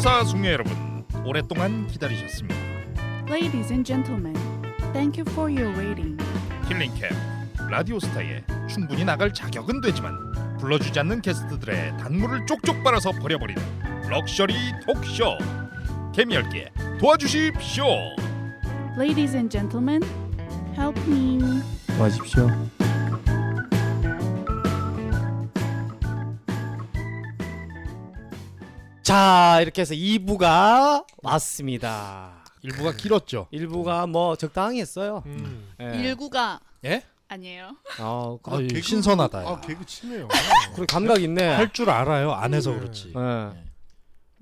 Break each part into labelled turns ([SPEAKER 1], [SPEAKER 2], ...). [SPEAKER 1] 사숭해 여러분 오랫동안 기다리셨습니다.
[SPEAKER 2] Ladies and gentlemen, thank you for your waiting.
[SPEAKER 1] 힐링캠 라디오 스타에 충분히 나갈 자격은 되지만 불러주지 않는 게스트들의 단물을 쪽쪽 빨아서 버려버리는 럭셔리 톡쇼 개미열게 도와주십시오.
[SPEAKER 2] Ladies and gentlemen, help me.
[SPEAKER 3] 도와십시오.
[SPEAKER 4] 자 이렇게 해서 2부가 왔습니다.
[SPEAKER 1] 일부가 길었죠.
[SPEAKER 4] 1부가 뭐 적당히 했어요.
[SPEAKER 5] 음.
[SPEAKER 4] 예.
[SPEAKER 2] 일구가
[SPEAKER 1] 예?
[SPEAKER 2] 아니에요.
[SPEAKER 4] 아,
[SPEAKER 5] 아,
[SPEAKER 4] 그,
[SPEAKER 5] 개그-
[SPEAKER 3] 신선하다, 야.
[SPEAKER 5] 아 개그 치네요.
[SPEAKER 4] 그 감각 있네.
[SPEAKER 3] 할 줄 알아요. 안 해서 그렇지.
[SPEAKER 4] 예.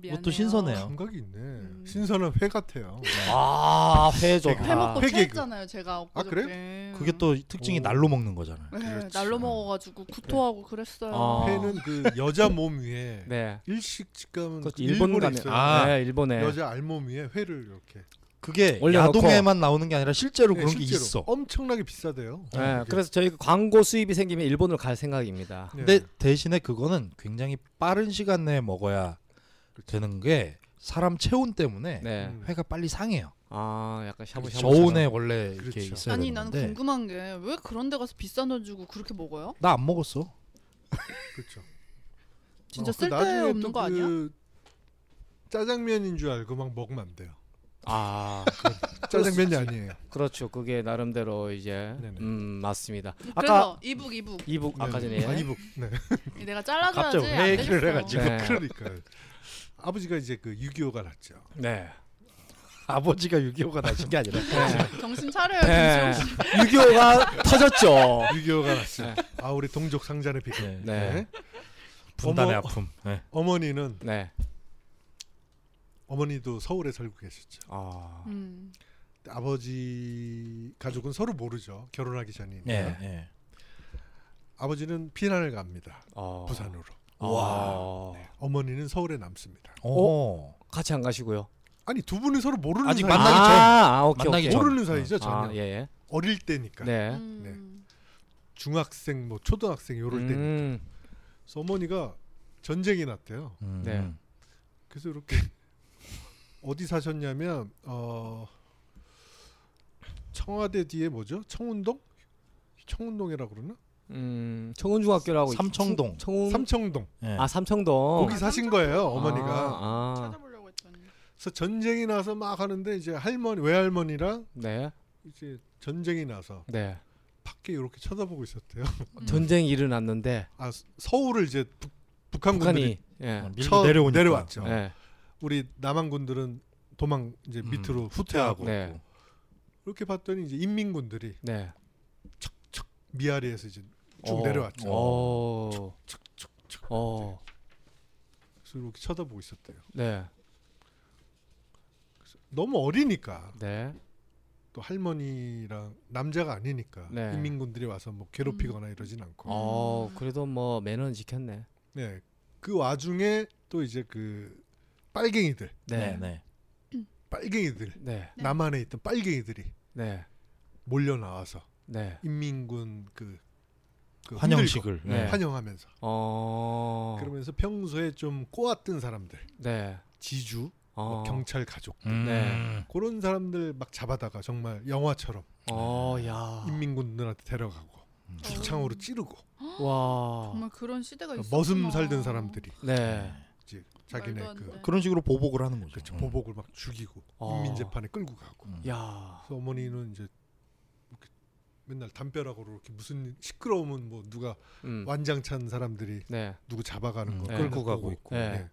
[SPEAKER 2] 미안해요.
[SPEAKER 3] 어, 신선해요.
[SPEAKER 5] 감각이 있네.
[SPEAKER 2] 음.
[SPEAKER 5] 신선한 회 같아요.
[SPEAKER 4] 아, 회
[SPEAKER 2] 회 먹고
[SPEAKER 4] 좋다.
[SPEAKER 5] 회개그.
[SPEAKER 2] 어, 체했잖아요, 제가 엊그저께.
[SPEAKER 5] 아, 그래요?
[SPEAKER 3] 그게 또 특징이
[SPEAKER 5] 오.
[SPEAKER 3] 날로 먹는 거잖아요.
[SPEAKER 2] 네,
[SPEAKER 5] 그렇지.
[SPEAKER 2] 날로 먹어가지고 구토하고 그랬어요.
[SPEAKER 4] 어.
[SPEAKER 5] 회는 그 여자 몸 위에
[SPEAKER 4] 네.
[SPEAKER 5] 일식 직감은
[SPEAKER 4] 그것도 일본
[SPEAKER 5] 일본 에
[SPEAKER 4] 가면
[SPEAKER 5] 있어요.
[SPEAKER 4] 아, 네, 일본에.
[SPEAKER 5] 여자 알몸 위에 회를 이렇게.
[SPEAKER 3] 그게
[SPEAKER 4] 올려놓고.
[SPEAKER 3] 야동에만 나오는 게 아니라 실제로
[SPEAKER 5] 네,
[SPEAKER 3] 그런 게
[SPEAKER 5] 실제로
[SPEAKER 3] 있어.
[SPEAKER 5] 엄청나게 비싸대요.
[SPEAKER 4] 예, 그래서 저희 광고 수입이 생기면 일본으로 갈 생각입니다.
[SPEAKER 5] 아, 네.
[SPEAKER 3] 근데 대신에 그거는 굉장히 빠른 시간 내에 먹어야 되는 게 사람 체온 때문에
[SPEAKER 4] 네.
[SPEAKER 5] 음.
[SPEAKER 3] 회가 빨리 상해요.
[SPEAKER 4] 아, 약간
[SPEAKER 3] 뭐
[SPEAKER 4] 샤브샤브.
[SPEAKER 3] 저온에 원래 이렇게
[SPEAKER 5] 그렇죠.
[SPEAKER 3] 있어야
[SPEAKER 2] 아니 나는
[SPEAKER 3] 되는데
[SPEAKER 2] 궁금한 게 왜 그런 데 가서 비싼 돈 주고 그렇게 먹어요?
[SPEAKER 3] 나 안 먹었어.
[SPEAKER 5] 그렇죠.
[SPEAKER 2] 진짜
[SPEAKER 5] 어, 그 나중에 또
[SPEAKER 2] 쓸데없는 거 아니야?
[SPEAKER 5] 그 짜장면인 줄 알고 막 먹으면 안 돼요.
[SPEAKER 4] 아,
[SPEAKER 5] 짜장면이 아니에요.
[SPEAKER 4] 그렇죠. 그게 나름대로 이제
[SPEAKER 5] 네네.
[SPEAKER 4] 음, 맞습니다. 아까
[SPEAKER 2] 그래서 이북 이북
[SPEAKER 4] 이북 아까 전에
[SPEAKER 5] 아니 뭐 네.
[SPEAKER 2] 내가 잘라줘야지
[SPEAKER 3] 갑자기
[SPEAKER 2] 아, 안
[SPEAKER 3] 왜 얘기를
[SPEAKER 2] 되겠어.
[SPEAKER 3] 해가지고.
[SPEAKER 4] 네.
[SPEAKER 5] 그러니까 아버지가 이제 그 6.25가 났죠.
[SPEAKER 4] 네.
[SPEAKER 3] 아버지가 6.25가 나신 게 아니라
[SPEAKER 2] 네. 정신 차려요
[SPEAKER 4] 네. 그렇죠.
[SPEAKER 2] 김수영 씨.
[SPEAKER 4] 6.25가 터졌죠.
[SPEAKER 5] 6.25가 났어요. 아 우리 동족 상잔의 비극.
[SPEAKER 3] 네.
[SPEAKER 4] 네.
[SPEAKER 3] 분단의
[SPEAKER 5] 어머.
[SPEAKER 3] 아픔. 네.
[SPEAKER 5] 어머니는
[SPEAKER 4] 네.
[SPEAKER 5] 어머니도 서울에 살고 계셨죠.
[SPEAKER 4] 아.
[SPEAKER 2] 음.
[SPEAKER 5] 아버지 가족은 서로 모르죠. 결혼하기 전이니까.
[SPEAKER 3] 네. 네.
[SPEAKER 5] 아버지는 피난을 갑니다.
[SPEAKER 4] 어.
[SPEAKER 5] 부산으로.
[SPEAKER 4] 와.
[SPEAKER 5] 네. 어머니는 서울에 남습니다.
[SPEAKER 3] 어.
[SPEAKER 4] 같이 안 가시고요.
[SPEAKER 5] 아니 두 분이 서로 모르는
[SPEAKER 3] 아직
[SPEAKER 5] 사이
[SPEAKER 3] 만나기
[SPEAKER 4] 아,
[SPEAKER 3] 전.
[SPEAKER 4] 아, 오케이,
[SPEAKER 3] 만나기
[SPEAKER 4] 오케이.
[SPEAKER 3] 전.
[SPEAKER 5] 모르는 사이죠 전혀.
[SPEAKER 4] 아, 예, 예.
[SPEAKER 5] 어릴 때니까.
[SPEAKER 4] 네.
[SPEAKER 2] 음.
[SPEAKER 5] 중학생 뭐 초등학생 요럴 때니까.
[SPEAKER 4] 음.
[SPEAKER 5] 그래서 어머니가 전쟁이 났대요.
[SPEAKER 3] 음.
[SPEAKER 4] 네.
[SPEAKER 5] 그래서 이렇게 어디 사셨냐면 어 청와대 뒤에 뭐죠? 청운동? 청운동이라고 그러나?
[SPEAKER 4] 음. 청운중학교라고 있-
[SPEAKER 3] 삼청동.
[SPEAKER 4] 청운
[SPEAKER 5] 삼청동.
[SPEAKER 3] 네.
[SPEAKER 4] 아, 삼청동.
[SPEAKER 5] 거기 사신 거예요, 어머니가.
[SPEAKER 4] 아, 아.
[SPEAKER 2] 찾아보려고 했더니
[SPEAKER 5] 그래서 전쟁이 나서 막 하는데 이제 할머니, 외할머니랑
[SPEAKER 4] 네.
[SPEAKER 5] 이제 전쟁이 나서
[SPEAKER 4] 네.
[SPEAKER 5] 밖에 이렇게 쳐다보고 있었대요.
[SPEAKER 2] 음.
[SPEAKER 4] 전쟁이 일어났는데
[SPEAKER 5] 아 서- 서울을 이제 북, 북한 군들이
[SPEAKER 4] 북한이 예.
[SPEAKER 3] 어, 밀고
[SPEAKER 5] 쳐
[SPEAKER 3] 내려오니까. 네.
[SPEAKER 5] 내려왔죠.
[SPEAKER 4] 예.
[SPEAKER 5] 우리 남한 군들은 도망 이제
[SPEAKER 3] 음,
[SPEAKER 5] 밑으로 후퇴하고
[SPEAKER 4] 네.
[SPEAKER 5] 이렇게 봤더니 이제 인민군들이
[SPEAKER 4] 네.
[SPEAKER 5] 미아리에서 이제 쭉
[SPEAKER 4] 어.
[SPEAKER 5] 내려왔죠.
[SPEAKER 4] 어. 어.
[SPEAKER 5] 그래서 이렇게 쳐다보고 있었대요.
[SPEAKER 4] 네.
[SPEAKER 5] 너무 어리니까
[SPEAKER 4] 네.
[SPEAKER 5] 또 할머니랑 남자가 아니니까
[SPEAKER 4] 네.
[SPEAKER 5] 인민군들이 와서 뭐 괴롭히거나 이러진 않고
[SPEAKER 4] 어, 그래도 뭐 매너는 지켰네.
[SPEAKER 5] 네. 그 와중에 또 이제 그 빨갱이들
[SPEAKER 3] 네.
[SPEAKER 4] 네.
[SPEAKER 3] 네.
[SPEAKER 5] 빨갱이들
[SPEAKER 4] 네.
[SPEAKER 2] 네.
[SPEAKER 5] 남한에 있던 빨갱이들이
[SPEAKER 4] 네.
[SPEAKER 5] 몰려 나와서
[SPEAKER 4] 네.
[SPEAKER 5] 인민군 그, 그
[SPEAKER 3] 환영식을.
[SPEAKER 4] 네.
[SPEAKER 5] 흔들고 환영하면서
[SPEAKER 4] 어.
[SPEAKER 5] 그러면서 평소에 좀 꼬았던 사람들
[SPEAKER 4] 네.
[SPEAKER 5] 지주
[SPEAKER 4] 어.
[SPEAKER 5] 뭐 경찰 가족
[SPEAKER 3] 음.
[SPEAKER 4] 네.
[SPEAKER 5] 그런 사람들 막 잡아다가 정말 영화처럼
[SPEAKER 4] 어, 야.
[SPEAKER 2] 음.
[SPEAKER 5] 인민군들한테 데려가고 죽창으로 찌르고
[SPEAKER 4] 와.
[SPEAKER 2] 정말 그런 시대가 있어.
[SPEAKER 5] 머슴 살던 사람들이
[SPEAKER 4] 네.
[SPEAKER 5] 이제 자기네 그
[SPEAKER 3] 그런 식으로 보복을 하는 거죠.
[SPEAKER 5] 그렇죠.
[SPEAKER 3] 음.
[SPEAKER 5] 보복을 막 죽이고
[SPEAKER 4] 어.
[SPEAKER 5] 인민 재판에 끌고 가고.
[SPEAKER 3] 음.
[SPEAKER 4] 야.
[SPEAKER 5] 그래서 어머니는 이제 이렇게 맨날 담벼락으로 이렇게 무슨 시끄러우면 뭐 누가
[SPEAKER 4] 음.
[SPEAKER 5] 완장찬 사람들이
[SPEAKER 4] 네.
[SPEAKER 5] 누구 잡아가는
[SPEAKER 3] 음,
[SPEAKER 5] 거
[SPEAKER 4] 네.
[SPEAKER 3] 끌고
[SPEAKER 5] 보고.
[SPEAKER 3] 가고 있고.
[SPEAKER 4] 네.
[SPEAKER 5] 예.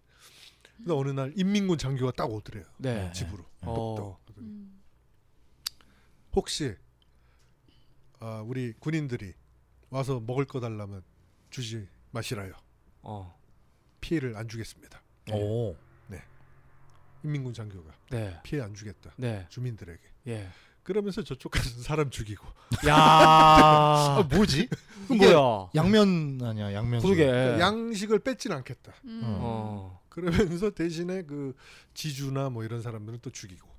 [SPEAKER 5] 근데 어느 날 인민군 장교가 딱 오더래요.
[SPEAKER 4] 네.
[SPEAKER 3] 네.
[SPEAKER 5] 집으로.
[SPEAKER 4] 어.
[SPEAKER 2] 음.
[SPEAKER 5] 혹시 아, 우리 군인들이 와서 먹을 거 달라면 주지 마시라요.
[SPEAKER 4] 어.
[SPEAKER 5] 피해를 안 주겠습니다.
[SPEAKER 3] 오.
[SPEAKER 5] 인민군 장교가
[SPEAKER 4] 네.
[SPEAKER 5] 피해 안 주겠다.
[SPEAKER 4] 네.
[SPEAKER 5] 주민들에게.
[SPEAKER 4] 예.
[SPEAKER 5] 그러면서 저쪽 가서 사람 죽이고
[SPEAKER 3] 아
[SPEAKER 4] 야.
[SPEAKER 3] 뭐지?
[SPEAKER 4] 이게 뭐야?
[SPEAKER 3] 양면 아니야 양면.
[SPEAKER 4] 그러게.
[SPEAKER 5] 그러니까 양식을 뺏진 않겠다.
[SPEAKER 2] 음.
[SPEAKER 4] 어.
[SPEAKER 5] 그러면서 대신에 그 지주나 뭐 이런 사람들은 또 죽이고.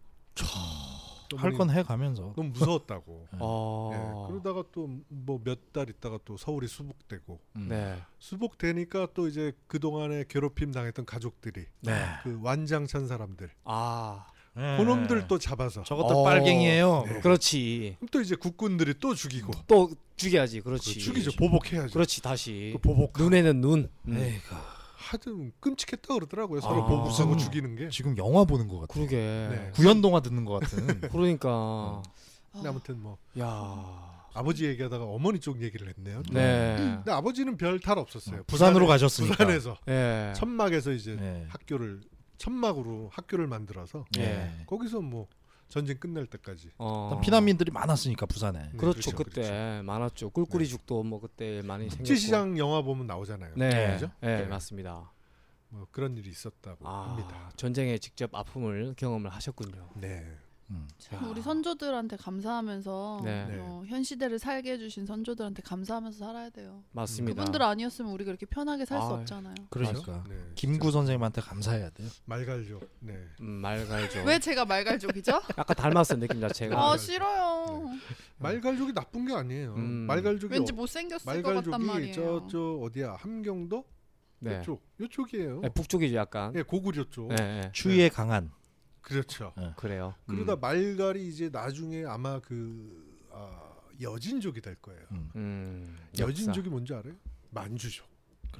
[SPEAKER 3] 할 건 해 가면서
[SPEAKER 5] 너무 무서웠다고. 예,
[SPEAKER 3] 아.
[SPEAKER 4] 어.
[SPEAKER 5] 그러다가 또 뭐 몇 달 있다가 또 서울이 수복되고
[SPEAKER 3] 음.
[SPEAKER 4] 네.
[SPEAKER 5] 수복되니까 또 이제 그 동안에 괴롭힘 당했던 가족들이
[SPEAKER 3] 네.
[SPEAKER 5] 그 완장찬 사람들
[SPEAKER 4] 아.
[SPEAKER 5] 네. 그놈들 또 잡아서
[SPEAKER 3] 예. 저것들
[SPEAKER 4] 어.
[SPEAKER 3] 빨갱이에요.
[SPEAKER 4] 그렇지.
[SPEAKER 5] 그럼 또 이제 국군들이 또 죽이고
[SPEAKER 4] 또 죽여야지. 그렇지.
[SPEAKER 5] 죽이죠 보복해야죠.
[SPEAKER 4] 그렇지 다시.
[SPEAKER 5] 또 보복.
[SPEAKER 4] 눈에는 눈. 음.
[SPEAKER 3] 에이가
[SPEAKER 5] 하여튼 끔찍했다 그러더라고요. 서로
[SPEAKER 4] 아.
[SPEAKER 5] 보복하고 죽이는 게.
[SPEAKER 3] 지금 영화 보는 것 같아.
[SPEAKER 4] 그러게.
[SPEAKER 5] 네.
[SPEAKER 3] 구연 동화 듣는 것 같은. 음.
[SPEAKER 4] 그러니까.
[SPEAKER 5] 근데 아무튼 뭐
[SPEAKER 4] 야.
[SPEAKER 5] 아버지 얘기하다가 어머니 쪽 얘기를 했네요.
[SPEAKER 4] 네.
[SPEAKER 5] 근데 아버지는 별 탈 없었어요.
[SPEAKER 3] 네. 부산으로
[SPEAKER 5] 네. 부산에-
[SPEAKER 3] 가셨으니까.
[SPEAKER 5] 부산에서
[SPEAKER 4] 예.
[SPEAKER 5] 천막에서 이제
[SPEAKER 3] 네.
[SPEAKER 5] 학교를 천막으로 학교를 만들어서
[SPEAKER 3] 예.
[SPEAKER 5] 거기서 뭐 전쟁 끝날 때까지
[SPEAKER 4] 어.
[SPEAKER 3] 일단 피난민들이 많았으니까 부산에.
[SPEAKER 5] 네,
[SPEAKER 4] 그렇죠,
[SPEAKER 5] 그렇죠,
[SPEAKER 4] 그때 많았죠. 꿀꿀이죽도 뭐 그때 많이 생겼고.
[SPEAKER 5] 국제시장 영화 보면 나오잖아요.
[SPEAKER 4] 네. 네.
[SPEAKER 5] 그죠?
[SPEAKER 4] 네,
[SPEAKER 5] 네.
[SPEAKER 4] 맞습니다.
[SPEAKER 5] 뭐 그런 일이 있었다고
[SPEAKER 4] 아,
[SPEAKER 5] 합니다.
[SPEAKER 4] 전쟁에 직접 아픔을 경험을 하셨군요.
[SPEAKER 5] 네.
[SPEAKER 3] 음.
[SPEAKER 2] 참 우리 선조들한테 감사하면서
[SPEAKER 4] 네.
[SPEAKER 5] 네.
[SPEAKER 2] 어, 현 시대를 살게 해주신 선조들한테 감사하면서 살아야 돼요.
[SPEAKER 4] 맞습니다.
[SPEAKER 2] 그분들 아니었으면 우리가 이렇게 편하게 살 수
[SPEAKER 4] 아유.
[SPEAKER 2] 없잖아요.
[SPEAKER 3] 그러니까
[SPEAKER 5] 네.
[SPEAKER 3] 김구 선생님한테 감사해야 돼요.
[SPEAKER 5] 말갈죠. 네.
[SPEAKER 4] 음, 말갈죠.
[SPEAKER 2] 왜 제가 말갈족이죠?
[SPEAKER 4] 약간 닮았어요 느낌 자체가.
[SPEAKER 5] 아,
[SPEAKER 2] 아 싫어요.
[SPEAKER 5] 말갈족이 나쁜 게 아니에요.
[SPEAKER 4] 음.
[SPEAKER 5] 말갈족이
[SPEAKER 2] 왠지
[SPEAKER 5] 어-
[SPEAKER 2] 못생겼을 것 같단
[SPEAKER 5] 말갈족이
[SPEAKER 2] 말이에요.
[SPEAKER 5] 저저 어디야? 함경도
[SPEAKER 4] 네.
[SPEAKER 5] 이쪽 요쪽이에요.
[SPEAKER 4] 네, 북쪽이죠 약간.
[SPEAKER 5] 예, 고구려 쪽.
[SPEAKER 4] 네, 네.
[SPEAKER 3] 추위에 강한.
[SPEAKER 5] 그렇죠.
[SPEAKER 4] 그래요.
[SPEAKER 5] 그러다
[SPEAKER 4] 음.
[SPEAKER 5] 말갈이 이제 나중에 아마 그 아, 여진족이 될 거예요.
[SPEAKER 4] 음,
[SPEAKER 5] 여진족이 뭔지 알아요? 만주족.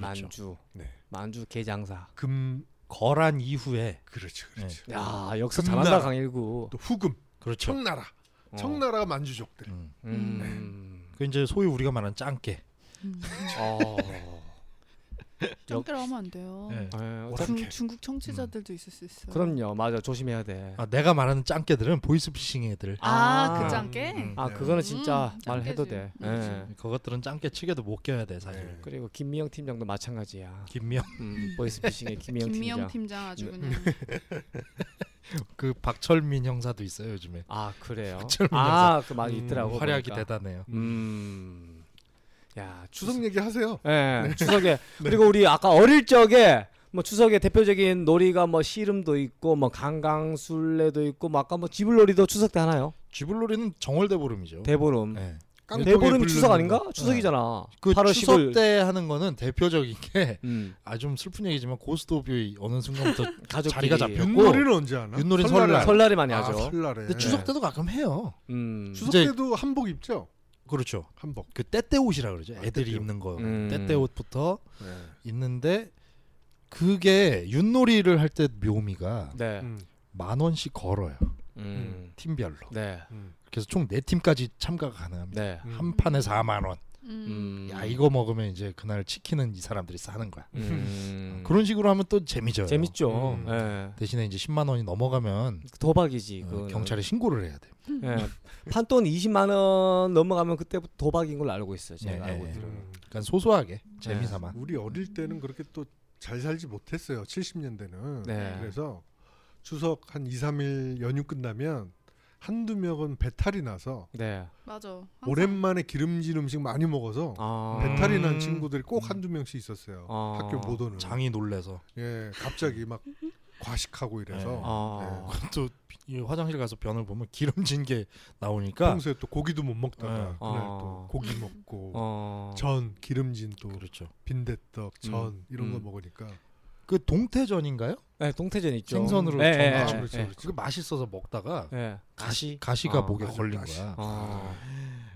[SPEAKER 4] 역사, 만주,
[SPEAKER 5] 네.
[SPEAKER 4] 만주 개장사.
[SPEAKER 5] 금
[SPEAKER 3] 거란 이후에
[SPEAKER 4] 네.
[SPEAKER 5] 그렇죠, 그렇죠.
[SPEAKER 4] 야 역사
[SPEAKER 5] 금나라.
[SPEAKER 4] 잘한다 강일구.
[SPEAKER 5] 또 후금,
[SPEAKER 3] 그렇죠.
[SPEAKER 5] 청나라,
[SPEAKER 4] 어.
[SPEAKER 5] 청나라가 만주족들.
[SPEAKER 3] 음.
[SPEAKER 4] 음.
[SPEAKER 3] 그 이제 소위 우리가 말하는 짱깨.
[SPEAKER 4] 어.
[SPEAKER 2] 짱깨라 하면 안 돼요.
[SPEAKER 3] 예.
[SPEAKER 4] 네,
[SPEAKER 5] 어떻게?
[SPEAKER 2] 중, 중국 청취자들도 있을 수 있어요.
[SPEAKER 4] 그럼요. 맞아. 조심해야 돼.
[SPEAKER 3] 아, 내가 말하는 짱깨들은 보이스피싱
[SPEAKER 5] 네.
[SPEAKER 3] 애들.
[SPEAKER 2] 아,
[SPEAKER 4] 아.
[SPEAKER 2] 그 짱깨?
[SPEAKER 5] 음,
[SPEAKER 4] 아
[SPEAKER 5] 네.
[SPEAKER 4] 그거는 진짜
[SPEAKER 2] 음,
[SPEAKER 4] 말해도
[SPEAKER 2] 짱깨지.
[SPEAKER 4] 돼.
[SPEAKER 2] 음.
[SPEAKER 4] 예.
[SPEAKER 3] 그것들은 짱깨 치게도 못 껴야 돼 사실.
[SPEAKER 5] 네.
[SPEAKER 4] 그리고 김미영 팀장도 마찬가지야.
[SPEAKER 3] 김명
[SPEAKER 4] 음, 보이스피싱의 김미영
[SPEAKER 2] 김미영
[SPEAKER 4] 팀장.
[SPEAKER 2] 팀장 아주
[SPEAKER 4] 네.
[SPEAKER 2] 그냥
[SPEAKER 3] 그 박철민 형사도 있어요 요즘에.
[SPEAKER 4] 아 그래요.
[SPEAKER 3] 박철민
[SPEAKER 4] 아그 많이
[SPEAKER 5] 음,
[SPEAKER 4] 있더라고.
[SPEAKER 3] 활약이
[SPEAKER 4] 보니까.
[SPEAKER 3] 대단해요.
[SPEAKER 4] 음. 야 추석.
[SPEAKER 5] 추석 얘기하세요.
[SPEAKER 4] 예. 추석에 그리고 우리 아까 어릴 적에 뭐 추석에 대표적인 놀이가 뭐 씨름도 있고 뭐 강강술래도 있고 뭐 아까 뭐 지불놀이도 추석 때 하나요?
[SPEAKER 3] 쥐불놀이는 정월대 보름이죠.
[SPEAKER 4] 대보름.
[SPEAKER 3] 네.
[SPEAKER 5] 깡통에
[SPEAKER 4] 대보름이
[SPEAKER 5] 불르는
[SPEAKER 4] 추석 아닌가?
[SPEAKER 5] 거.
[SPEAKER 4] 추석이잖아.
[SPEAKER 3] 그
[SPEAKER 4] 8월
[SPEAKER 3] 추석
[SPEAKER 4] 10일.
[SPEAKER 3] 때 하는 거는 대표적인
[SPEAKER 4] 음.
[SPEAKER 3] 게 아 좀 슬픈 얘기지만 고스트 오브 이 어느 순간부터
[SPEAKER 4] 가족끼리.
[SPEAKER 3] 자리가 잡혔고
[SPEAKER 5] 윷놀이는 언제 하나?
[SPEAKER 3] 윷놀이는 설날.
[SPEAKER 4] 설날에 많이
[SPEAKER 5] 아,
[SPEAKER 4] 하죠.
[SPEAKER 5] 설날에.
[SPEAKER 3] 근데 추석 때도 가끔 해요.
[SPEAKER 4] 음.
[SPEAKER 5] 추석
[SPEAKER 3] 이제-
[SPEAKER 5] 때도 한복 입죠.
[SPEAKER 3] 그렇죠.
[SPEAKER 5] 한복.
[SPEAKER 3] 그 때때 옷이라 그러죠.
[SPEAKER 5] 아,
[SPEAKER 3] 애들이
[SPEAKER 5] 때때 옷.
[SPEAKER 3] 입는 거.
[SPEAKER 4] 음.
[SPEAKER 3] 때때 옷부터
[SPEAKER 5] 네.
[SPEAKER 3] 있는데 그게 윷놀이를 할 때 묘미가
[SPEAKER 4] 네.
[SPEAKER 5] 음,
[SPEAKER 3] 만 원씩 걸어요.
[SPEAKER 4] 음.
[SPEAKER 3] 팀별로.
[SPEAKER 4] 네.
[SPEAKER 5] 음.
[SPEAKER 3] 그래서 총 네 팀까지 참가가 가능합니다.
[SPEAKER 4] 네.
[SPEAKER 5] 음.
[SPEAKER 3] 한 판에 4만 원.
[SPEAKER 2] 음.
[SPEAKER 4] 음.
[SPEAKER 3] 야 이거 먹으면 이제 그날 치킨은 이 사람들이 싸는 거야.
[SPEAKER 4] 음.
[SPEAKER 3] 그런 식으로 하면 또 재미져요.
[SPEAKER 4] 재밌죠.
[SPEAKER 5] 음.
[SPEAKER 4] 예. 그
[SPEAKER 3] 대신에 이제 10만 원이 넘어가면
[SPEAKER 4] 도박이지.
[SPEAKER 3] 어,
[SPEAKER 4] 네, 그거는.
[SPEAKER 3] 경찰에 신고를 해야 돼.
[SPEAKER 4] 예. 판돈 20만 원 넘어가면 그때부터 도박인 걸로 알고 있어요. 제가
[SPEAKER 3] 예,
[SPEAKER 4] 알고
[SPEAKER 3] 예.
[SPEAKER 4] 있어요.
[SPEAKER 5] 음.
[SPEAKER 3] 그러니까 소소하게
[SPEAKER 4] 네.
[SPEAKER 3] 재미삼아.
[SPEAKER 4] 음.
[SPEAKER 5] 우리 어릴 때는 그렇게 또 잘 살지 못했어요. 70년대는.
[SPEAKER 4] 네.
[SPEAKER 5] 그래서 추석 한 2, 3일 연휴 끝나면 한두 명은 배탈이 나서
[SPEAKER 4] 네.
[SPEAKER 2] 맞아. 항상.
[SPEAKER 5] 오랜만에 기름진 음식 많이 먹어서
[SPEAKER 4] 아.
[SPEAKER 5] 배탈이
[SPEAKER 3] 음.
[SPEAKER 5] 난 친구들이 꼭 한두 명씩 있었어요.
[SPEAKER 4] 아.
[SPEAKER 5] 학교 못 오는.
[SPEAKER 3] 장이 놀래서
[SPEAKER 5] 예, 갑자기 막 과식하고 이래서 네.
[SPEAKER 4] 아.
[SPEAKER 3] 또이 화장실 가서 변을 보면 기름진 게 나오니까
[SPEAKER 5] 평소에 또 고기도 못 먹다가
[SPEAKER 3] 그러니까 네.
[SPEAKER 5] 그날
[SPEAKER 4] 아.
[SPEAKER 5] 또 고기 먹고
[SPEAKER 4] 어.
[SPEAKER 5] 전 기름진 또
[SPEAKER 3] 그렇죠.
[SPEAKER 5] 빈대떡 전
[SPEAKER 4] 음.
[SPEAKER 5] 이런 거
[SPEAKER 4] 음.
[SPEAKER 5] 먹으니까
[SPEAKER 3] 그 동태전인가요?
[SPEAKER 4] 네, 동태전 있죠.
[SPEAKER 3] 생선으로
[SPEAKER 4] 예,
[SPEAKER 3] 전
[SPEAKER 4] 예,
[SPEAKER 5] 아,
[SPEAKER 3] 나오는
[SPEAKER 4] 예,
[SPEAKER 5] 그렇죠,
[SPEAKER 4] 예.
[SPEAKER 5] 그렇죠.
[SPEAKER 3] 그게 맛있어서 먹다가
[SPEAKER 4] 예.
[SPEAKER 3] 가시 가시가
[SPEAKER 4] 아,
[SPEAKER 3] 목에
[SPEAKER 5] 맞아,
[SPEAKER 3] 걸린
[SPEAKER 5] 가시.
[SPEAKER 3] 거야.
[SPEAKER 4] 어.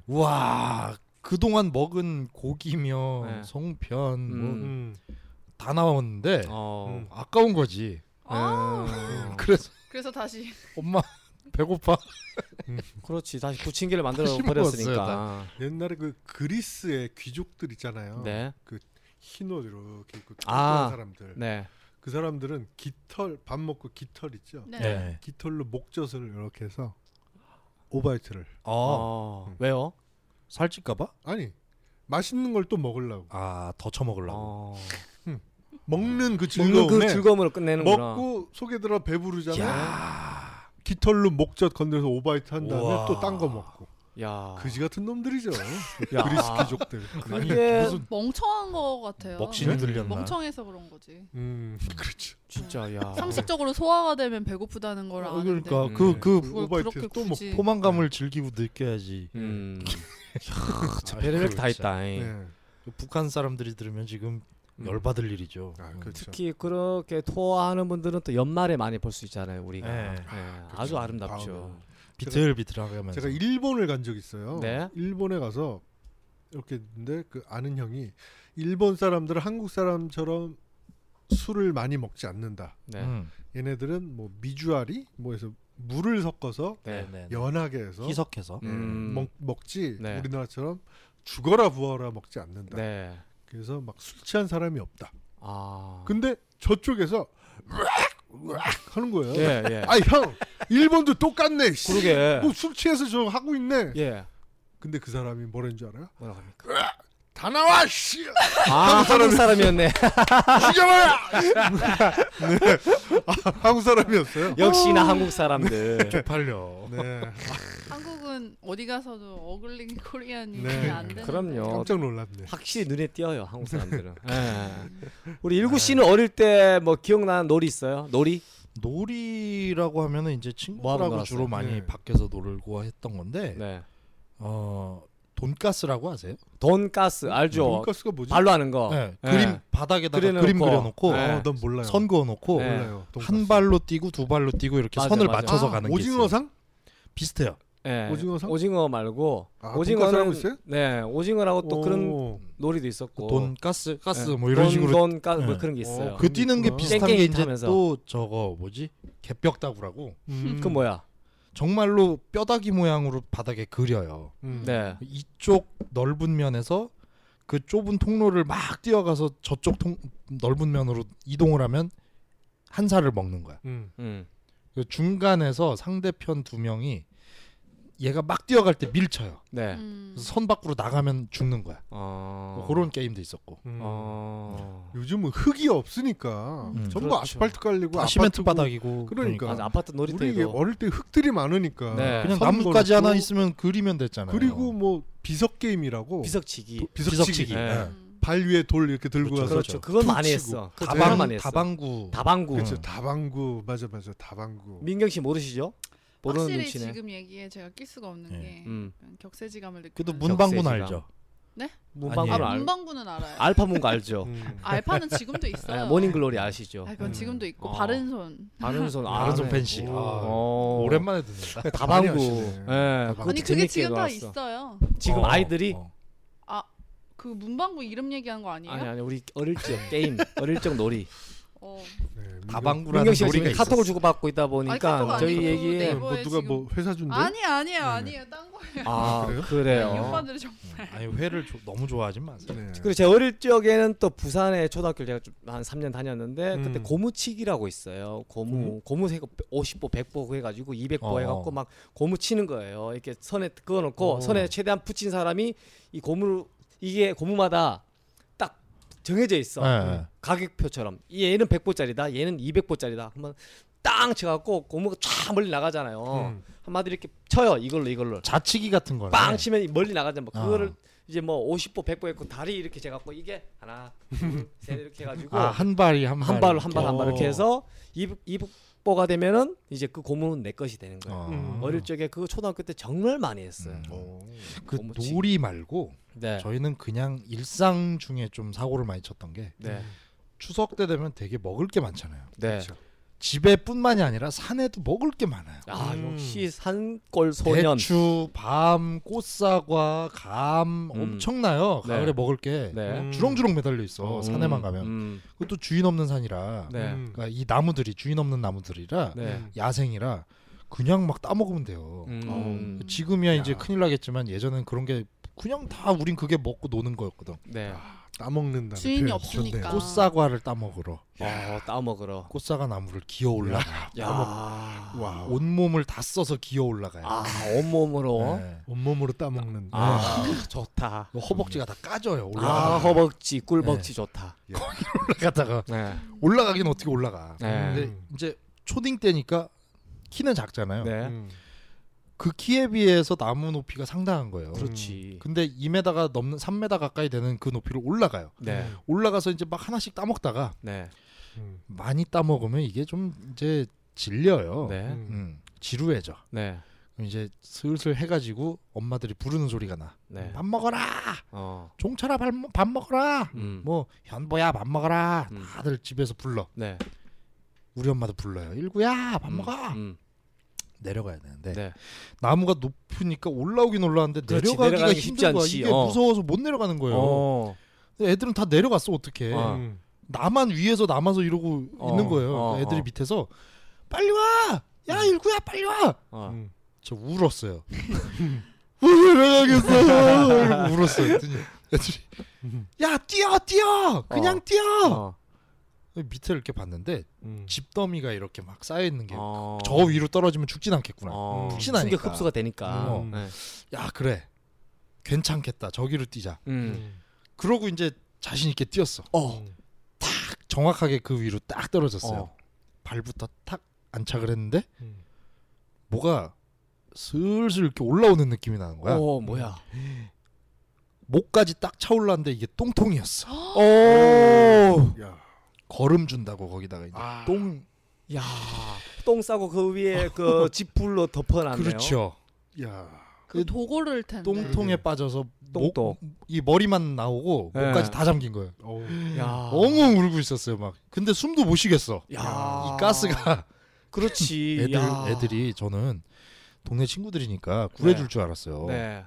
[SPEAKER 3] 우와 그동안 먹은 고기며
[SPEAKER 4] 네.
[SPEAKER 3] 송편
[SPEAKER 4] 음.
[SPEAKER 5] 음.
[SPEAKER 3] 뭐 다 나왔는데
[SPEAKER 4] 어.
[SPEAKER 5] 음.
[SPEAKER 3] 아까운 거지.
[SPEAKER 2] 아,
[SPEAKER 4] 음.
[SPEAKER 3] 그래서
[SPEAKER 2] 그래서 다시
[SPEAKER 3] 엄마 배고파.
[SPEAKER 4] 그렇지. 다시 부침개를 만들어
[SPEAKER 3] 다시
[SPEAKER 4] 버렸으니까.
[SPEAKER 5] 옛날에 그 그리스의 귀족들 있잖아요.
[SPEAKER 4] 네.
[SPEAKER 5] 흰 옷 이렇게 입고
[SPEAKER 4] 아.
[SPEAKER 5] 뚱뚱한 사람들.
[SPEAKER 4] 네.
[SPEAKER 5] 그 사람들은 깃털 밥 먹고 깃털 있죠.
[SPEAKER 2] 네.
[SPEAKER 3] 네.
[SPEAKER 5] 깃털로 목젖을 이렇게 해서 오바이트를
[SPEAKER 3] 어
[SPEAKER 4] 어.
[SPEAKER 5] 음.
[SPEAKER 4] 왜요?
[SPEAKER 3] 살찔까봐?
[SPEAKER 5] 아니 맛있는 걸 또 먹으려고
[SPEAKER 3] 아더 처먹으려고.
[SPEAKER 4] 어.
[SPEAKER 5] 먹는 그
[SPEAKER 4] 먹는
[SPEAKER 5] 즐거움에
[SPEAKER 4] 그 즐거움으로 끝내는구나.
[SPEAKER 5] 먹고 속에 들어 배부르잖아요.
[SPEAKER 3] 야.
[SPEAKER 5] 깃털로 목젖 건드려서 오바이트 한 다음에
[SPEAKER 3] 우와.
[SPEAKER 5] 또 딴 거 먹고.
[SPEAKER 4] 야.
[SPEAKER 5] 그지 같은 놈들이죠.
[SPEAKER 4] 아. 야.
[SPEAKER 5] 그리스키족들.
[SPEAKER 4] 그게
[SPEAKER 3] 무슨
[SPEAKER 6] 멍청한 거 같아요.
[SPEAKER 3] 먹신이
[SPEAKER 4] 네?
[SPEAKER 3] 들렸나?
[SPEAKER 6] 멍청해서 그런 거지.
[SPEAKER 5] 음, 그렇죠.
[SPEAKER 4] 진짜 야.
[SPEAKER 6] 상식적으로 소화가 되면 배고프다는 걸
[SPEAKER 3] 어,
[SPEAKER 6] 아는데. 네.
[SPEAKER 3] 그러니까
[SPEAKER 4] 음.
[SPEAKER 3] 그 그
[SPEAKER 6] 그걸
[SPEAKER 5] 네. 오바이트에서
[SPEAKER 6] 그렇게
[SPEAKER 5] 또뭐
[SPEAKER 6] 굳이
[SPEAKER 3] 포만감을 즐기고 느껴야지.
[SPEAKER 4] 음.
[SPEAKER 3] 아,
[SPEAKER 4] 베레벨 다
[SPEAKER 3] 그렇죠.
[SPEAKER 4] 있다. 잉.
[SPEAKER 5] 네.
[SPEAKER 3] 북한 사람들이 들으면 지금
[SPEAKER 4] 음.
[SPEAKER 3] 열받을 일이죠. 음.
[SPEAKER 5] 아, 그렇죠.
[SPEAKER 4] 특히 그렇게 토하는 분들은 또 연말에 많이 볼 수 있잖아요. 우리가
[SPEAKER 3] 네.
[SPEAKER 4] 네, 아주 아름답죠.
[SPEAKER 5] 다음은.
[SPEAKER 3] 비틀비틀하면서
[SPEAKER 5] 제가 일본을 간 적 있어요.
[SPEAKER 4] 네.
[SPEAKER 5] 일본에 가서 이렇게 있는데 그 아는 형이 일본 사람들은 한국 사람처럼 술을 많이 먹지 않는다.
[SPEAKER 4] 네.
[SPEAKER 3] 음.
[SPEAKER 5] 얘네들은 뭐 미주알이 뭐해서 물을 섞어서
[SPEAKER 4] 네.
[SPEAKER 3] 네네.
[SPEAKER 5] 연하게 해서
[SPEAKER 3] 희석해서
[SPEAKER 4] 음.
[SPEAKER 5] 먹, 먹지
[SPEAKER 4] 네.
[SPEAKER 5] 우리나라처럼 죽어라 부어라 먹지 않는다.
[SPEAKER 4] 네.
[SPEAKER 5] 그래서 막 술 취한 사람이 없다.
[SPEAKER 4] 아.
[SPEAKER 5] 근데 저쪽에서 으악 으악 하는 거예요.
[SPEAKER 4] 예, 예.
[SPEAKER 5] 아이 형 일본도 똑같네. 씨.
[SPEAKER 4] 그러게.
[SPEAKER 5] 뭐술 취해서 저 하고 있네.
[SPEAKER 4] 예.
[SPEAKER 5] 근데 그 사람이 뭐라는 줄 알아요?
[SPEAKER 4] 뭐라고 합니까?
[SPEAKER 5] 다 나와 씨.
[SPEAKER 4] 아, 한국 사람이었네.
[SPEAKER 5] 죽여봐라. 네. 아, 한국 사람이었어요.
[SPEAKER 4] 역시나 한국 사람들.
[SPEAKER 3] 팔려.
[SPEAKER 5] 네.
[SPEAKER 6] 한국은 어디 가서도 어글링 코리안이
[SPEAKER 5] 네.
[SPEAKER 6] 안 되는
[SPEAKER 4] 그럼요.
[SPEAKER 5] 깜짝 놀랐네.
[SPEAKER 4] 확실히 눈에 띄어요 한국 사람들은. 예. 우리 일구 씨는 어릴 때 뭐 기억나는 놀이 있어요? 놀이?
[SPEAKER 3] 놀이라고 하면은 이제
[SPEAKER 4] 뭐
[SPEAKER 3] 친구들하고
[SPEAKER 4] 하고
[SPEAKER 3] 주로
[SPEAKER 4] 놀았어요?
[SPEAKER 3] 많이
[SPEAKER 5] 네.
[SPEAKER 3] 밖에서 놀고 했던 건데
[SPEAKER 4] 네.
[SPEAKER 3] 어 돈가스라고 아세요?
[SPEAKER 4] 돈가스 알죠?
[SPEAKER 5] 돈가스가 뭐지?
[SPEAKER 4] 어, 발로 하는 거.
[SPEAKER 3] 네.
[SPEAKER 4] 네.
[SPEAKER 3] 그림 바닥에다가 그림,
[SPEAKER 4] 그려놓고.
[SPEAKER 3] 그려놓고
[SPEAKER 4] 네.
[SPEAKER 5] 어, 난 몰라요.
[SPEAKER 3] 선 그어놓고
[SPEAKER 4] 네.
[SPEAKER 5] 몰라요.
[SPEAKER 3] 한 발로 뛰고 두 발로 뛰고 이렇게
[SPEAKER 4] 맞아,
[SPEAKER 3] 선을
[SPEAKER 4] 맞아.
[SPEAKER 3] 맞춰서
[SPEAKER 5] 아,
[SPEAKER 3] 가는 게 있어요.
[SPEAKER 5] 오징어상?
[SPEAKER 3] 비슷해요.
[SPEAKER 4] 예.
[SPEAKER 5] 오징어상?
[SPEAKER 4] 오징어 말고
[SPEAKER 5] 아, 돈가스라고
[SPEAKER 4] 오징어는
[SPEAKER 5] 있어요?
[SPEAKER 4] 네 오징어라고 또 그런
[SPEAKER 5] 오.
[SPEAKER 4] 놀이도 있었고
[SPEAKER 3] 그 돈가스 가스
[SPEAKER 4] 예.
[SPEAKER 3] 뭐 이런
[SPEAKER 4] 돈,
[SPEAKER 3] 식으로
[SPEAKER 4] 돈가스 뭐
[SPEAKER 3] 예.
[SPEAKER 4] 그런 게 있어요.
[SPEAKER 5] 어,
[SPEAKER 4] 그,
[SPEAKER 3] 그 뛰는 게
[SPEAKER 5] 그렇구나.
[SPEAKER 3] 비슷한 게 이제
[SPEAKER 4] 깽깽이타면서.
[SPEAKER 3] 또 저거 뭐지 개벽다구라고
[SPEAKER 5] 음.
[SPEAKER 4] 그 뭐야?
[SPEAKER 3] 정말로 뼈다귀 모양으로 바닥에 그려요.
[SPEAKER 5] 음.
[SPEAKER 4] 네.
[SPEAKER 3] 이쪽 넓은 면에서 그 좁은 통로를 막 뛰어가서 저쪽 통 넓은 면으로 이동을 하면 한 살을 먹는 거야.
[SPEAKER 5] 음.
[SPEAKER 4] 음.
[SPEAKER 3] 그 중간에서 상대편 두 명이 얘가 막 뛰어갈 때 밀쳐요.
[SPEAKER 4] 네.
[SPEAKER 6] 음.
[SPEAKER 3] 그래서 선 밖으로 나가면 죽는 거야.
[SPEAKER 4] 어.
[SPEAKER 3] 뭐 그런 음. 게임도 있었고.
[SPEAKER 5] 음.
[SPEAKER 4] 어.
[SPEAKER 5] 요즘은 흙이 없으니까
[SPEAKER 3] 음.
[SPEAKER 5] 전부
[SPEAKER 4] 그렇죠.
[SPEAKER 5] 아스팔트 깔리고
[SPEAKER 3] 다 시멘트
[SPEAKER 5] 아파트고
[SPEAKER 3] 바닥이고
[SPEAKER 5] 그러니까.
[SPEAKER 4] 맞아, 아파트
[SPEAKER 5] 우리
[SPEAKER 4] 놀이터에도
[SPEAKER 5] 어릴 때 흙들이 많으니까
[SPEAKER 4] 네.
[SPEAKER 3] 그냥
[SPEAKER 5] 선
[SPEAKER 3] 나뭇가지
[SPEAKER 5] 걸고
[SPEAKER 3] 하나 있으면 그리면 됐잖아요.
[SPEAKER 5] 그리고 뭐 비석 게임이라고
[SPEAKER 4] 비석치기.
[SPEAKER 5] 비석치기
[SPEAKER 4] 네.
[SPEAKER 6] 음.
[SPEAKER 5] 발 위에 돌 이렇게 들고
[SPEAKER 3] 그렇죠.
[SPEAKER 5] 가서
[SPEAKER 4] 그렇죠. 그건 많이
[SPEAKER 5] 툭
[SPEAKER 4] 했어. 그거 정말
[SPEAKER 3] 다방
[SPEAKER 4] 많이 했어.
[SPEAKER 3] 다방구
[SPEAKER 4] 다방구.
[SPEAKER 5] 그렇죠
[SPEAKER 3] 음.
[SPEAKER 5] 다방구 맞아 맞아 다방구
[SPEAKER 4] 민경 씨 모르시죠? 모르는
[SPEAKER 6] 확실히
[SPEAKER 4] 눈치네.
[SPEAKER 6] 지금 얘기에 제가 낄 수가 없는
[SPEAKER 3] 예.
[SPEAKER 6] 게
[SPEAKER 4] 음.
[SPEAKER 6] 격세지감을 느끼는.
[SPEAKER 3] 그래도 문방구는
[SPEAKER 4] 격세지감.
[SPEAKER 3] 알죠.
[SPEAKER 4] 문방구
[SPEAKER 3] 아니에요.
[SPEAKER 6] 아,
[SPEAKER 4] 알.
[SPEAKER 6] 문방구는 알아요.
[SPEAKER 4] 알파문가
[SPEAKER 3] 어,
[SPEAKER 4] 알죠.
[SPEAKER 5] 음.
[SPEAKER 6] 알파는 지금도 있어요.
[SPEAKER 4] 네, 모닝글로리 아시죠?
[SPEAKER 6] 아, 그건
[SPEAKER 5] 음.
[SPEAKER 6] 지금도 있고
[SPEAKER 4] 어.
[SPEAKER 6] 바른 손.
[SPEAKER 4] 바른 손 아,
[SPEAKER 3] 아른손
[SPEAKER 4] 네.
[SPEAKER 3] 팬씨.
[SPEAKER 5] 오.
[SPEAKER 3] 아,
[SPEAKER 4] 어.
[SPEAKER 3] 오랜만에 듣는다.
[SPEAKER 5] 많이
[SPEAKER 4] 다방구.
[SPEAKER 5] 하시네.
[SPEAKER 4] 예.
[SPEAKER 5] 다방구.
[SPEAKER 4] 그것도
[SPEAKER 6] 아니 그게
[SPEAKER 4] 재밌게
[SPEAKER 6] 지금 다
[SPEAKER 4] 놀았어.
[SPEAKER 6] 있어요.
[SPEAKER 4] 지금
[SPEAKER 3] 어,
[SPEAKER 4] 아이들이
[SPEAKER 3] 어.
[SPEAKER 6] 그 문방구 이름 얘기한 거 아니에요?
[SPEAKER 4] 아니 아니 우리 어릴 적 게임, 어릴 적 놀이.
[SPEAKER 6] 어.
[SPEAKER 5] 네, 민경-
[SPEAKER 3] 다방구라는
[SPEAKER 4] 민경 씨가
[SPEAKER 3] 놀이가
[SPEAKER 4] 지금
[SPEAKER 3] 있어.
[SPEAKER 4] 카톡을 주고 받고 있다 보니까
[SPEAKER 6] 아니, 카톡
[SPEAKER 4] 저희
[SPEAKER 6] 아니고
[SPEAKER 4] 얘기에
[SPEAKER 6] 네이버.
[SPEAKER 5] 뭐
[SPEAKER 6] 이거에
[SPEAKER 5] 누가
[SPEAKER 6] 지금-
[SPEAKER 5] 뭐 회사 준대
[SPEAKER 6] 아니 아니에요
[SPEAKER 5] 네.
[SPEAKER 6] 아니에요 딴 거예요.
[SPEAKER 4] 아
[SPEAKER 5] 그래요?
[SPEAKER 6] 이
[SPEAKER 4] 그래요.
[SPEAKER 6] 오빠들 좀
[SPEAKER 3] 아니 회를 조- 너무 좋아하지 마세요.
[SPEAKER 5] 네.
[SPEAKER 4] 그리고 제 어릴 적에는 또 부산에 초등학교 를 제가 좀 한 3년 다녔는데 그때
[SPEAKER 5] 음. 고무?
[SPEAKER 4] 고무치기라고 있어요. 고무 고무 세고 50보 100보 해가지고 200보
[SPEAKER 3] 어.
[SPEAKER 4] 해갖고 막 고무 치는 거예요. 이렇게 선에 그어놓고
[SPEAKER 5] 어.
[SPEAKER 4] 선에 최대한 붙인 사람이 이 고무 이게 고무마다 딱 정해져 있어. 음.
[SPEAKER 3] 네, 네.
[SPEAKER 4] 가격표처럼 얘는 100보짜리다 얘는 200보짜리다 한번 땅 쳐갖고 고무가 쫙 멀리 나가잖아요
[SPEAKER 3] 어,
[SPEAKER 5] 음.
[SPEAKER 4] 한마디 이렇게 쳐요 이걸로 이걸로
[SPEAKER 3] 자치기 같은 거네.
[SPEAKER 4] 빵 치면 멀리 나가잖아 뭐
[SPEAKER 3] 아.
[SPEAKER 4] 그거를 이제 뭐 50보 100보 했고 다리 이렇게 재갖고 이게 하나 둘셋 이렇게 해가지고
[SPEAKER 3] 아, 한 발이 한 발.
[SPEAKER 4] 한 발로 한 발 한 발
[SPEAKER 5] 어.
[SPEAKER 4] 이렇게 해서 200보가 되면은 이제 그 고무는 내 것이 되는 거예요
[SPEAKER 5] 음.
[SPEAKER 3] 어.
[SPEAKER 4] 어릴 적에 그 초등학교 때 정말 많이 했어요
[SPEAKER 3] 음.
[SPEAKER 5] 오.
[SPEAKER 3] 그
[SPEAKER 4] 고무치기.
[SPEAKER 3] 놀이 말고
[SPEAKER 4] 네.
[SPEAKER 3] 저희는 그냥 일상 중에 좀 사고를 많이 쳤던 게
[SPEAKER 4] 네.
[SPEAKER 3] 추석 때 되면 되게 먹을 게 많잖아요.
[SPEAKER 4] 네.
[SPEAKER 5] 그렇죠.
[SPEAKER 3] 집에뿐만이 아니라 산에도 먹을 게 많아요.
[SPEAKER 4] 아
[SPEAKER 5] 음.
[SPEAKER 4] 역시 산골 소년
[SPEAKER 3] 대추, 밤, 꽃사과, 감
[SPEAKER 4] 음.
[SPEAKER 3] 엄청나요.
[SPEAKER 4] 네.
[SPEAKER 3] 가을에 먹을 게
[SPEAKER 4] 네.
[SPEAKER 5] 음.
[SPEAKER 3] 주렁주렁 매달려 있어.
[SPEAKER 4] 음,
[SPEAKER 3] 산에만 가면.
[SPEAKER 4] 음.
[SPEAKER 3] 그것도 주인 없는 산이라.
[SPEAKER 4] 네.
[SPEAKER 5] 음.
[SPEAKER 3] 그러니까 이 나무들이 주인 없는 나무들이라
[SPEAKER 4] 네.
[SPEAKER 5] 음.
[SPEAKER 3] 야생이라 그냥 막 따먹으면 돼요.
[SPEAKER 4] 음.
[SPEAKER 3] 지금이야
[SPEAKER 5] 야.
[SPEAKER 3] 이제 큰일 나겠지만 예전엔 그런 게 그냥 다 우린 그게 먹고 노는 거였거든.
[SPEAKER 4] 네.
[SPEAKER 5] 따먹는다.
[SPEAKER 6] 주인이 없으니까.
[SPEAKER 3] 꽃사과를 따먹으러
[SPEAKER 4] 어, 따먹으러.
[SPEAKER 3] 꽃사과 나무를 기어 올라가.
[SPEAKER 4] 야.
[SPEAKER 5] 와.
[SPEAKER 3] 온 몸을 다 써서 기어 올라가요.
[SPEAKER 4] 아, 뭐? 온몸으로.
[SPEAKER 3] 네.
[SPEAKER 5] 온몸으로 따먹는.
[SPEAKER 4] 아, 좋다.
[SPEAKER 3] 허벅지가 다 까져요.
[SPEAKER 4] 아,
[SPEAKER 3] 올라가다가.
[SPEAKER 4] 허벅지, 꿀벅지 좋다.
[SPEAKER 3] 올라가다가
[SPEAKER 4] 네.
[SPEAKER 3] 올라가긴 어떻게 올라가.
[SPEAKER 4] 네.
[SPEAKER 3] 근데 이제 초딩 때니까 키는 작잖아요.
[SPEAKER 4] 네.
[SPEAKER 5] 음.
[SPEAKER 3] 그 키에 비해서 나무 높이가 상당한 거예요.
[SPEAKER 4] 그렇지.
[SPEAKER 3] 근데 2m가 넘는 3m 가까이 되는 그 높이를 올라가요.
[SPEAKER 4] 네.
[SPEAKER 3] 올라가서 이제 막 하나씩 따먹다가
[SPEAKER 4] 네.
[SPEAKER 5] 음.
[SPEAKER 3] 많이 따먹으면 이게 좀 이제 질려요.
[SPEAKER 4] 네.
[SPEAKER 5] 음.
[SPEAKER 3] 음, 지루해져.
[SPEAKER 4] 네.
[SPEAKER 3] 그럼 이제 슬슬 해가지고 엄마들이 부르는 소리가 나.
[SPEAKER 4] 네.
[SPEAKER 3] 밥 먹어라.
[SPEAKER 4] 어.
[SPEAKER 3] 종철아 밥, 먹- 밥 먹어라.
[SPEAKER 4] 음.
[SPEAKER 3] 뭐 현보야 밥 먹어라.
[SPEAKER 4] 음.
[SPEAKER 3] 다들 집에서 불러.
[SPEAKER 4] 네.
[SPEAKER 3] 우리 엄마도 불러요. 일구야 밥
[SPEAKER 4] 음,
[SPEAKER 3] 먹어.
[SPEAKER 4] 음.
[SPEAKER 3] 내려가야 되는데
[SPEAKER 4] 네.
[SPEAKER 3] 나무가 높으니까 올라오긴 올라왔는데
[SPEAKER 4] 그렇지,
[SPEAKER 3] 내려가기가
[SPEAKER 4] 내려가기 쉽지
[SPEAKER 3] 힘든 거야.
[SPEAKER 4] 않지.
[SPEAKER 3] 이게
[SPEAKER 4] 어.
[SPEAKER 3] 무서워서 못 내려가는 거예요.
[SPEAKER 4] 어.
[SPEAKER 3] 근데 애들은 다 내려갔어 어떻게?
[SPEAKER 4] 어.
[SPEAKER 5] 음.
[SPEAKER 3] 나만 위에서 남아서 이러고
[SPEAKER 4] 어,
[SPEAKER 3] 있는 거예요. 그러니까
[SPEAKER 4] 어,
[SPEAKER 3] 애들이
[SPEAKER 4] 어. 음.
[SPEAKER 3] 밑에서 빨리 와. 야 일구야 빨리 와.
[SPEAKER 4] 어.
[SPEAKER 5] 음.
[SPEAKER 3] 저 울었어요. 못 내려가겠어. 이러고 울었어요. 그랬더니 애들이
[SPEAKER 5] 음.
[SPEAKER 3] 야 뛰어 뛰어 그냥
[SPEAKER 4] 어.
[SPEAKER 3] 뛰어.
[SPEAKER 4] 어.
[SPEAKER 3] 밑을 이렇게 봤는데
[SPEAKER 5] 음.
[SPEAKER 3] 집더미가 이렇게 막 쌓여 있는 게 저
[SPEAKER 4] 어.
[SPEAKER 3] 위로 떨어지면 죽진 않겠구나.
[SPEAKER 4] 어.
[SPEAKER 3] 푹신하니까.
[SPEAKER 4] 충격 흡수가 되니까.
[SPEAKER 5] 음.
[SPEAKER 4] 네.
[SPEAKER 3] 야 그래 괜찮겠다 저기로 뛰자.
[SPEAKER 4] 음.
[SPEAKER 5] 음.
[SPEAKER 3] 그러고 이제 자신 있게 뛰었어.
[SPEAKER 5] 음.
[SPEAKER 3] 탁 정확하게 그 위로 딱 떨어졌어요.
[SPEAKER 4] 어.
[SPEAKER 3] 발부터 탁 안착을 했는데
[SPEAKER 5] 음.
[SPEAKER 3] 뭐가 슬슬 이렇게 올라오는 느낌이 나는 거야.
[SPEAKER 4] 어, 뭐야?
[SPEAKER 3] 목까지 딱 차올랐는데 이게 똥통이었어.
[SPEAKER 4] 오.
[SPEAKER 5] 야.
[SPEAKER 3] 걸음 준다고 거기다가 이제
[SPEAKER 5] 아.
[SPEAKER 3] 똥
[SPEAKER 4] 야. 똥 싸고 그 위에 그 지풀로 덮어 놨네요.
[SPEAKER 3] 그렇죠.
[SPEAKER 5] 야.
[SPEAKER 6] 그 도구를 텐데.
[SPEAKER 3] 똥통에
[SPEAKER 4] 네.
[SPEAKER 3] 빠져서
[SPEAKER 4] 똥똥.
[SPEAKER 3] 목이 머리만 나오고
[SPEAKER 4] 예.
[SPEAKER 3] 목까지 다 잠긴 거예요.
[SPEAKER 5] 어우.
[SPEAKER 4] 야.
[SPEAKER 3] 엉엉 울고 있었어요 막. 근데 숨도 못 쉬겠어.
[SPEAKER 4] 아. 야.
[SPEAKER 3] 이 가스가
[SPEAKER 4] 그렇지.
[SPEAKER 3] 애들
[SPEAKER 4] 야.
[SPEAKER 3] 애들이 저는 동네 친구들이니까 구해줄 줄 알았어요.
[SPEAKER 4] 네.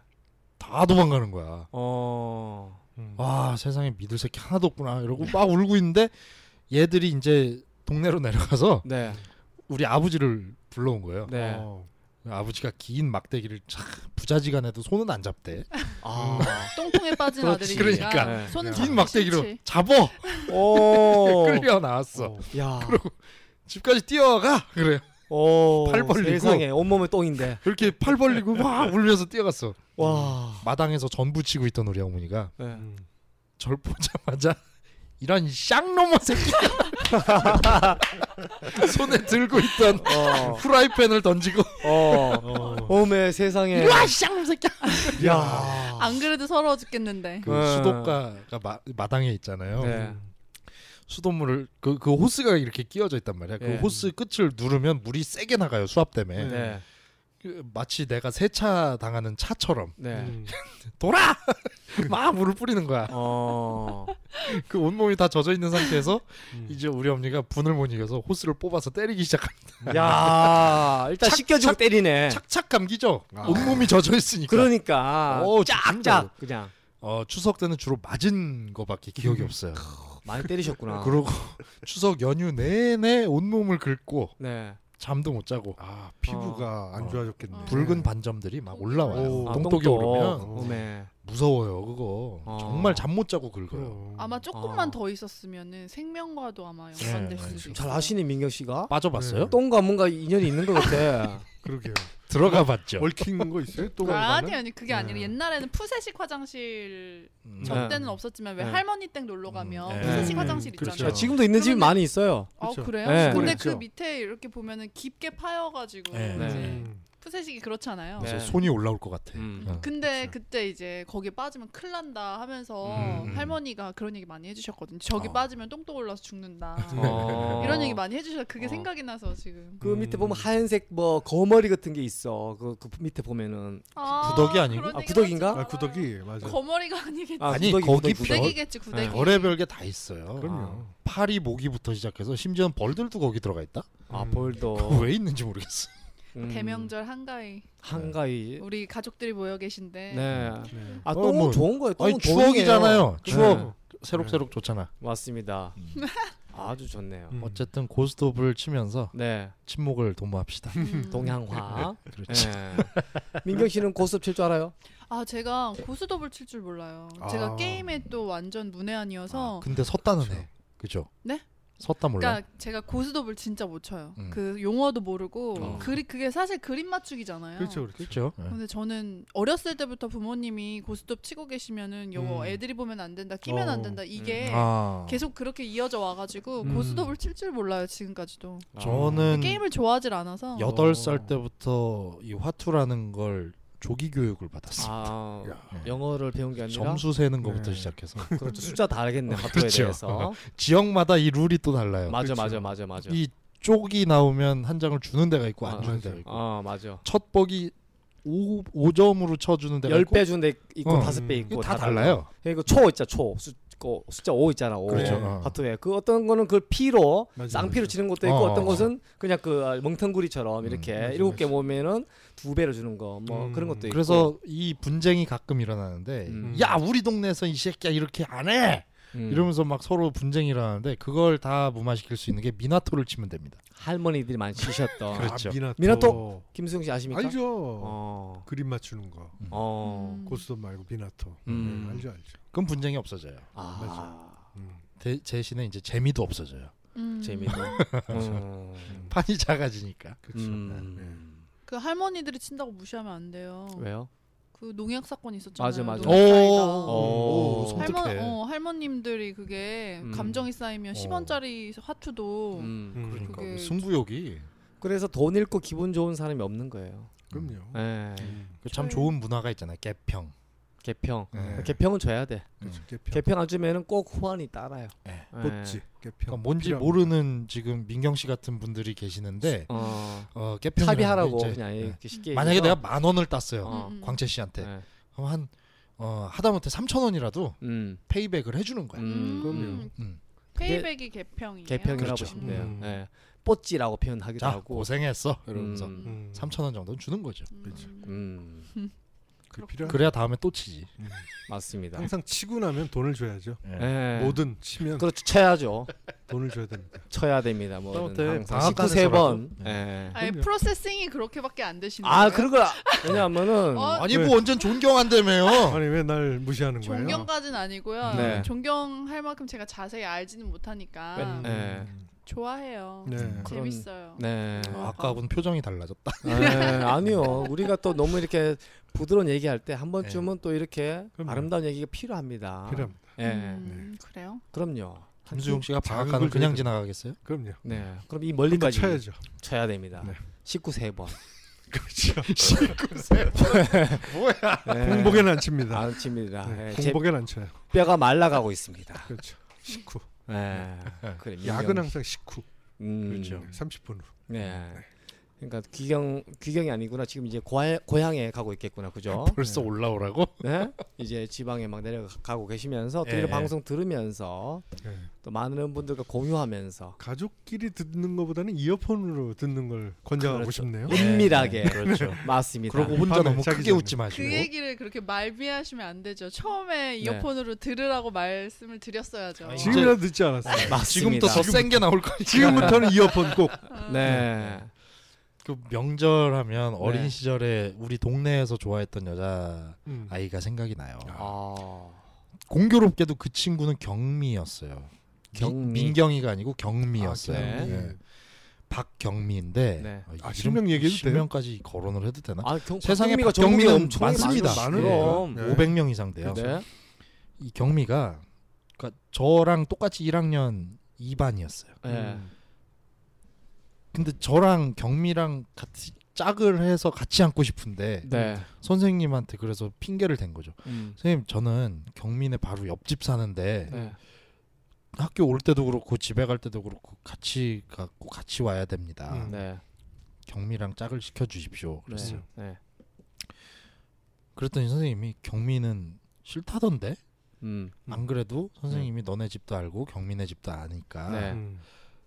[SPEAKER 3] 다 도망가는 거야.
[SPEAKER 4] 어.
[SPEAKER 5] 음.
[SPEAKER 3] 아 세상에 믿을 새끼 하나도 없구나
[SPEAKER 4] 네.
[SPEAKER 3] 이러고 막 울고 있는데 얘들이 이제 동네로 내려가서
[SPEAKER 4] 네.
[SPEAKER 3] 우리 아버지를 불러온 거예요.
[SPEAKER 4] 네.
[SPEAKER 5] 어.
[SPEAKER 3] 아버지가 긴 막대기를 참 부자지간해도 손은 안 잡대.
[SPEAKER 4] 아.
[SPEAKER 6] 똥통에 빠진
[SPEAKER 4] 그렇지.
[SPEAKER 6] 아들이
[SPEAKER 3] 그러니까.
[SPEAKER 6] 손
[SPEAKER 3] 긴
[SPEAKER 5] 긴
[SPEAKER 6] 잡기
[SPEAKER 3] 막대기로
[SPEAKER 6] 싫지.
[SPEAKER 3] 잡어
[SPEAKER 4] 오.
[SPEAKER 3] 끌려 나왔어.
[SPEAKER 5] 어.
[SPEAKER 4] 야.
[SPEAKER 3] 집까지 뛰어가 그래.
[SPEAKER 4] 오.
[SPEAKER 3] 팔 벌리고.
[SPEAKER 4] 세상에 온몸에 똥인데.
[SPEAKER 3] 이렇게 팔 벌리고 막 울면서 뛰어갔어.
[SPEAKER 4] 와.
[SPEAKER 3] 마당에서 전부 치고 있던 우리 어머니가
[SPEAKER 4] 네.
[SPEAKER 5] 음.
[SPEAKER 3] 절 보자마자 이런 쌍놈의 새끼 손에 들고 있던
[SPEAKER 4] 어.
[SPEAKER 3] 후라이팬을 던지고
[SPEAKER 4] 어.
[SPEAKER 5] 어.
[SPEAKER 4] 오메 세상에.
[SPEAKER 3] 이런 쌍놈 새끼
[SPEAKER 4] 야.
[SPEAKER 5] 아,
[SPEAKER 3] 아,
[SPEAKER 6] 안 그래도 서러워 죽겠는데.
[SPEAKER 3] 그
[SPEAKER 4] 네.
[SPEAKER 3] 수도가가 마, 마당에 있잖아요
[SPEAKER 4] 네.
[SPEAKER 3] 수돗물을 그 그 호스가 이렇게 끼워져 있단 말이야 그
[SPEAKER 4] 네.
[SPEAKER 3] 호스 끝을 누르면 물이 세게 나가요 수압 때문에
[SPEAKER 4] 네.
[SPEAKER 3] 그 마치 내가 세차 당하는 차처럼
[SPEAKER 4] 네.
[SPEAKER 5] 음.
[SPEAKER 3] 돌아 막 물을 뿌리는 거야
[SPEAKER 4] 어.
[SPEAKER 3] 그 온몸이 다 젖어 있는 상태에서
[SPEAKER 5] 음.
[SPEAKER 3] 이제 우리 엄니가 분을 못 이겨서 호스를 뽑아서 때리기 시작한
[SPEAKER 4] 야. 일단
[SPEAKER 3] 착,
[SPEAKER 4] 씻겨 주고
[SPEAKER 3] 착,
[SPEAKER 4] 때리네.
[SPEAKER 3] 착착 감기죠.
[SPEAKER 5] 아.
[SPEAKER 3] 온몸이 젖어 있으니까.
[SPEAKER 4] 그러니까
[SPEAKER 3] 어, 죽는다고.
[SPEAKER 4] 쫙쫙 그냥
[SPEAKER 3] 어, 추석 때는 주로 맞은 거밖에 기억이 없어요.
[SPEAKER 4] 많이 때리셨구나.
[SPEAKER 3] 그러고 추석 연휴 내내 온몸을 긁고
[SPEAKER 4] 네.
[SPEAKER 3] 잠도 못 자고
[SPEAKER 5] 아 피부가 안 좋아졌겠네.
[SPEAKER 6] 어.
[SPEAKER 3] 붉은 반점들이 막 올라와요.
[SPEAKER 5] 오.
[SPEAKER 3] 똥독이
[SPEAKER 4] 뭐 아, 똥똑. 어.
[SPEAKER 3] 오르면
[SPEAKER 4] 오메.
[SPEAKER 3] 무서워요, 그거.
[SPEAKER 4] 어.
[SPEAKER 3] 정말 잠 못 자고 긁어요.
[SPEAKER 5] 그럼.
[SPEAKER 6] 아마 조금만
[SPEAKER 4] 아.
[SPEAKER 6] 더 있었으면은 생명과도 아마 연관될
[SPEAKER 3] 네, 네.
[SPEAKER 6] 수도 있어.
[SPEAKER 4] 잘 아시네 민경 씨가.
[SPEAKER 3] 빠져봤어요?
[SPEAKER 5] 네.
[SPEAKER 4] 똥과 뭔가 인연이 있는 것 같아.
[SPEAKER 5] 그러게요.
[SPEAKER 3] 들어가 봤죠.
[SPEAKER 5] 얽힌 거 있어요? 또
[SPEAKER 6] 아, 아니 아니
[SPEAKER 5] 네.
[SPEAKER 6] 그게 아니라 옛날에는 푸세식 화장실
[SPEAKER 3] 음.
[SPEAKER 6] 저
[SPEAKER 4] 네.
[SPEAKER 6] 때는 없었지만 왜
[SPEAKER 4] 네.
[SPEAKER 6] 할머니 댁 놀러 가면
[SPEAKER 3] 음, 네.
[SPEAKER 6] 푸세식
[SPEAKER 4] 음,
[SPEAKER 6] 화장실
[SPEAKER 5] 그렇죠.
[SPEAKER 6] 있잖아요.
[SPEAKER 5] 지-
[SPEAKER 4] 지금도 있는 집이
[SPEAKER 6] 그러면-
[SPEAKER 4] 많이 있어요.
[SPEAKER 6] 아
[SPEAKER 5] 그렇죠.
[SPEAKER 6] 그래요?
[SPEAKER 4] 네.
[SPEAKER 6] 근데 그
[SPEAKER 5] 그렇죠.
[SPEAKER 6] 밑에 이렇게 보면은 깊게 파여가지고
[SPEAKER 3] 네.
[SPEAKER 6] 이제
[SPEAKER 4] 네.
[SPEAKER 5] 음.
[SPEAKER 6] 푸세식이 그렇잖아요.
[SPEAKER 4] 네.
[SPEAKER 3] 그래서 손이 올라올 것 같아.
[SPEAKER 4] 음.
[SPEAKER 3] 어.
[SPEAKER 6] 근데 그때 이제 거기에 빠지면 큰일 난다 하면서
[SPEAKER 4] 음,
[SPEAKER 3] 음.
[SPEAKER 6] 할머니가 그런 얘기 많이 해주셨거든요. 저기
[SPEAKER 3] 어.
[SPEAKER 6] 빠지면 똥똥 올라서 죽는다.
[SPEAKER 4] 어.
[SPEAKER 6] 이런 얘기 많이 해주셔서 그게
[SPEAKER 4] 어.
[SPEAKER 6] 생각이 나서 지금.
[SPEAKER 4] 그
[SPEAKER 3] 음.
[SPEAKER 4] 밑에 보면 하얀색 뭐 거머리 같은 게 있어. 그, 그 밑에 보면은
[SPEAKER 6] 아,
[SPEAKER 3] 구더기 아니고?
[SPEAKER 6] 그런
[SPEAKER 4] 아,
[SPEAKER 6] 얘기
[SPEAKER 4] 구더기인가?
[SPEAKER 6] 하지
[SPEAKER 5] 아
[SPEAKER 6] 말아요.
[SPEAKER 5] 구더기 맞아. 요
[SPEAKER 6] 거머리가 아니겠지.
[SPEAKER 4] 아,
[SPEAKER 3] 아니,
[SPEAKER 4] 구더기,
[SPEAKER 3] 거기
[SPEAKER 4] 구더기, 구더기.
[SPEAKER 6] 구데기겠지 구데기.
[SPEAKER 4] 네.
[SPEAKER 3] 별의별 게 다 있어요.
[SPEAKER 5] 그럼요.
[SPEAKER 3] 파리 모기부터 시작해서 심지어 벌들도 거기 들어가 있다.
[SPEAKER 4] 아
[SPEAKER 5] 음.
[SPEAKER 3] 그거
[SPEAKER 4] 벌도
[SPEAKER 3] 왜 있는지 모르겠어.
[SPEAKER 4] 음.
[SPEAKER 6] 대명절 한가위
[SPEAKER 4] 한가위.
[SPEAKER 6] 우리 가족들이 모여 계신데
[SPEAKER 4] 예. 네.
[SPEAKER 5] 네.
[SPEAKER 4] 아
[SPEAKER 3] 어,
[SPEAKER 4] 똥은
[SPEAKER 3] 뭐.
[SPEAKER 4] 좋은 거예요. 똥은
[SPEAKER 3] 아니
[SPEAKER 4] 돈이에요.
[SPEAKER 3] 추억이잖아요.
[SPEAKER 4] 네.
[SPEAKER 3] 추억 새록새록 좋잖아.
[SPEAKER 4] 맞습니다. 아주 좋네요.
[SPEAKER 5] 음.
[SPEAKER 3] 어쨌든 고스톱을 치면서
[SPEAKER 4] 네.
[SPEAKER 3] 침묵을 도모합시다. 네.
[SPEAKER 6] 음.
[SPEAKER 3] 아.
[SPEAKER 4] 동양화. 그렇죠.
[SPEAKER 3] 그렇지.
[SPEAKER 4] 예. 민경 씨는 고스톱 칠 줄 알아요?
[SPEAKER 6] 아 제가 고스톱을 칠 줄 몰라요. 제가
[SPEAKER 5] 아.
[SPEAKER 6] 게임에 또 완전
[SPEAKER 4] 그렇죠.
[SPEAKER 6] 문외한이어서
[SPEAKER 3] 근데 섰다는 애. 그죠?
[SPEAKER 6] 네?
[SPEAKER 3] 섰다 몰라.
[SPEAKER 6] 그러니까 제가 고스톱을 진짜 못 쳐요.
[SPEAKER 3] 음.
[SPEAKER 6] 그 용어도 모르고
[SPEAKER 3] 어.
[SPEAKER 6] 그리 그게 사실 그림 맞추기잖아요.
[SPEAKER 5] 그렇죠, 그렇죠.
[SPEAKER 3] 그렇죠.
[SPEAKER 4] 네.
[SPEAKER 6] 근데 저는 어렸을 때부터 부모님이 고스톱 치고 계시면은 요거
[SPEAKER 3] 음.
[SPEAKER 6] 애들이 보면 안 된다, 끼면 안
[SPEAKER 5] 어.
[SPEAKER 6] 된다 이게
[SPEAKER 3] 아,
[SPEAKER 6] 네. 계속 그렇게 이어져 와가지고
[SPEAKER 5] 음.
[SPEAKER 6] 고스톱을 칠 줄 몰라요 지금까지도.
[SPEAKER 3] 아. 저는
[SPEAKER 6] 게임을 좋아하질 않아서.
[SPEAKER 3] 여덟 살
[SPEAKER 4] 어.
[SPEAKER 3] 때부터 이 화투라는 걸 조기 교육을 받았어요.
[SPEAKER 4] 아,
[SPEAKER 3] 예.
[SPEAKER 4] 영어를 배운 게 아니라
[SPEAKER 3] 점수 세는 것부터
[SPEAKER 5] 네.
[SPEAKER 3] 시작해서
[SPEAKER 4] 그렇죠. 숫자 다르겠네. 화투에
[SPEAKER 3] 그렇죠.
[SPEAKER 4] 대해서.
[SPEAKER 3] 지역마다 이 룰이 또 달라요.
[SPEAKER 4] 맞아,
[SPEAKER 5] 그렇죠.
[SPEAKER 4] 맞아, 맞아, 맞아.
[SPEAKER 3] 이 쪽이 나오면 한 장을 주는 데가 있고 안
[SPEAKER 4] 아,
[SPEAKER 3] 주는
[SPEAKER 5] 맞아.
[SPEAKER 3] 데가 있고
[SPEAKER 4] 어, 맞아.
[SPEAKER 3] 첫 복이 5, 오점으로 쳐주는 데가 있고
[SPEAKER 4] 10배 준데 있고
[SPEAKER 3] 어.
[SPEAKER 4] 다섯 5배 있고
[SPEAKER 3] 이게 다 달라요.
[SPEAKER 4] 그리고 초 있잖아. 초. 숫- 그 숫자 5 있잖아. 5.
[SPEAKER 3] 그렇죠.
[SPEAKER 5] 네.
[SPEAKER 3] 어.
[SPEAKER 4] 화투에 그 어떤 거는 그걸 피로
[SPEAKER 5] 맞아요,
[SPEAKER 4] 쌍피로
[SPEAKER 5] 맞아요.
[SPEAKER 4] 치는 것도 있고
[SPEAKER 3] 어,
[SPEAKER 4] 어, 떤
[SPEAKER 3] 어.
[SPEAKER 4] 것은 그냥 그 멍텅구리처럼
[SPEAKER 5] 음,
[SPEAKER 4] 이렇게
[SPEAKER 5] 맞아요,
[SPEAKER 4] 일곱 개
[SPEAKER 5] 맞아요.
[SPEAKER 4] 모으면은 두 배로 주는 거 뭐
[SPEAKER 5] 음,
[SPEAKER 4] 그런 것도 있고
[SPEAKER 3] 그래서 이 분쟁이 가끔 일어나는데
[SPEAKER 4] 음.
[SPEAKER 3] 야 우리 동네에서 이 새끼야 이렇게 안 해.
[SPEAKER 4] 음.
[SPEAKER 3] 이러면서 막 서로 분쟁이 일어나는데 그걸 다 무마시킬 수 있는 게 미나토를 치면 됩니다.
[SPEAKER 4] 할머니들이 많이 치셨던
[SPEAKER 3] 그래. 그렇죠.
[SPEAKER 5] 아, 미나토.
[SPEAKER 4] 미나토. 김수영 씨 아십니까?
[SPEAKER 5] 알죠.
[SPEAKER 4] 어.
[SPEAKER 5] 그림 맞추는 거.
[SPEAKER 4] 어.
[SPEAKER 6] 음.
[SPEAKER 5] 고스톱 말고 미나토.
[SPEAKER 4] 음.
[SPEAKER 5] 네, 알죠, 알죠.
[SPEAKER 3] 그럼 분쟁이 없어져요.
[SPEAKER 4] 아.
[SPEAKER 5] 음.
[SPEAKER 3] 대, 대신에 이제 재미도 없어져요.
[SPEAKER 6] 음.
[SPEAKER 4] 재밌네. 음.
[SPEAKER 3] 판이 작아지니까.
[SPEAKER 5] 그렇죠.
[SPEAKER 4] 음.
[SPEAKER 6] 그 할머니들이 친다고 무시하면 안 돼요.
[SPEAKER 5] 네.
[SPEAKER 4] 왜요?
[SPEAKER 6] 그 농약 사건 있었잖아요.
[SPEAKER 4] 맞아, 맞아.
[SPEAKER 6] 농약사이다.
[SPEAKER 5] 어,
[SPEAKER 4] 오,
[SPEAKER 3] 오,
[SPEAKER 6] 할머,
[SPEAKER 3] 섬뜩해.
[SPEAKER 6] 어, 할머님들이 그게
[SPEAKER 4] 음.
[SPEAKER 6] 감정이 쌓이면
[SPEAKER 3] 어.
[SPEAKER 6] 10원짜리 화투도
[SPEAKER 4] 음.
[SPEAKER 5] 음.
[SPEAKER 3] 그러니까
[SPEAKER 6] 그게-
[SPEAKER 3] 승부욕이
[SPEAKER 4] 그래서 돈 잃고 기분 좋은 사람이 없는 거예요.
[SPEAKER 5] 음, 그럼요.
[SPEAKER 3] 네.
[SPEAKER 4] 예.
[SPEAKER 5] 음.
[SPEAKER 3] 그참
[SPEAKER 6] 저희-
[SPEAKER 3] 좋은 문화가 있잖아요. 개평. 네.
[SPEAKER 4] 개평.
[SPEAKER 5] 네.
[SPEAKER 3] 예.
[SPEAKER 4] 개평은 줘야 돼.
[SPEAKER 5] 그렇죠. 개평.
[SPEAKER 4] 개평 안 주면은 꼭 후환이 따라요.
[SPEAKER 3] 예.
[SPEAKER 4] 예.
[SPEAKER 5] 뽑지. 개평.
[SPEAKER 3] 그러니까 뭔지
[SPEAKER 5] 필요합니다.
[SPEAKER 3] 모르는 지금 민경 씨 같은 분들이 계시는데
[SPEAKER 4] 어.
[SPEAKER 3] 어, 개평
[SPEAKER 4] 차비하라고 그냥 이렇게 쉽게
[SPEAKER 3] 만약에
[SPEAKER 4] 얘기해서.
[SPEAKER 3] 내가 만 원을 땄어요.
[SPEAKER 4] 어.
[SPEAKER 6] 음, 음.
[SPEAKER 3] 광채 씨한테
[SPEAKER 4] 예.
[SPEAKER 3] 그럼 한 어, 하다못해 3천 원이라도
[SPEAKER 4] 음.
[SPEAKER 3] 페이백을 해주는 거야.
[SPEAKER 4] 음.
[SPEAKER 5] 그럼요.
[SPEAKER 3] 음.
[SPEAKER 6] 페이백이 개평이에요.
[SPEAKER 4] 개평이라고
[SPEAKER 3] 그렇죠.
[SPEAKER 4] 보시면 돼요.
[SPEAKER 5] 음.
[SPEAKER 4] 예. 뽀찌라고 표현하기도
[SPEAKER 3] 자
[SPEAKER 4] 하고.
[SPEAKER 3] 고생했어 이러면서
[SPEAKER 4] 음.
[SPEAKER 5] 음.
[SPEAKER 3] 3천 원 정도는 주는 거죠.
[SPEAKER 6] 음.
[SPEAKER 5] 그렇죠.
[SPEAKER 4] 음.
[SPEAKER 5] 그 필요한.
[SPEAKER 3] 그래야 다음에 또 치지.
[SPEAKER 5] 음.
[SPEAKER 4] 맞습니다.
[SPEAKER 5] 항상 치고 나면 돈을 줘야죠.
[SPEAKER 4] 예.
[SPEAKER 5] 뭐든 치면
[SPEAKER 4] 그렇죠. 쳐야죠.
[SPEAKER 5] 돈을 줘야 됩니다.
[SPEAKER 4] 쳐야 됩니다. 뭐
[SPEAKER 3] 아무튼
[SPEAKER 4] 항상
[SPEAKER 3] 방앗간에서라도.
[SPEAKER 4] 19세번.
[SPEAKER 3] 예.
[SPEAKER 4] 예.
[SPEAKER 6] 아니
[SPEAKER 5] 그럼요.
[SPEAKER 6] 프로세싱이 그렇게밖에 안 되시는
[SPEAKER 4] 아,
[SPEAKER 6] 거예요?
[SPEAKER 4] 그런 거 왜냐면은
[SPEAKER 6] 어,
[SPEAKER 3] 아니
[SPEAKER 5] 왜?
[SPEAKER 3] 뭐 언젠 존경한다며요.
[SPEAKER 5] 아니 왜 날 무시하는 거예요?
[SPEAKER 6] 존경까지는 아니고요.
[SPEAKER 4] 네.
[SPEAKER 6] 존경할 만큼 제가 자세히 알지는 못하니까
[SPEAKER 4] 네.
[SPEAKER 3] 예.
[SPEAKER 6] 좋아해요.
[SPEAKER 5] 네.
[SPEAKER 4] 그- 그런-
[SPEAKER 6] 재밌어요.
[SPEAKER 4] 네.
[SPEAKER 3] 아까하고는 표정이 달라졌다.
[SPEAKER 4] 에, 예, 아니요. 우리가 또 너무 이렇게 부드러운 얘기할 때 한 번쯤은 또 이렇게
[SPEAKER 5] 예. 그럼요.
[SPEAKER 4] 아름다운 얘기가 필요합니다.
[SPEAKER 5] 그럼 네.
[SPEAKER 4] 예.
[SPEAKER 6] 음, 그래요?
[SPEAKER 4] 그럼요.
[SPEAKER 3] 김수용 씨가
[SPEAKER 5] 자극을
[SPEAKER 3] 방학간을 그냥
[SPEAKER 5] 줘야 돼.
[SPEAKER 3] 지나가겠어요?
[SPEAKER 5] 그럼요.
[SPEAKER 4] 네. 그럼 이
[SPEAKER 5] 한번
[SPEAKER 4] 멀리까지 쳐야,
[SPEAKER 5] 쳐야죠.
[SPEAKER 4] 됩니다.
[SPEAKER 5] 네.
[SPEAKER 4] 19세번.
[SPEAKER 5] 그렇죠.
[SPEAKER 4] 네.
[SPEAKER 5] 공복엔 안 칩니다.
[SPEAKER 4] 안 칩니다.
[SPEAKER 5] 네,
[SPEAKER 4] 예, 제
[SPEAKER 5] 공복엔 안 쳐요.
[SPEAKER 4] 뼈가 말라가고 있습니다.
[SPEAKER 5] 그렇죠. 식후. 네.
[SPEAKER 4] 예. 그래. 민경-
[SPEAKER 5] 약은 항상 식후. 그렇죠.
[SPEAKER 4] 음.
[SPEAKER 5] 30분 후.
[SPEAKER 4] 네. 그러니까 귀경 귀경이 아니구나. 지금 이제 고향 고향에 가고 있겠구나.
[SPEAKER 5] 네,
[SPEAKER 4] 그죠?
[SPEAKER 3] 어? 벌써 올라오라고?
[SPEAKER 4] 네? 이제 지방에 막 내려가고 계시면서 또
[SPEAKER 3] 예,
[SPEAKER 4] 이런
[SPEAKER 3] 예.
[SPEAKER 4] 방송 들으면서
[SPEAKER 5] 네.
[SPEAKER 4] 또 많은 분들과 공유하면서
[SPEAKER 5] 가족끼리 듣는 것보다는 이어폰으로 듣는 걸 권장하고
[SPEAKER 4] 그렇죠.
[SPEAKER 5] 싶네요.
[SPEAKER 3] 예.
[SPEAKER 4] 은밀하게
[SPEAKER 3] 그렇죠.
[SPEAKER 4] 맞습니다.
[SPEAKER 3] 그러고 혼자
[SPEAKER 5] 밤에
[SPEAKER 3] 너무
[SPEAKER 5] 자기
[SPEAKER 3] 크게
[SPEAKER 5] 전에.
[SPEAKER 3] 웃지 마시고.
[SPEAKER 6] 그 얘기를 그렇게 말비하시면 안 되죠. 처음에 이어폰으로 들으라고 말씀을 드렸어야죠.
[SPEAKER 3] 아니, 지금-
[SPEAKER 5] 지금이라도 듣지 않았어요.
[SPEAKER 4] 맞습니다.
[SPEAKER 3] 지금부터 더 센 게 나올 거니까.
[SPEAKER 5] 지금부터는 이어폰 꼭.
[SPEAKER 4] 네.
[SPEAKER 3] 그 명절하면
[SPEAKER 4] 네.
[SPEAKER 3] 어린 시절에 우리 동네에서 좋아했던 여자
[SPEAKER 5] 음.
[SPEAKER 3] 아이가 생각이 나요.
[SPEAKER 4] 아.
[SPEAKER 3] 공교롭게도 그 친구는 경미였어요. 미-
[SPEAKER 4] 경미.
[SPEAKER 3] 민경이가 아니고
[SPEAKER 5] 아,
[SPEAKER 3] 경미였어요.
[SPEAKER 5] 경미.
[SPEAKER 3] 예. 박경미인데
[SPEAKER 4] 네.
[SPEAKER 3] 어,
[SPEAKER 5] 아,
[SPEAKER 3] 이름-
[SPEAKER 5] 실명 얘기해도 돼요?
[SPEAKER 3] 실명까지 거론을 해도 되나?
[SPEAKER 4] 아, 경,
[SPEAKER 3] 세상에
[SPEAKER 4] 박경미가
[SPEAKER 3] 박경미는
[SPEAKER 4] 전국에 엄청
[SPEAKER 3] 많습니다. 예.
[SPEAKER 4] 많아요.
[SPEAKER 5] 많으니까.
[SPEAKER 4] 그럼.
[SPEAKER 5] 네.
[SPEAKER 3] 500명 이상 돼요.
[SPEAKER 4] 네.
[SPEAKER 3] 이 경미가 그러니까 저랑 똑같이 1학년 2반이었어요.
[SPEAKER 4] 네.
[SPEAKER 3] 음. 근데 저랑 경미랑 같이 짝을 해서 같이 앉고 싶은데
[SPEAKER 4] 네.
[SPEAKER 3] 선생님한테 그래서 핑계를 댄 거죠.
[SPEAKER 4] 음.
[SPEAKER 3] 선생님 저는 경민의 바로 옆집 사는데
[SPEAKER 4] 네.
[SPEAKER 3] 학교 올 때도 그렇고 집에 갈 때도 그렇고 같이 갖고 같이 와야 됩니다.
[SPEAKER 5] 음.
[SPEAKER 4] 네.
[SPEAKER 3] 경미랑 짝을 시켜 주십시오.
[SPEAKER 4] 네.
[SPEAKER 5] 그랬어요.
[SPEAKER 4] 네.
[SPEAKER 3] 그랬더니 선생님이 경미는 싫다던데
[SPEAKER 4] 음.
[SPEAKER 3] 안 그래도 선생님이 너네 집도 알고 경민의 집도 아니까
[SPEAKER 4] 네.
[SPEAKER 5] 음.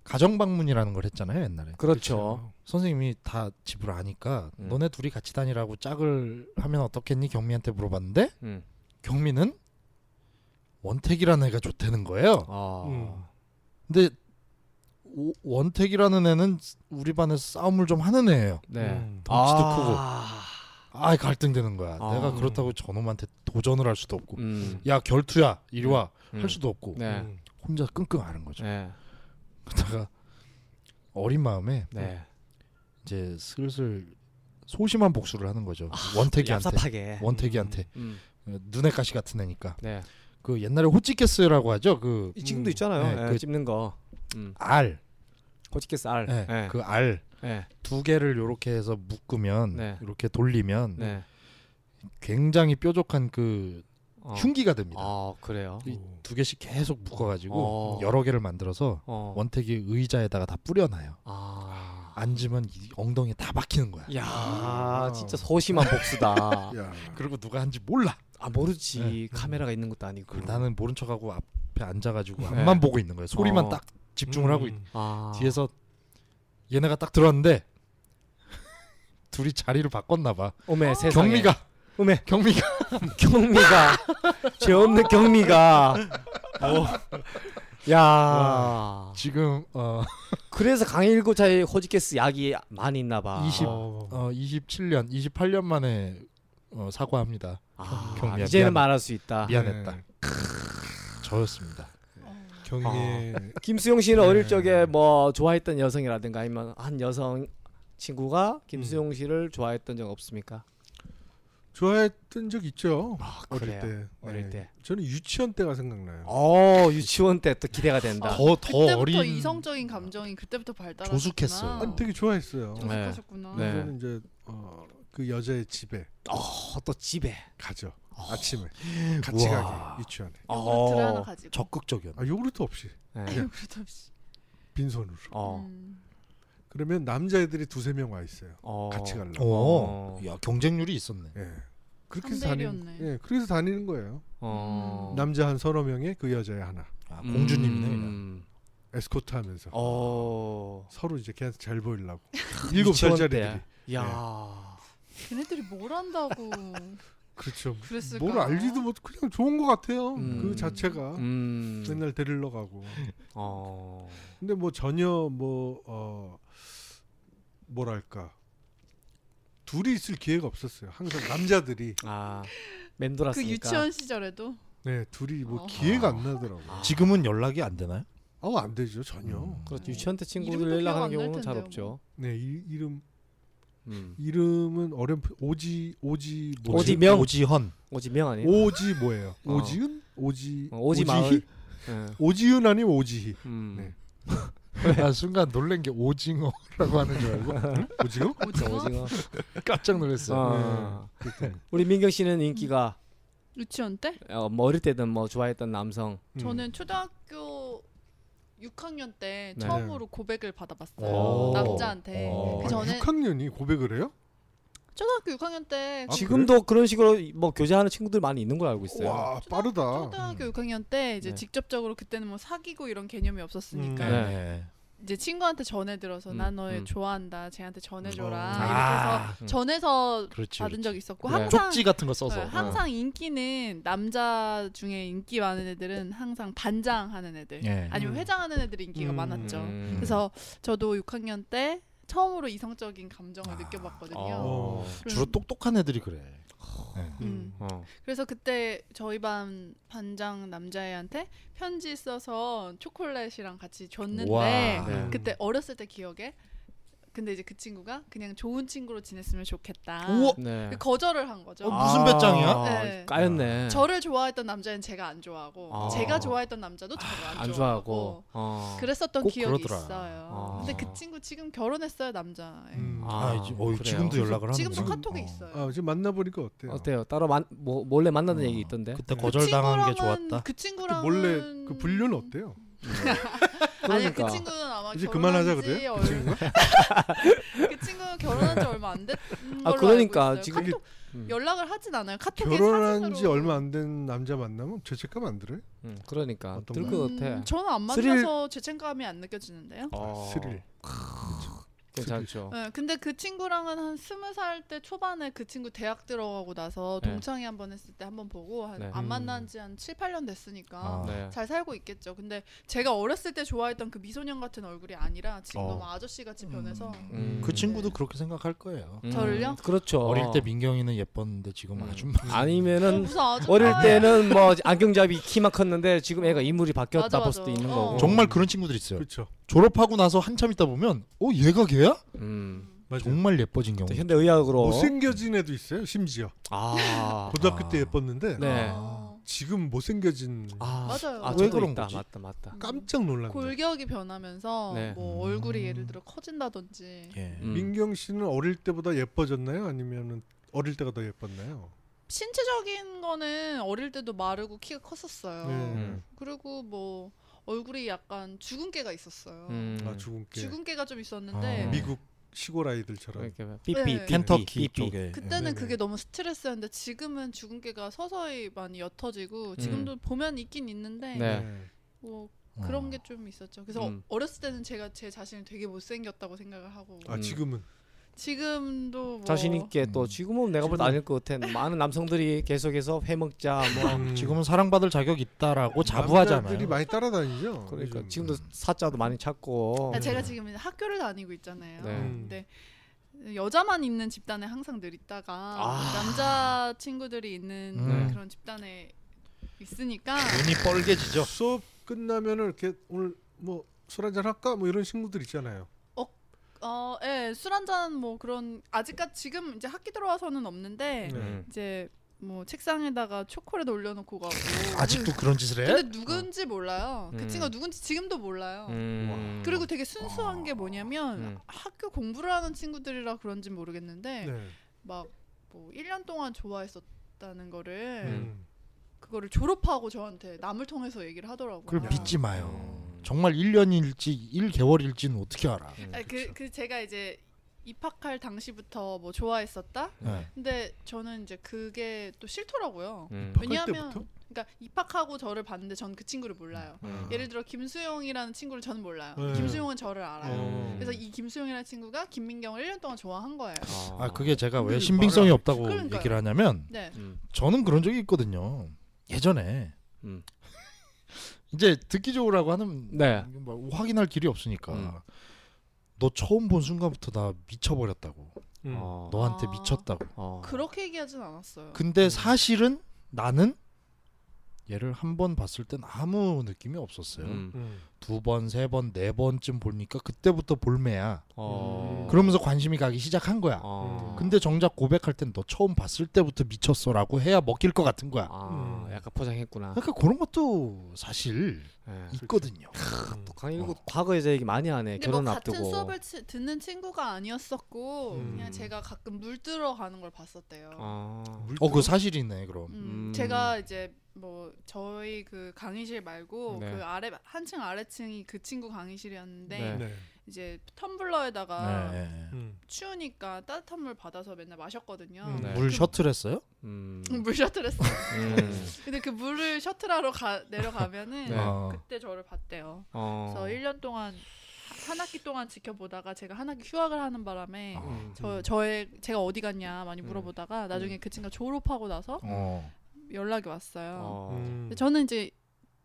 [SPEAKER 3] 가정 방문이라는 걸 했잖아요 옛날에
[SPEAKER 4] 그렇죠.
[SPEAKER 3] 선생님이 다 집을 아니까
[SPEAKER 4] 음.
[SPEAKER 3] 너네 둘이 같이 다니라고 짝을 하면 어떻겠니 경미한테 물어봤는데
[SPEAKER 4] 음.
[SPEAKER 3] 경미는 원택이라는 애가 좋다는 거예요.
[SPEAKER 4] 아.
[SPEAKER 5] 음.
[SPEAKER 3] 근데 오- 원택이라는 애는 우리 반에서 싸움을 좀 하는 애예요.
[SPEAKER 4] 네.
[SPEAKER 5] 음.
[SPEAKER 3] 덩치도
[SPEAKER 4] 아.
[SPEAKER 3] 아 갈등되는 거야.
[SPEAKER 4] 아.
[SPEAKER 3] 내가 그렇다고 저놈한테 도전을 할 수도 없고,
[SPEAKER 4] 음.
[SPEAKER 3] 야 결투야 이리 와 할
[SPEAKER 4] 음.
[SPEAKER 3] 수도 없고
[SPEAKER 4] 네.
[SPEAKER 5] 음.
[SPEAKER 3] 혼자 끙끙 앓은 거죠.
[SPEAKER 4] 네.
[SPEAKER 3] 그러다가 어린 마음에
[SPEAKER 4] 네.
[SPEAKER 3] 이제 슬슬 소심한 복수를 하는 거죠. 원태기한테.
[SPEAKER 4] 얍삽하게.
[SPEAKER 3] 원택이한테.
[SPEAKER 4] 아, 음,
[SPEAKER 3] 어, 눈에 가시 같은 애니까.
[SPEAKER 4] 네.
[SPEAKER 3] 그 옛날에 호치케스라고 하죠. 그
[SPEAKER 4] 이 지금도
[SPEAKER 5] 음,
[SPEAKER 4] 있잖아요.
[SPEAKER 3] 네,
[SPEAKER 4] 예,
[SPEAKER 3] 그-
[SPEAKER 4] 찝는 거. 음.
[SPEAKER 3] 알.
[SPEAKER 4] 호치케스 알.
[SPEAKER 3] 네,
[SPEAKER 4] 예,
[SPEAKER 3] 그 알 두
[SPEAKER 4] 예,
[SPEAKER 3] 개를 요렇게 해서 묶으면
[SPEAKER 4] 네.
[SPEAKER 3] 이렇게 돌리면
[SPEAKER 4] 네.
[SPEAKER 3] 굉장히 뾰족한 그
[SPEAKER 4] 어.
[SPEAKER 3] 흉기가 됩니다.
[SPEAKER 4] 아 그래요.
[SPEAKER 3] 이-
[SPEAKER 5] 음.
[SPEAKER 3] 두 개씩 계속 묶어가지고
[SPEAKER 4] 어.
[SPEAKER 3] 여러 개를 만들어서
[SPEAKER 4] 어.
[SPEAKER 3] 원택이 의자에다가 다 뿌려놔요.
[SPEAKER 4] 아.
[SPEAKER 3] 앉으면 이 엉덩이에 다 박히는 거야.
[SPEAKER 4] 야,
[SPEAKER 3] 아.
[SPEAKER 4] 진짜 소심한 복수다.
[SPEAKER 5] 야.
[SPEAKER 3] 그리고 누가 한지 몰라.
[SPEAKER 4] 아 모르지.
[SPEAKER 3] 네.
[SPEAKER 4] 카메라가 있는 것도 아니고.
[SPEAKER 3] 그리고 나는 모른 척하고 앞에 앉아가지고
[SPEAKER 4] 음. 네.
[SPEAKER 3] 앞만 보고 있는 거야. 소리만
[SPEAKER 4] 어.
[SPEAKER 3] 딱 집중을
[SPEAKER 5] 음.
[SPEAKER 3] 하고 있.
[SPEAKER 4] 아.
[SPEAKER 3] 뒤에서 얘네가 딱 들어왔는데 둘이 자리를 바꿨나 봐.
[SPEAKER 4] 오메 세상에.
[SPEAKER 3] 아. 경미가
[SPEAKER 4] 오메
[SPEAKER 3] 경미가
[SPEAKER 4] 경미가 죄 없는 경미가. 어. 야.
[SPEAKER 3] 지금 어,
[SPEAKER 4] 그래서 강일고차에 호지케스 약이 많이 있나 봐.
[SPEAKER 3] 20.
[SPEAKER 5] 어.
[SPEAKER 3] 어 27년, 28년 만에 어, 사과합니다.
[SPEAKER 4] 아,
[SPEAKER 3] 경미야,
[SPEAKER 4] 이제는
[SPEAKER 3] 미안해.
[SPEAKER 4] 말할 수 있다.
[SPEAKER 3] 미안했다.
[SPEAKER 5] 네.
[SPEAKER 3] 저였습니다.
[SPEAKER 6] 어.
[SPEAKER 5] 경미의
[SPEAKER 4] 김수영 씨는
[SPEAKER 5] 네.
[SPEAKER 4] 어릴 적에 뭐 좋아했던 여성이라든가 아니면 한 여성 친구가 김수영 씨를 좋아했던 적 없습니까?
[SPEAKER 5] 좋아했던 적 있죠.
[SPEAKER 4] 아,
[SPEAKER 5] 어릴 때.
[SPEAKER 4] 어릴
[SPEAKER 5] 네.
[SPEAKER 4] 때.
[SPEAKER 5] 저는 유치원 때가 생각나요.
[SPEAKER 4] 어, 유치원 때 또 기대가 된다.
[SPEAKER 3] 더 더
[SPEAKER 6] 아, 그때부터
[SPEAKER 3] 어린
[SPEAKER 6] 이성적인 감정이 그때부터 발달하셨구나.
[SPEAKER 3] 조숙했어요.
[SPEAKER 5] 아니, 되게 좋아했어요.
[SPEAKER 4] 네.
[SPEAKER 6] 조숙하셨구나.
[SPEAKER 4] 네.
[SPEAKER 5] 저는 이제 어, 그 여자의 집에
[SPEAKER 4] 어, 또 집에.
[SPEAKER 5] 가죠. 아침에 같이
[SPEAKER 3] 우와.
[SPEAKER 5] 가게 유치원에.
[SPEAKER 4] 어.
[SPEAKER 6] 요구르트를 어. 하나 가지고.
[SPEAKER 3] 적극적이었나?
[SPEAKER 5] 아 요구르트 없이
[SPEAKER 4] 네.
[SPEAKER 6] 요구르트 없이.
[SPEAKER 5] 빈손으로.
[SPEAKER 4] 어.
[SPEAKER 6] 음.
[SPEAKER 5] 그러면 남자애들이 두세 명 와 있어요.
[SPEAKER 4] 어.
[SPEAKER 5] 같이 가려고.
[SPEAKER 3] 오, 야 경쟁률이 있었네.
[SPEAKER 5] 예. 그렇게 해서
[SPEAKER 6] 삼대일이었네.
[SPEAKER 5] 다니는 예, 그래서 다니는 거예요.
[SPEAKER 4] 어.
[SPEAKER 5] 남자 한 서너 명에 그 여자애 하나.
[SPEAKER 3] 아,
[SPEAKER 4] 음.
[SPEAKER 3] 공주님이네. 그냥.
[SPEAKER 5] 에스코트 하면서
[SPEAKER 4] 어.
[SPEAKER 5] 서로 이제 걔한테 잘 보이려고. 일곱
[SPEAKER 4] 유치원
[SPEAKER 5] 살짜리들이.
[SPEAKER 4] 때. 야.
[SPEAKER 6] 걔네들이 뭘 안다고
[SPEAKER 5] 그렇죠.
[SPEAKER 6] 그랬을까?
[SPEAKER 5] 뭘 알지도 못 그냥 좋은 것 같아요.
[SPEAKER 4] 음.
[SPEAKER 5] 그 자체가
[SPEAKER 4] 음.
[SPEAKER 5] 맨날 데리러 가고.
[SPEAKER 4] 어.
[SPEAKER 5] 근데 뭐 전혀 뭐 어, 뭐랄까 둘이 있을 기회가 없었어요. 항상 남자들이
[SPEAKER 4] 아. 맴돌았으니까.
[SPEAKER 6] 그 유치원 시절에도
[SPEAKER 5] 네 둘이 뭐
[SPEAKER 6] 어.
[SPEAKER 5] 기회가 안 나더라고.
[SPEAKER 4] 아.
[SPEAKER 3] 지금은 연락이 안 되나요?
[SPEAKER 5] 아우 어, 안 되죠 전혀.
[SPEAKER 3] 음.
[SPEAKER 4] 그렇죠. 유치원 때 친구들
[SPEAKER 6] 이름도 기억
[SPEAKER 4] 연락하는
[SPEAKER 6] 안날
[SPEAKER 4] 경우는 잘
[SPEAKER 6] 텐데요, 뭐.
[SPEAKER 4] 없죠.
[SPEAKER 5] 네 이, 이름
[SPEAKER 4] 음.
[SPEAKER 5] 이름은 어렴 오지 오지 뭐지?
[SPEAKER 4] 오지 명.
[SPEAKER 3] 오지헌.
[SPEAKER 4] 오지명 아니에요?
[SPEAKER 5] 오지 뭐예요?
[SPEAKER 4] 어.
[SPEAKER 5] 오지은 오지
[SPEAKER 4] 어, 오지 마을. 예.
[SPEAKER 5] 오지은 아니면 오지희
[SPEAKER 4] 음.
[SPEAKER 5] 네.
[SPEAKER 3] 나 아, 순간 놀란 게 오징어라고 하는 줄 알고
[SPEAKER 5] 오지요?
[SPEAKER 6] 오징어?
[SPEAKER 4] 오징어.
[SPEAKER 3] 깜짝 놀랐어요.
[SPEAKER 4] 어.
[SPEAKER 5] 그랬더니,
[SPEAKER 4] 우리 민경 씨는 인기가
[SPEAKER 6] 유치원 때?
[SPEAKER 4] 어, 뭐 어릴 때든 뭐 좋아했던 남성.
[SPEAKER 5] 음.
[SPEAKER 6] 저는 초등학교 6학년 때
[SPEAKER 4] 네.
[SPEAKER 6] 처음으로 고백을 받아봤어요.
[SPEAKER 3] 오.
[SPEAKER 6] 남자한테.
[SPEAKER 3] 오.
[SPEAKER 6] 그
[SPEAKER 5] 아니,
[SPEAKER 6] 전에
[SPEAKER 5] 6학년이 고백을 해요?
[SPEAKER 6] 초등학교 6학년 때
[SPEAKER 5] 아,
[SPEAKER 4] 지금도 그런 식으로 뭐 교제하는 친구들 많이 있는 걸 알고 있어요.
[SPEAKER 5] 와
[SPEAKER 6] 초등-
[SPEAKER 5] 빠르다.
[SPEAKER 6] 초등학교
[SPEAKER 3] 음.
[SPEAKER 6] 6학년 때 이제
[SPEAKER 4] 네.
[SPEAKER 6] 직접적으로 그때는 뭐 사귀고 이런 개념이 없었으니까
[SPEAKER 5] 음.
[SPEAKER 4] 네.
[SPEAKER 3] 네.
[SPEAKER 6] 이제 친구한테 전해들어서
[SPEAKER 4] 음,
[SPEAKER 6] 나 너의
[SPEAKER 4] 음.
[SPEAKER 6] 좋아한다 쟤한테 전해줘라
[SPEAKER 5] 음.
[SPEAKER 6] 이렇게 해서
[SPEAKER 3] 아.
[SPEAKER 4] 음.
[SPEAKER 6] 전해서
[SPEAKER 3] 그렇지.
[SPEAKER 6] 받은 적 있었고
[SPEAKER 4] 네.
[SPEAKER 6] 항상
[SPEAKER 3] 쪽지 같은 거 써서. 어.
[SPEAKER 6] 네, 항상 인기는 남자 중에 인기 많은 애들은 항상 반장하는 애들
[SPEAKER 3] 예.
[SPEAKER 6] 아니면
[SPEAKER 5] 음.
[SPEAKER 6] 회장하는 애들이 인기가
[SPEAKER 5] 음.
[SPEAKER 6] 많았죠.
[SPEAKER 4] 음.
[SPEAKER 6] 그래서 저도 6학년 때 처음으로 이성적인 감정을
[SPEAKER 3] 아.
[SPEAKER 6] 느껴봤거든요.
[SPEAKER 4] 어.
[SPEAKER 6] 그럼-
[SPEAKER 3] 주로 똑똑한 애들이 그래.
[SPEAKER 6] 음.
[SPEAKER 4] 어.
[SPEAKER 6] 그래서 그때 저희 반 반장 남자애한테 편지 써서 초콜릿이랑 같이 줬는데
[SPEAKER 3] 와.
[SPEAKER 4] 네.
[SPEAKER 6] 음. 그때 어렸을 때 기억에 근데 이제 그 친구가 그냥 좋은 친구로 지냈으면 좋겠다. 그
[SPEAKER 3] 우와.
[SPEAKER 4] 네.
[SPEAKER 6] 거절을 한 거죠.
[SPEAKER 3] 어, 무슨 배짱이야?
[SPEAKER 4] 아,
[SPEAKER 6] 네.
[SPEAKER 4] 까였네.
[SPEAKER 6] 저를 좋아했던 남자는 제가 안 좋아하고
[SPEAKER 4] 아.
[SPEAKER 6] 제가 좋아했던 남자도 저를 안,
[SPEAKER 4] 안
[SPEAKER 6] 좋아하고
[SPEAKER 4] 좋아하고. 어.
[SPEAKER 6] 그랬었던
[SPEAKER 3] 꼭
[SPEAKER 6] 기억이
[SPEAKER 3] 그러더라.
[SPEAKER 6] 있어요.
[SPEAKER 4] 아.
[SPEAKER 6] 근데 그 친구 지금 결혼했어요 남자.
[SPEAKER 5] 음.
[SPEAKER 3] 아,
[SPEAKER 4] 아,
[SPEAKER 3] 이제- 어,
[SPEAKER 4] 그래요?
[SPEAKER 3] 지금도 연락을 하는
[SPEAKER 6] 지금도
[SPEAKER 5] 하는구나.
[SPEAKER 6] 카톡에
[SPEAKER 3] 어.
[SPEAKER 6] 있어요.
[SPEAKER 5] 아 지금 만나보니까 어때요?
[SPEAKER 4] 어때요? 따로 만, 뭐, 몰래 만나는
[SPEAKER 3] 어.
[SPEAKER 4] 얘기 있던데.
[SPEAKER 3] 그때
[SPEAKER 5] 그
[SPEAKER 3] 거절당한 게
[SPEAKER 6] 친구랑은-
[SPEAKER 3] 좋았다.
[SPEAKER 5] 그
[SPEAKER 6] 그 친구랑은
[SPEAKER 5] 몰래 그 분류는 어때요?
[SPEAKER 6] 아니
[SPEAKER 4] 그러니까.
[SPEAKER 6] 그 친구는 아마
[SPEAKER 5] 이제
[SPEAKER 6] 결혼한
[SPEAKER 5] 그만하자
[SPEAKER 6] 지
[SPEAKER 5] 그래요? 그
[SPEAKER 6] 얼-
[SPEAKER 5] 친구가?
[SPEAKER 6] 그 친구 결혼한 지 얼마 안 됐는 음,
[SPEAKER 4] 아,
[SPEAKER 6] 걸로
[SPEAKER 4] 그러니까
[SPEAKER 6] 알고 있어요.
[SPEAKER 4] 지금
[SPEAKER 6] 카톡
[SPEAKER 4] 음.
[SPEAKER 6] 연락을 하진 않아요. 카톡에
[SPEAKER 5] 결혼한 지
[SPEAKER 6] 사진으로.
[SPEAKER 5] 얼마 안 된 남자 만나면 죄책감 안 들어요?
[SPEAKER 4] 음, 그러니까.
[SPEAKER 5] 어떤
[SPEAKER 4] 들
[SPEAKER 5] 거야?
[SPEAKER 4] 것 같아.
[SPEAKER 6] 음, 저는 안
[SPEAKER 4] 스릴-
[SPEAKER 6] 만나서 죄책감이 안 느껴지는데요.
[SPEAKER 4] 어.
[SPEAKER 5] 스릴.
[SPEAKER 4] 괜찮죠.
[SPEAKER 6] 네, 근데 그 친구랑은 한 스무 살 때 초반에 그 친구 대학 들어가고 나서
[SPEAKER 4] 네.
[SPEAKER 6] 동창회 한 번 했을 때 한 번 보고 한,
[SPEAKER 4] 네.
[SPEAKER 6] 안
[SPEAKER 5] 음.
[SPEAKER 6] 만난 지 한 7, 8년 됐으니까
[SPEAKER 3] 아.
[SPEAKER 4] 네.
[SPEAKER 6] 잘 살고 있겠죠. 근데 제가 어렸을 때 좋아했던 그 미소년 같은 얼굴이 아니라 지금
[SPEAKER 3] 어.
[SPEAKER 6] 너무 아저씨같이 변해서 어,
[SPEAKER 4] 음.
[SPEAKER 3] 그 친구도 그렇게 생각할 거예요.
[SPEAKER 4] 음,
[SPEAKER 6] 저를요?
[SPEAKER 4] 그렇죠.
[SPEAKER 3] 어릴 때 민경이는 예뻤는데 지금
[SPEAKER 4] 음.
[SPEAKER 3] 아줌마.
[SPEAKER 6] 저
[SPEAKER 4] 아니면은
[SPEAKER 6] 무슨 아저씨
[SPEAKER 4] 어릴
[SPEAKER 3] 네.
[SPEAKER 6] 아,
[SPEAKER 4] 때는 뭐 안경잡이 키만 컸는데 지금 애가 인물이 바뀌었다
[SPEAKER 6] 맞아,
[SPEAKER 4] 볼 수도
[SPEAKER 6] 맞아.
[SPEAKER 4] 있는
[SPEAKER 6] 어.
[SPEAKER 4] 거고. 네.
[SPEAKER 3] 정말 그런 친구들 있어요.
[SPEAKER 5] 그렇죠.
[SPEAKER 3] 졸업하고 나서 한참 있다 보면 어 얘가 걔야?
[SPEAKER 4] 음.
[SPEAKER 3] 정말 예뻐진 경우.
[SPEAKER 4] 또그 현대 의학으로
[SPEAKER 5] 못생겨진 애도 있어요. 심지어
[SPEAKER 4] 아
[SPEAKER 5] 고등학교
[SPEAKER 3] 아.
[SPEAKER 5] 때 예뻤는데
[SPEAKER 4] 네.
[SPEAKER 6] 어.
[SPEAKER 5] 지금 못생겨진
[SPEAKER 4] 아,
[SPEAKER 6] 맞아요.
[SPEAKER 4] 아,
[SPEAKER 6] 왜
[SPEAKER 4] 저도
[SPEAKER 3] 그런
[SPEAKER 4] 있다.
[SPEAKER 3] 거지?
[SPEAKER 4] 맞다, 맞다.
[SPEAKER 5] 깜짝 놀랐네.
[SPEAKER 6] 음. 골격이 변하면서
[SPEAKER 4] 네.
[SPEAKER 6] 뭐
[SPEAKER 3] 음.
[SPEAKER 6] 얼굴이 예를 들어 커진다든지
[SPEAKER 3] 예.
[SPEAKER 4] 음.
[SPEAKER 5] 민경 씨는 어릴 때보다 예뻐졌나요? 아니면은 어릴 때가 더 예뻤나요?
[SPEAKER 6] 신체적인 거는 어릴 때도 마르고 키가 컸었어요.
[SPEAKER 4] 음.
[SPEAKER 5] 네.
[SPEAKER 6] 그리고 뭐 얼굴이 약간 주근깨가 있었어요.
[SPEAKER 4] 음.
[SPEAKER 5] 아 죽은 게
[SPEAKER 6] 주근깨가 좀 있었는데
[SPEAKER 3] 아.
[SPEAKER 5] 미국 시골 아이들처럼
[SPEAKER 4] 이렇게
[SPEAKER 6] 네.
[SPEAKER 4] 삐삐 삐삐,
[SPEAKER 3] 켄터키
[SPEAKER 4] 삐삐.
[SPEAKER 3] 쪽에.
[SPEAKER 6] 그때는
[SPEAKER 5] 네네.
[SPEAKER 6] 그게 너무 스트레스였는데 지금은 주근깨가 서서히 많이 옅어지고 지금도 보면 있긴 있는데
[SPEAKER 4] 네.
[SPEAKER 6] 뭐
[SPEAKER 3] 예.
[SPEAKER 6] 그런
[SPEAKER 3] 어.
[SPEAKER 6] 게 좀 있었죠. 그래서
[SPEAKER 4] 음.
[SPEAKER 6] 어렸을 때는 제가 제 자신을 되게 못생겼다고 생각을 하고
[SPEAKER 5] 아
[SPEAKER 4] 음.
[SPEAKER 5] 지금은
[SPEAKER 6] 지금도 뭐
[SPEAKER 4] 자신 있게 또
[SPEAKER 3] 음.
[SPEAKER 4] 지금은 내가 볼때 아닐 것 같아. 많은 남성들이 계속해서 회 먹자 뭐
[SPEAKER 5] 음,
[SPEAKER 3] 지금은 사랑받을 자격 있다라고 자부하잖아요.
[SPEAKER 5] 남자들이 많이 따라다니죠.
[SPEAKER 4] 그러니까
[SPEAKER 3] 음.
[SPEAKER 5] 요즘.
[SPEAKER 4] 지금도 사자도 많이 찾고.
[SPEAKER 6] 아, 제가 지금 학교를 다니고 있잖아요.
[SPEAKER 4] 네.
[SPEAKER 5] 음.
[SPEAKER 6] 근데 여자만 있는 집단에 항상 늘 있다가
[SPEAKER 4] 아.
[SPEAKER 6] 남자 친구들이 있는
[SPEAKER 3] 음. 네.
[SPEAKER 6] 그런 집단에 있으니까
[SPEAKER 3] 눈이 뻘개지죠.
[SPEAKER 5] 수업 끝나면은 이렇게 오늘 뭐 술 한잔 할까 뭐 이런 친구들 있잖아요.
[SPEAKER 6] 어, 예, 술 한잔 뭐 그런 아직까지 지금 이제 학기 들어와서는 없는데
[SPEAKER 4] 음.
[SPEAKER 5] 네.
[SPEAKER 6] 이제 뭐 책상에다가 초콜릿 올려놓고 가고
[SPEAKER 3] 아직도 어. 그런 짓을 해?
[SPEAKER 6] 근데 누군지 몰라요. 그
[SPEAKER 4] 음.
[SPEAKER 6] 친구가 누군지 지금도 몰라요.
[SPEAKER 4] 음.
[SPEAKER 6] 그리고 되게
[SPEAKER 3] 아.
[SPEAKER 6] 순수한 게 뭐냐면
[SPEAKER 4] 음.
[SPEAKER 6] 학교 공부를 하는 친구들이라 그런지 모르겠는데
[SPEAKER 5] 네.
[SPEAKER 6] 막 뭐 1년 동안 좋아했었다는 거를
[SPEAKER 5] 음.
[SPEAKER 6] 그거를 졸업하고 저한테 남을 통해서 얘기를 하더라고요.
[SPEAKER 3] 그걸 믿지 마요.
[SPEAKER 6] 음.
[SPEAKER 3] 정말 1년일지 1개월일지는 어떻게 알아?
[SPEAKER 6] 아, 그, 그 제가 이제 입학할 당시부터 뭐 좋아했었다.
[SPEAKER 3] 예.
[SPEAKER 6] 근데 저는 이제 그게 또 싫더라고요.
[SPEAKER 4] 음.
[SPEAKER 5] 바꿀
[SPEAKER 6] 왜냐하면
[SPEAKER 5] 때부터?
[SPEAKER 6] 그러니까 입학하고 저를 봤는데 전 그 친구를 몰라요.
[SPEAKER 4] 음.
[SPEAKER 6] 예를 들어 김수용이라는 친구를 저는 몰라요.
[SPEAKER 5] 네.
[SPEAKER 6] 김수용은 저를
[SPEAKER 4] 음.
[SPEAKER 6] 알아요.
[SPEAKER 5] 어.
[SPEAKER 6] 그래서 이 김수용이라는 친구가 김민경을 1년 동안 좋아한 거예요.
[SPEAKER 3] 아 그게 제가 왜
[SPEAKER 5] 근데
[SPEAKER 3] 신빙성이
[SPEAKER 5] 말을
[SPEAKER 3] 없다고
[SPEAKER 6] 그러니까요.
[SPEAKER 3] 얘기를 하냐면
[SPEAKER 6] 네.
[SPEAKER 4] 음.
[SPEAKER 3] 저는 그런 적이 있거든요. 예전에
[SPEAKER 4] 음.
[SPEAKER 3] 이제 듣기 좋으라고 하는
[SPEAKER 4] 네.
[SPEAKER 3] 뭐 확인할 길이 없으니까
[SPEAKER 4] 음.
[SPEAKER 3] 너 처음 본 순간부터 나 미쳐버렸다고
[SPEAKER 5] 음.
[SPEAKER 4] 어.
[SPEAKER 3] 너한테
[SPEAKER 6] 아. 음.
[SPEAKER 3] 미쳤다고.
[SPEAKER 4] 어.
[SPEAKER 6] 그렇게 얘기하진 않았어요.
[SPEAKER 3] 근데 사실은 나는 얘를 한 번 봤을 땐 아무 느낌이 없었어요.
[SPEAKER 4] 음.
[SPEAKER 5] 음.
[SPEAKER 3] 두 번, 세 번, 네 번쯤 보니까 그때부터 볼매야.
[SPEAKER 4] 어.
[SPEAKER 3] 그러면서 관심이 가기 시작한 거야.
[SPEAKER 4] 어.
[SPEAKER 3] 근데 정작 고백할 땐 너 처음 봤을 때부터 미쳤어라고 해야 먹힐 것 같은 거야.
[SPEAKER 4] 아,
[SPEAKER 5] 음.
[SPEAKER 4] 약간 포장했구나.
[SPEAKER 3] 그러니까 그런 것도 사실
[SPEAKER 4] 예.
[SPEAKER 3] 있거든요.
[SPEAKER 5] 음.
[SPEAKER 4] 강일구 과거 여자 얘기 많이 하네.
[SPEAKER 6] 근데
[SPEAKER 4] 결혼
[SPEAKER 6] 뭐
[SPEAKER 4] 앞두고.
[SPEAKER 6] 같은 수업을 치- 듣는 친구가 아니었었고
[SPEAKER 5] 음.
[SPEAKER 6] 그냥 제가 가끔 물들어 가는 걸 봤었대요.
[SPEAKER 4] 아.
[SPEAKER 3] 어, 그 사실이네 그럼.
[SPEAKER 6] 음,
[SPEAKER 4] 음.
[SPEAKER 6] 제가 이제 뭐 저희 그 강의실 말고
[SPEAKER 4] 네.
[SPEAKER 6] 그 아래 한층 아래층이 그 친구 강의실이었는데
[SPEAKER 4] 네.
[SPEAKER 5] 네.
[SPEAKER 6] 이제
[SPEAKER 3] 네,
[SPEAKER 4] 아.
[SPEAKER 6] 텀블러에다가
[SPEAKER 3] 네.
[SPEAKER 5] 음.
[SPEAKER 6] 추우니까 따뜻한 물 받아서 맨날 마셨거든요.
[SPEAKER 5] 음.
[SPEAKER 4] 네.
[SPEAKER 3] 물 셔틀했어요?
[SPEAKER 4] 음.
[SPEAKER 6] 물 셔틀했어.
[SPEAKER 4] 음.
[SPEAKER 6] 근데 그 물을 셔틀하러 가, 내려가면은
[SPEAKER 4] 네.
[SPEAKER 3] 어.
[SPEAKER 6] 그때 저를 봤대요.
[SPEAKER 4] 어.
[SPEAKER 6] 그래서 1년 동안 한 학기 동안 지켜보다가 제가 한 학기 휴학을 하는 바람에
[SPEAKER 4] 음.
[SPEAKER 6] 저 저의 제가 어디 갔냐 많이
[SPEAKER 4] 음.
[SPEAKER 6] 물어보다가 나중에 그 친구가 졸업하고
[SPEAKER 4] 그
[SPEAKER 6] 나서
[SPEAKER 3] 어.
[SPEAKER 6] 연락이 왔어요.
[SPEAKER 4] 어.
[SPEAKER 5] 음.
[SPEAKER 6] 근데 저는 이제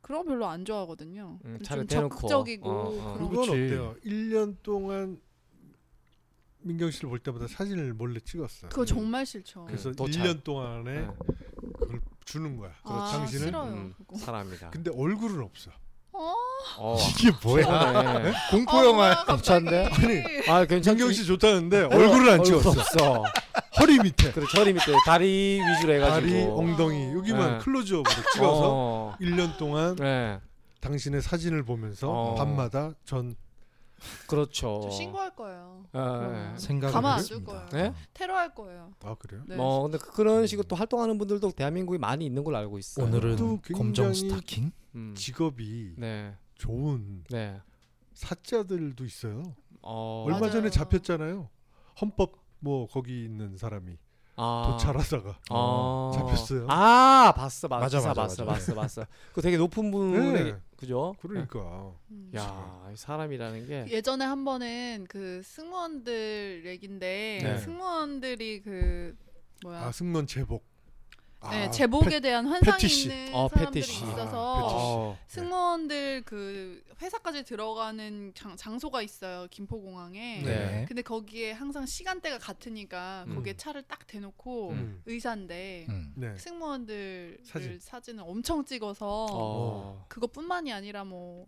[SPEAKER 6] 그런 거 별로 안 좋아하거든요.
[SPEAKER 4] 음, 차를
[SPEAKER 6] 좀
[SPEAKER 4] 대놓고.
[SPEAKER 6] 적극적이고
[SPEAKER 4] 어, 어.
[SPEAKER 5] 그건
[SPEAKER 6] 그런 거.
[SPEAKER 3] 그치.
[SPEAKER 5] 어때요? 1년 동안 민경 씨를 볼 때마다 사진을 몰래 찍었어요.
[SPEAKER 6] 그거 정말 싫죠.
[SPEAKER 4] 그-
[SPEAKER 5] 그래서
[SPEAKER 4] 음, 또 잘-
[SPEAKER 5] 1년 동안에
[SPEAKER 4] 네.
[SPEAKER 5] 그걸 주는 거야.
[SPEAKER 6] 아
[SPEAKER 5] 당신은
[SPEAKER 6] 싫어요.
[SPEAKER 4] 음,
[SPEAKER 6] 그거.
[SPEAKER 4] 사람이다.
[SPEAKER 5] 근데 얼굴은 없어.
[SPEAKER 6] 어?
[SPEAKER 4] 어.
[SPEAKER 3] 이게 뭐야?
[SPEAKER 4] 네.
[SPEAKER 3] 공포
[SPEAKER 6] 아,
[SPEAKER 3] 영화.
[SPEAKER 6] 갑자기.
[SPEAKER 4] 괜찮은데? 아 괜찮지.
[SPEAKER 5] 민경 씨 좋다는데 얼굴을 안 찍었어.
[SPEAKER 4] 네. 없어.
[SPEAKER 5] 허리 밑에.
[SPEAKER 4] 그래 저리 밑에 다리 위주로 해가지고.
[SPEAKER 5] 다리, 엉덩이 여기만
[SPEAKER 4] 네.
[SPEAKER 5] 클로즈업으로 찍어서
[SPEAKER 4] 어.
[SPEAKER 5] 1년 동안
[SPEAKER 4] 네.
[SPEAKER 5] 당신의 사진을 보면서
[SPEAKER 4] 어.
[SPEAKER 5] 밤마다 전
[SPEAKER 4] 그렇죠.
[SPEAKER 6] 저 신고할 거예요.
[SPEAKER 4] 예, 예.
[SPEAKER 3] 생각을
[SPEAKER 6] 가만 안둘
[SPEAKER 3] 했습니다.
[SPEAKER 6] 거예요.
[SPEAKER 4] 네?
[SPEAKER 6] 테러할 거예요.
[SPEAKER 5] 아, 그래요?
[SPEAKER 6] 네.
[SPEAKER 4] 뭐 근데 그- 그런 식으로 또 활동하는 분들도 대한민국이 많이 있는 걸로 알고 있어요.
[SPEAKER 5] 또
[SPEAKER 3] 오늘은
[SPEAKER 5] 굉장히-
[SPEAKER 3] 검정 스타킹.
[SPEAKER 4] 음.
[SPEAKER 5] 직업이
[SPEAKER 4] 네.
[SPEAKER 5] 좋은
[SPEAKER 4] 네.
[SPEAKER 5] 사자들도 있어요.
[SPEAKER 4] 어.
[SPEAKER 5] 얼마 전에
[SPEAKER 6] 맞아요.
[SPEAKER 5] 잡혔잖아요. 헌법 뭐 거기 있는 사람이
[SPEAKER 4] 아.
[SPEAKER 5] 도찰하다가
[SPEAKER 4] 아.
[SPEAKER 5] 잡혔어요.
[SPEAKER 4] 아 봤어 봤어
[SPEAKER 3] 맞아,
[SPEAKER 4] 기사
[SPEAKER 3] 맞아,
[SPEAKER 4] 봤어
[SPEAKER 3] 맞아.
[SPEAKER 4] 봤어 봤어. 그 되게 높은 분이
[SPEAKER 5] 네.
[SPEAKER 4] 그죠? 네.
[SPEAKER 5] 그러니까
[SPEAKER 6] 음.
[SPEAKER 4] 야, 이 사람이라는 게
[SPEAKER 6] 예전에 한 번은 그 승무원들 얘긴데
[SPEAKER 4] 네.
[SPEAKER 6] 승무원들이 그 뭐야
[SPEAKER 5] 아 승무원 제복. 아,
[SPEAKER 6] 네, 제복에 대한 환상이
[SPEAKER 5] 패티시.
[SPEAKER 6] 있는
[SPEAKER 4] 어,
[SPEAKER 6] 사람들이
[SPEAKER 4] 패티시.
[SPEAKER 6] 있어서
[SPEAKER 5] 아,
[SPEAKER 4] 어.
[SPEAKER 6] 승무원들 그 회사까지 들어가는 장, 장소가 있어요 김포공항에.
[SPEAKER 4] 네.
[SPEAKER 6] 근데 거기에 항상 시간대가 같으니까
[SPEAKER 5] 음.
[SPEAKER 6] 거기에 차를 딱 대놓고
[SPEAKER 5] 음.
[SPEAKER 6] 의사인데
[SPEAKER 3] 음.
[SPEAKER 5] 네.
[SPEAKER 6] 승무원들
[SPEAKER 5] 사진.
[SPEAKER 6] 사진. 을 엄청 찍어서
[SPEAKER 4] 어.
[SPEAKER 6] 그것뿐만이 아니라 뭐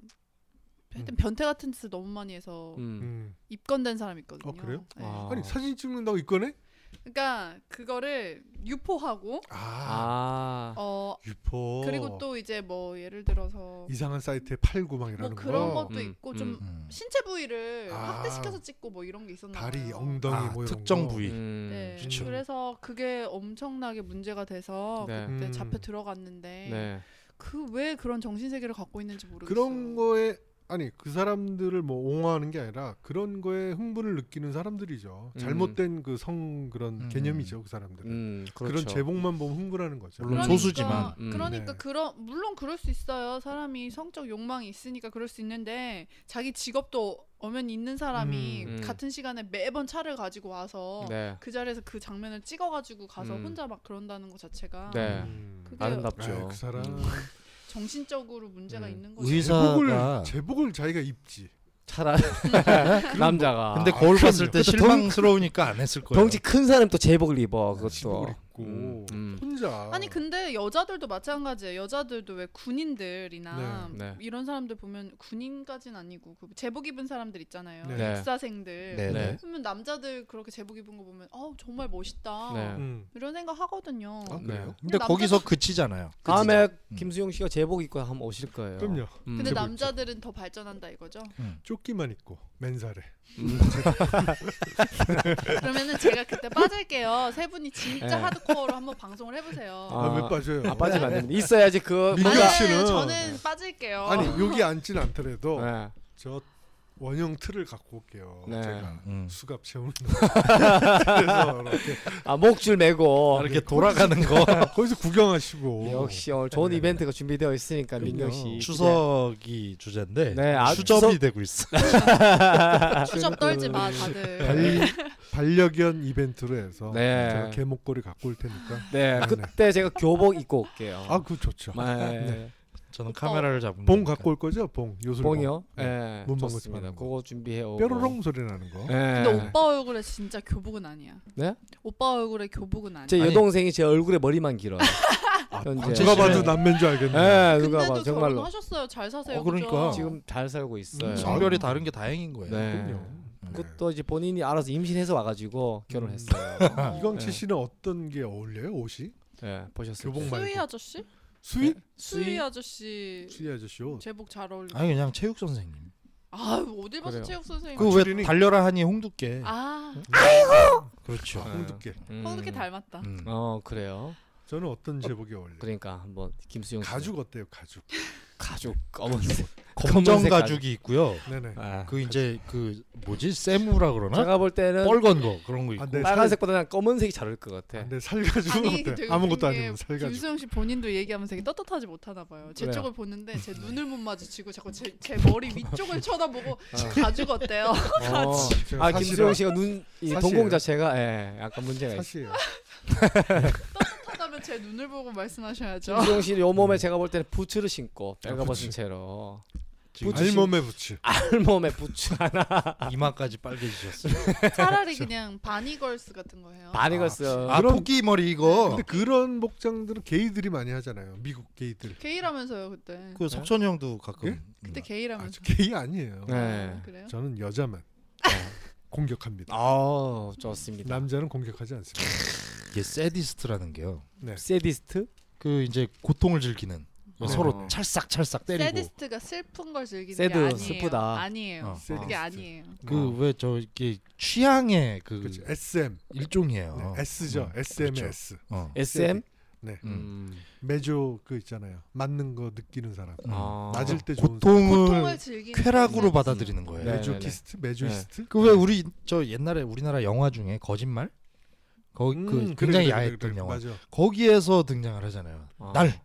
[SPEAKER 6] 하여튼 변태 같은 짓을 너무 많이 해서
[SPEAKER 4] 음.
[SPEAKER 5] 음.
[SPEAKER 6] 입건된 사람 이 있거든요.
[SPEAKER 5] 어, 그래요?
[SPEAKER 6] 네.
[SPEAKER 4] 아.
[SPEAKER 5] 아니 사진 찍는다고 이거네?
[SPEAKER 6] 그러니까 그거를 유포하고
[SPEAKER 5] 아,
[SPEAKER 4] 아.
[SPEAKER 6] 어
[SPEAKER 5] 유포.
[SPEAKER 6] 그리고 또 이제 뭐 예를 들어서
[SPEAKER 5] 이상한 사이트에 팔고 막
[SPEAKER 6] 뭐
[SPEAKER 5] 이러는
[SPEAKER 6] 그런
[SPEAKER 5] 거.
[SPEAKER 6] 것도
[SPEAKER 4] 음,
[SPEAKER 6] 있고
[SPEAKER 4] 음.
[SPEAKER 6] 좀
[SPEAKER 3] 음.
[SPEAKER 6] 신체 부위를
[SPEAKER 5] 아.
[SPEAKER 6] 확대시켜서 찍고 뭐 이런 게 있었나
[SPEAKER 5] 다리,
[SPEAKER 6] 봐요.
[SPEAKER 5] 엉덩이
[SPEAKER 3] 아,
[SPEAKER 5] 뭐 이런
[SPEAKER 3] 특정
[SPEAKER 5] 거.
[SPEAKER 3] 부위.
[SPEAKER 4] 음.
[SPEAKER 6] 네.
[SPEAKER 3] 그쵸.
[SPEAKER 6] 그래서 그게 엄청나게 문제가 돼서
[SPEAKER 4] 네.
[SPEAKER 6] 그때
[SPEAKER 5] 음.
[SPEAKER 6] 잡혀 들어갔는데
[SPEAKER 4] 네.
[SPEAKER 6] 그 왜 그런 정신 세계를 갖고 있는지 모르겠어요.
[SPEAKER 5] 그런 거에 아니 그 사람들을 뭐 옹호하는 게 아니라 그런 거에 흥분을 느끼는 사람들이죠.
[SPEAKER 4] 음.
[SPEAKER 5] 잘못된 그 성 그런
[SPEAKER 3] 음.
[SPEAKER 5] 개념이죠 그 사람들은.
[SPEAKER 4] 음.
[SPEAKER 5] 그런
[SPEAKER 4] 그렇죠.
[SPEAKER 5] 제목만 보면 흥분하는 거죠.
[SPEAKER 3] 물론 그러니까- 소수지만.
[SPEAKER 4] 음.
[SPEAKER 6] 그러니까
[SPEAKER 5] 네.
[SPEAKER 6] 그런 물론 그럴 수 있어요. 사람이 성적 욕망이 있으니까 그럴 수 있는데 자기 직업도 엄연히 있는 사람이
[SPEAKER 4] 음, 음.
[SPEAKER 6] 같은 시간에 매번 차를 가지고 와서
[SPEAKER 4] 네.
[SPEAKER 6] 그 자리에서 그 장면을 찍어가지고 가서
[SPEAKER 4] 음.
[SPEAKER 6] 혼자 막 그런다는 것 자체가
[SPEAKER 4] 네.
[SPEAKER 5] 음.
[SPEAKER 6] 그게
[SPEAKER 4] 아름답죠.
[SPEAKER 5] 아이, 그 사람
[SPEAKER 4] 음.
[SPEAKER 6] 정신적으로 문제가
[SPEAKER 4] 음.
[SPEAKER 6] 있는 거죠.
[SPEAKER 5] 제복을
[SPEAKER 3] 의사가
[SPEAKER 5] 제복을 자기가 입지.
[SPEAKER 4] 차라리 남자가
[SPEAKER 3] 근데
[SPEAKER 5] 아,
[SPEAKER 3] 거울
[SPEAKER 5] 그럼요.
[SPEAKER 3] 봤을 때
[SPEAKER 4] 그쵸, 덩-
[SPEAKER 3] 실망스러우니까 안 했을 거예요.
[SPEAKER 4] 그렇죠. 덩치 큰 사람 또 제복을 입어
[SPEAKER 5] 아, 제복을
[SPEAKER 4] 그것도.
[SPEAKER 5] 입고
[SPEAKER 4] 음, 음.
[SPEAKER 5] 혼자.
[SPEAKER 6] 아니 그- 근데 여자들도 마찬가지예요. 여자들도 왜 군인들이나
[SPEAKER 4] 네, 네.
[SPEAKER 6] 이런 사람들 보면 군인까진 아니고 그 제복 입은 사람들 있잖아요.
[SPEAKER 5] 네.
[SPEAKER 4] 네.
[SPEAKER 6] 입사생들.
[SPEAKER 3] 네.
[SPEAKER 4] 네.
[SPEAKER 6] 그러면 남자들 그렇게 제복 입은 거 보면 어 정말 멋있다
[SPEAKER 4] 네.
[SPEAKER 5] 음.
[SPEAKER 6] 이런 생각 하거든요.
[SPEAKER 5] 아 그래요?
[SPEAKER 3] 근데
[SPEAKER 6] 남자도-
[SPEAKER 3] 거기서 그치잖아요.
[SPEAKER 4] 다음에
[SPEAKER 3] 음.
[SPEAKER 4] 김수영 씨가 제복 입고 한번 오실 거예요.
[SPEAKER 5] 그럼요.
[SPEAKER 4] 음.
[SPEAKER 6] 근데
[SPEAKER 5] 제복
[SPEAKER 6] 남자들은 더 발전한다 이거죠.
[SPEAKER 5] 조끼만 입고 맨살에.
[SPEAKER 4] 음.
[SPEAKER 6] 그러면은 제가 그때 빠질게요. 세 분이 진짜
[SPEAKER 4] 네.
[SPEAKER 6] 하드코어로 한번 방송을 해보세요.
[SPEAKER 4] 아,
[SPEAKER 5] 아, 왜 빠져요?
[SPEAKER 4] 아 빠지면 안 됩니다. 있어야지 그
[SPEAKER 5] 민규
[SPEAKER 6] 아니에요.
[SPEAKER 5] 씨는-
[SPEAKER 6] 저는 빠질게요.
[SPEAKER 5] 아니 여기 앉진 않더라도
[SPEAKER 4] 네.
[SPEAKER 5] 저 원형 틀을 갖고 올게요.
[SPEAKER 4] 네.
[SPEAKER 5] 제가
[SPEAKER 3] 음.
[SPEAKER 5] 수갑 채우는 그래서 이렇게
[SPEAKER 4] 아 목줄 메고
[SPEAKER 3] 이렇게 돌아가는 거
[SPEAKER 4] 네.
[SPEAKER 5] 거기서 구경하시고
[SPEAKER 4] 역시 오늘 좋은 이벤트가 준비되어 있으니까
[SPEAKER 5] 그럼요.
[SPEAKER 4] 민경 씨
[SPEAKER 3] 추석이 주제인데
[SPEAKER 4] 네, 아,
[SPEAKER 3] 추접이
[SPEAKER 4] 추석- 네.
[SPEAKER 3] 되고 있어.
[SPEAKER 6] 추적 아, 떨지 마 다들.
[SPEAKER 5] 발, 반려견 이벤트로 해서
[SPEAKER 4] 네.
[SPEAKER 5] 제가 개목걸이 갖고 올 테니까
[SPEAKER 4] 네
[SPEAKER 5] 네.
[SPEAKER 4] 그때 제가 교복 입고 올게요.
[SPEAKER 5] 아 그거 좋죠.
[SPEAKER 4] 네.
[SPEAKER 3] 저는 카메라를 잡은
[SPEAKER 5] 봉
[SPEAKER 3] 거니까.
[SPEAKER 5] 갖고 올 거죠? 봉 요술
[SPEAKER 4] 봉이요?
[SPEAKER 5] 네.
[SPEAKER 4] 네.
[SPEAKER 5] 문방구
[SPEAKER 4] 좋습니다.
[SPEAKER 5] 집안에 뭐.
[SPEAKER 4] 그거 준비해 오고.
[SPEAKER 5] 뾰로롱 소리 나는 거.
[SPEAKER 4] 네.
[SPEAKER 6] 근데 오빠 얼굴에 진짜 교복은 아니야.
[SPEAKER 4] 네?
[SPEAKER 6] 오빠 얼굴에 교복은 아니야.
[SPEAKER 4] 제 여동생이 제 얼굴에 머리만 길어요.
[SPEAKER 5] 아,
[SPEAKER 4] 현재.
[SPEAKER 5] 제가 봐도
[SPEAKER 4] 네.
[SPEAKER 5] 남매인 줄 알겠네.
[SPEAKER 4] 네, 누가 봐
[SPEAKER 6] 근데도
[SPEAKER 4] 정말로
[SPEAKER 6] 결혼하셨어요. 잘 사세요.
[SPEAKER 3] 어, 그러니까.
[SPEAKER 6] 그죠?
[SPEAKER 4] 지금 잘 살고 있어요.
[SPEAKER 3] 음, 성별이 다른 게 다행인 거예요.
[SPEAKER 4] 네.
[SPEAKER 5] 그럼요.
[SPEAKER 4] 그것도 이제 본인이 알아서 임신해서 와가지고 결혼했어요.
[SPEAKER 5] 음.
[SPEAKER 6] 어.
[SPEAKER 5] 이광채
[SPEAKER 4] 네.
[SPEAKER 5] 씨는 어떤 게 어울려요? 옷이?
[SPEAKER 4] 네, 보셨을
[SPEAKER 5] 교복
[SPEAKER 4] 때.
[SPEAKER 5] 말고.
[SPEAKER 6] 수희 아저씨?
[SPEAKER 5] 수위?
[SPEAKER 4] 네.
[SPEAKER 6] 수희 아저씨
[SPEAKER 5] 수위 아저씨 옷.
[SPEAKER 6] 제복 잘 어울리고.
[SPEAKER 3] 아니 그냥 체육 선생님.
[SPEAKER 6] 아 어딜 봐서
[SPEAKER 4] 그래요.
[SPEAKER 6] 체육 선생님.
[SPEAKER 3] 그 왜
[SPEAKER 5] 줄이니?
[SPEAKER 3] 달려라 하니 홍두깨.
[SPEAKER 6] 아
[SPEAKER 5] 음.
[SPEAKER 3] 그렇죠.
[SPEAKER 4] 네.
[SPEAKER 5] 홍두깨.
[SPEAKER 4] 음.
[SPEAKER 6] 그렇게 닮았다.
[SPEAKER 3] 음.
[SPEAKER 4] 어 그래요.
[SPEAKER 5] 저는 어떤 제복이 어울려요?
[SPEAKER 4] 그러니까 한번 김수영 씨.
[SPEAKER 5] 가죽 어때요? 가죽.
[SPEAKER 4] 가죽 검은색
[SPEAKER 3] 검정
[SPEAKER 4] 검은색
[SPEAKER 3] 가죽이 있고요.
[SPEAKER 5] 네네.
[SPEAKER 4] 아.
[SPEAKER 3] 그 이제 그 뭐지 세무라
[SPEAKER 5] 어?
[SPEAKER 3] 그러나
[SPEAKER 4] 제가 볼 때는
[SPEAKER 3] 뻘건 거 그런 거 있고.
[SPEAKER 5] 아, 네.
[SPEAKER 4] 빨간색보다는 검은색이 잘 어울릴 것 같아.
[SPEAKER 5] 근데 살가죽은
[SPEAKER 6] 아니
[SPEAKER 5] 어때요?
[SPEAKER 6] 되게
[SPEAKER 5] 아무것도
[SPEAKER 6] 웃긴 게
[SPEAKER 5] 아니면 살가죽.
[SPEAKER 6] 김수영 씨 본인도 얘기하면서 되게 떳떳하지 못하나 봐요. 제
[SPEAKER 4] 왜요?
[SPEAKER 6] 쪽을 보는데 제 눈을 못 마주치고 자꾸 제, 제 머리 위쪽을 쳐다보고 가죽 어때요?
[SPEAKER 4] 어.
[SPEAKER 5] 제가
[SPEAKER 4] 아
[SPEAKER 5] 사실은-
[SPEAKER 4] 김수영 씨가 눈 이
[SPEAKER 5] 사실은-
[SPEAKER 4] 동공 자체가 예 약간 문제가 있어.
[SPEAKER 3] 아,
[SPEAKER 5] 사실
[SPEAKER 6] 하다면 제 눈을 보고 말씀하셔야죠.
[SPEAKER 4] 김수영 씨요 몸에 제가 볼 때는 부츠를 신고 빨가벗은
[SPEAKER 5] 음. 아, 부츠.
[SPEAKER 4] 채로
[SPEAKER 5] 알몸에 아, 부츠. 아,
[SPEAKER 4] 알몸에 부츠 하나
[SPEAKER 3] 이마까지 빨개지셨어요.
[SPEAKER 6] 차라리 그냥 바니걸스 같은 거 해요.
[SPEAKER 4] 바니걸스
[SPEAKER 3] 아 토끼 머리 이거
[SPEAKER 4] 네.
[SPEAKER 5] 근데 그런 복장들은 게이들이 많이 하잖아요. 미국 게이들.
[SPEAKER 6] 게이라면서요 그때.
[SPEAKER 4] 네.
[SPEAKER 3] 그 석천이 형도 가끔 음,
[SPEAKER 5] 예?
[SPEAKER 6] 그때
[SPEAKER 5] 아,
[SPEAKER 6] 게이라면서.
[SPEAKER 5] 저 게이 아니에요.
[SPEAKER 4] 네.
[SPEAKER 6] 아, 그래요?
[SPEAKER 5] 저는 여자만
[SPEAKER 3] 어.
[SPEAKER 5] 어, 공격합니다.
[SPEAKER 4] 아 좋습니다.
[SPEAKER 5] 남자는 공격하지 않습니다.
[SPEAKER 3] 이게 세디스트라는 게요.
[SPEAKER 4] 세디스트?
[SPEAKER 3] 그 이제 고통을 즐기는
[SPEAKER 4] 어.
[SPEAKER 3] 서로 찰싹찰싹 때리고
[SPEAKER 6] 세디스트가 슬픈 걸 즐기는
[SPEAKER 4] 새드,
[SPEAKER 6] 게 아니에요.
[SPEAKER 4] 슬프다.
[SPEAKER 6] 아니에요.
[SPEAKER 3] 어.
[SPEAKER 5] 세디스트.
[SPEAKER 6] 그게 아니에요.
[SPEAKER 3] 그 왜 저 이게 취향의 그
[SPEAKER 5] 그렇죠. SM.
[SPEAKER 3] 일종이에요.
[SPEAKER 5] 네, S죠.
[SPEAKER 3] 음,
[SPEAKER 5] SM의
[SPEAKER 3] 그렇죠.
[SPEAKER 5] S.
[SPEAKER 3] 어.
[SPEAKER 4] SM?
[SPEAKER 5] 네.
[SPEAKER 3] 음.
[SPEAKER 4] 음.
[SPEAKER 5] 매조 그 있잖아요. 맞는 거 느끼는 사람.
[SPEAKER 3] 음.
[SPEAKER 4] 아.
[SPEAKER 5] 낮을 때 좋은 사람.
[SPEAKER 3] 고통을 음.
[SPEAKER 6] 고통을 즐기는
[SPEAKER 3] 쾌락으로
[SPEAKER 6] 거지.
[SPEAKER 3] 받아들이는 거예요.
[SPEAKER 4] 네.
[SPEAKER 5] 매조키스트, 매조이스트. 네.
[SPEAKER 3] 그 왜 우리 저 옛날에 우리나라 영화 중에 거짓말 거기
[SPEAKER 5] 음,
[SPEAKER 3] 그
[SPEAKER 5] 그래,
[SPEAKER 3] 굉장히
[SPEAKER 5] 그래,
[SPEAKER 3] 야했던
[SPEAKER 5] 그래, 그래.
[SPEAKER 3] 영화 어.
[SPEAKER 5] 맞아.
[SPEAKER 3] 거기에서 등장을 하잖아요.
[SPEAKER 4] 아.
[SPEAKER 3] 날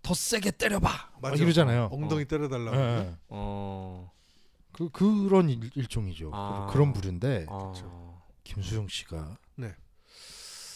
[SPEAKER 3] 더 세게 때려봐 막
[SPEAKER 5] 맞아. 어,
[SPEAKER 3] 이러잖아요.
[SPEAKER 5] 엉덩이 때려달라고.
[SPEAKER 3] 예,
[SPEAKER 5] 하는데
[SPEAKER 3] 예.
[SPEAKER 4] 어.
[SPEAKER 3] 그 그런 일, 일종이죠.
[SPEAKER 4] 아.
[SPEAKER 3] 그- 그런
[SPEAKER 5] 네,
[SPEAKER 3] 부류인데
[SPEAKER 4] 아.
[SPEAKER 3] 김수영 씨가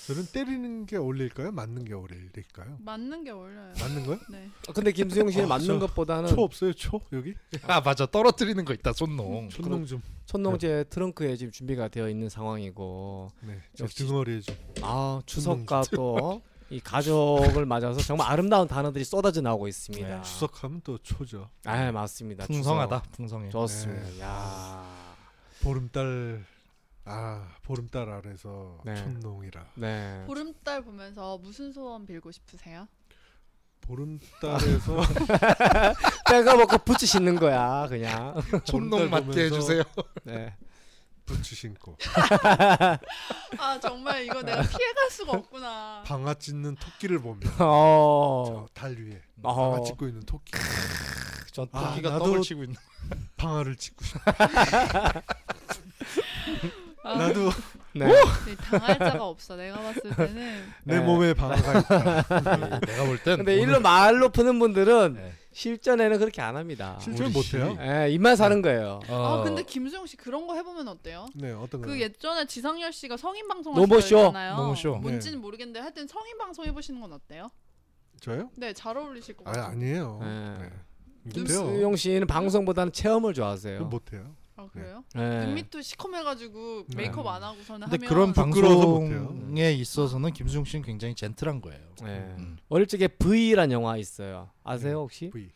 [SPEAKER 5] 저는 때리는 게 어울릴까요? 맞는 게 어울릴까요?
[SPEAKER 6] 맞는 게 어울려요.
[SPEAKER 5] 맞는 거요?
[SPEAKER 6] 네.
[SPEAKER 4] 근데 김수영 씨는
[SPEAKER 5] 어,
[SPEAKER 4] 맞는
[SPEAKER 5] 저-
[SPEAKER 3] 네.
[SPEAKER 4] 것보다는
[SPEAKER 5] 초 없어요? 초 여기?
[SPEAKER 3] 아 맞아 떨어뜨리는 거 있다 손농.
[SPEAKER 5] 촌농 좀.
[SPEAKER 4] 촌농제 트렁크에 지금 준비가 되어 있는 상황이고
[SPEAKER 5] 네. 제
[SPEAKER 4] 역시-
[SPEAKER 5] 등어리에 좀.
[SPEAKER 4] 아 추석과 또 이 가족을 맞아서 정말 아름다운 단어들이 쏟아져 나오고 있습니다.
[SPEAKER 3] 네,
[SPEAKER 5] 추석하면 또 초죠.
[SPEAKER 4] 아 맞습니다.
[SPEAKER 3] 풍성하다 네. 풍성해.
[SPEAKER 4] 추석. 좋습니다. 야.
[SPEAKER 5] 보름달 아 보름달 아래서
[SPEAKER 4] 네.
[SPEAKER 5] 촌농이라
[SPEAKER 4] 네.
[SPEAKER 6] 보름달 보면서 무슨 소원 빌고 싶으세요?
[SPEAKER 5] 보름달에서
[SPEAKER 4] 때가 먹고 부츠 신는 거야 그냥.
[SPEAKER 3] 촌농 맞게
[SPEAKER 5] 보면서
[SPEAKER 3] 해주세요.
[SPEAKER 4] 네.
[SPEAKER 5] 부츠 신고
[SPEAKER 6] 아 정말 이거 내가 피해갈 수가 없구나.
[SPEAKER 5] 방아 찢는 토끼를 보면
[SPEAKER 4] 어.
[SPEAKER 5] 저 달 위에
[SPEAKER 4] 어.
[SPEAKER 5] 방아 찢고 있는 토끼
[SPEAKER 4] 좋다.
[SPEAKER 5] 아,
[SPEAKER 3] 토끼가
[SPEAKER 5] 나도-
[SPEAKER 3] 떡을 치고 있는.
[SPEAKER 5] 방아를 찢고 싶어.
[SPEAKER 6] 아,
[SPEAKER 5] 나도
[SPEAKER 4] 네.
[SPEAKER 6] 근데 당할 자가 없어. 내가 봤을 때는
[SPEAKER 5] 내
[SPEAKER 4] 네.
[SPEAKER 5] 몸에 방아가 있다
[SPEAKER 3] 내가 볼 땐.
[SPEAKER 4] 근데 일로 말로 푸는 분들은
[SPEAKER 3] 네.
[SPEAKER 4] 실전에는 그렇게 안 합니다.
[SPEAKER 5] 실전
[SPEAKER 3] 우리
[SPEAKER 5] 못해요
[SPEAKER 3] 씨.
[SPEAKER 4] 예, 입만 사는 거예요.
[SPEAKER 3] 어,
[SPEAKER 6] 아 근데 김수영 씨 그런 거 해보면 어때요?
[SPEAKER 5] 네 어떤
[SPEAKER 6] 그
[SPEAKER 5] 거요
[SPEAKER 6] 예전에 지상열 씨가 성인 방송
[SPEAKER 4] 노모쇼,
[SPEAKER 6] 하셨잖아요.
[SPEAKER 3] 노모쇼.
[SPEAKER 6] 뭔지는 모르겠는데 하여튼 성인 방송 해보시는 건 어때요?
[SPEAKER 5] 저요
[SPEAKER 6] 네 잘 어울리실 것
[SPEAKER 5] 아
[SPEAKER 6] 같아요.
[SPEAKER 5] 아니에요
[SPEAKER 4] 네.
[SPEAKER 5] 네. 못해요 뭐
[SPEAKER 4] 김수용 씨는 방송보다는 체험을 좋아하세요.
[SPEAKER 5] 못해요
[SPEAKER 6] 아 그래요?
[SPEAKER 4] 예.
[SPEAKER 6] 눈밑도 시커매가지고
[SPEAKER 5] 네.
[SPEAKER 6] 메이크업 안 하고서는
[SPEAKER 3] 근데
[SPEAKER 6] 하면
[SPEAKER 3] 그런
[SPEAKER 5] 부끄러워서 못해요.
[SPEAKER 3] 방송에 있어서는 김수용 씨는 굉장히 젠틀한 거예요.
[SPEAKER 4] 예.
[SPEAKER 3] 음.
[SPEAKER 4] 어릴 적에 V란 영화 있어요. 아세요 혹시?
[SPEAKER 5] V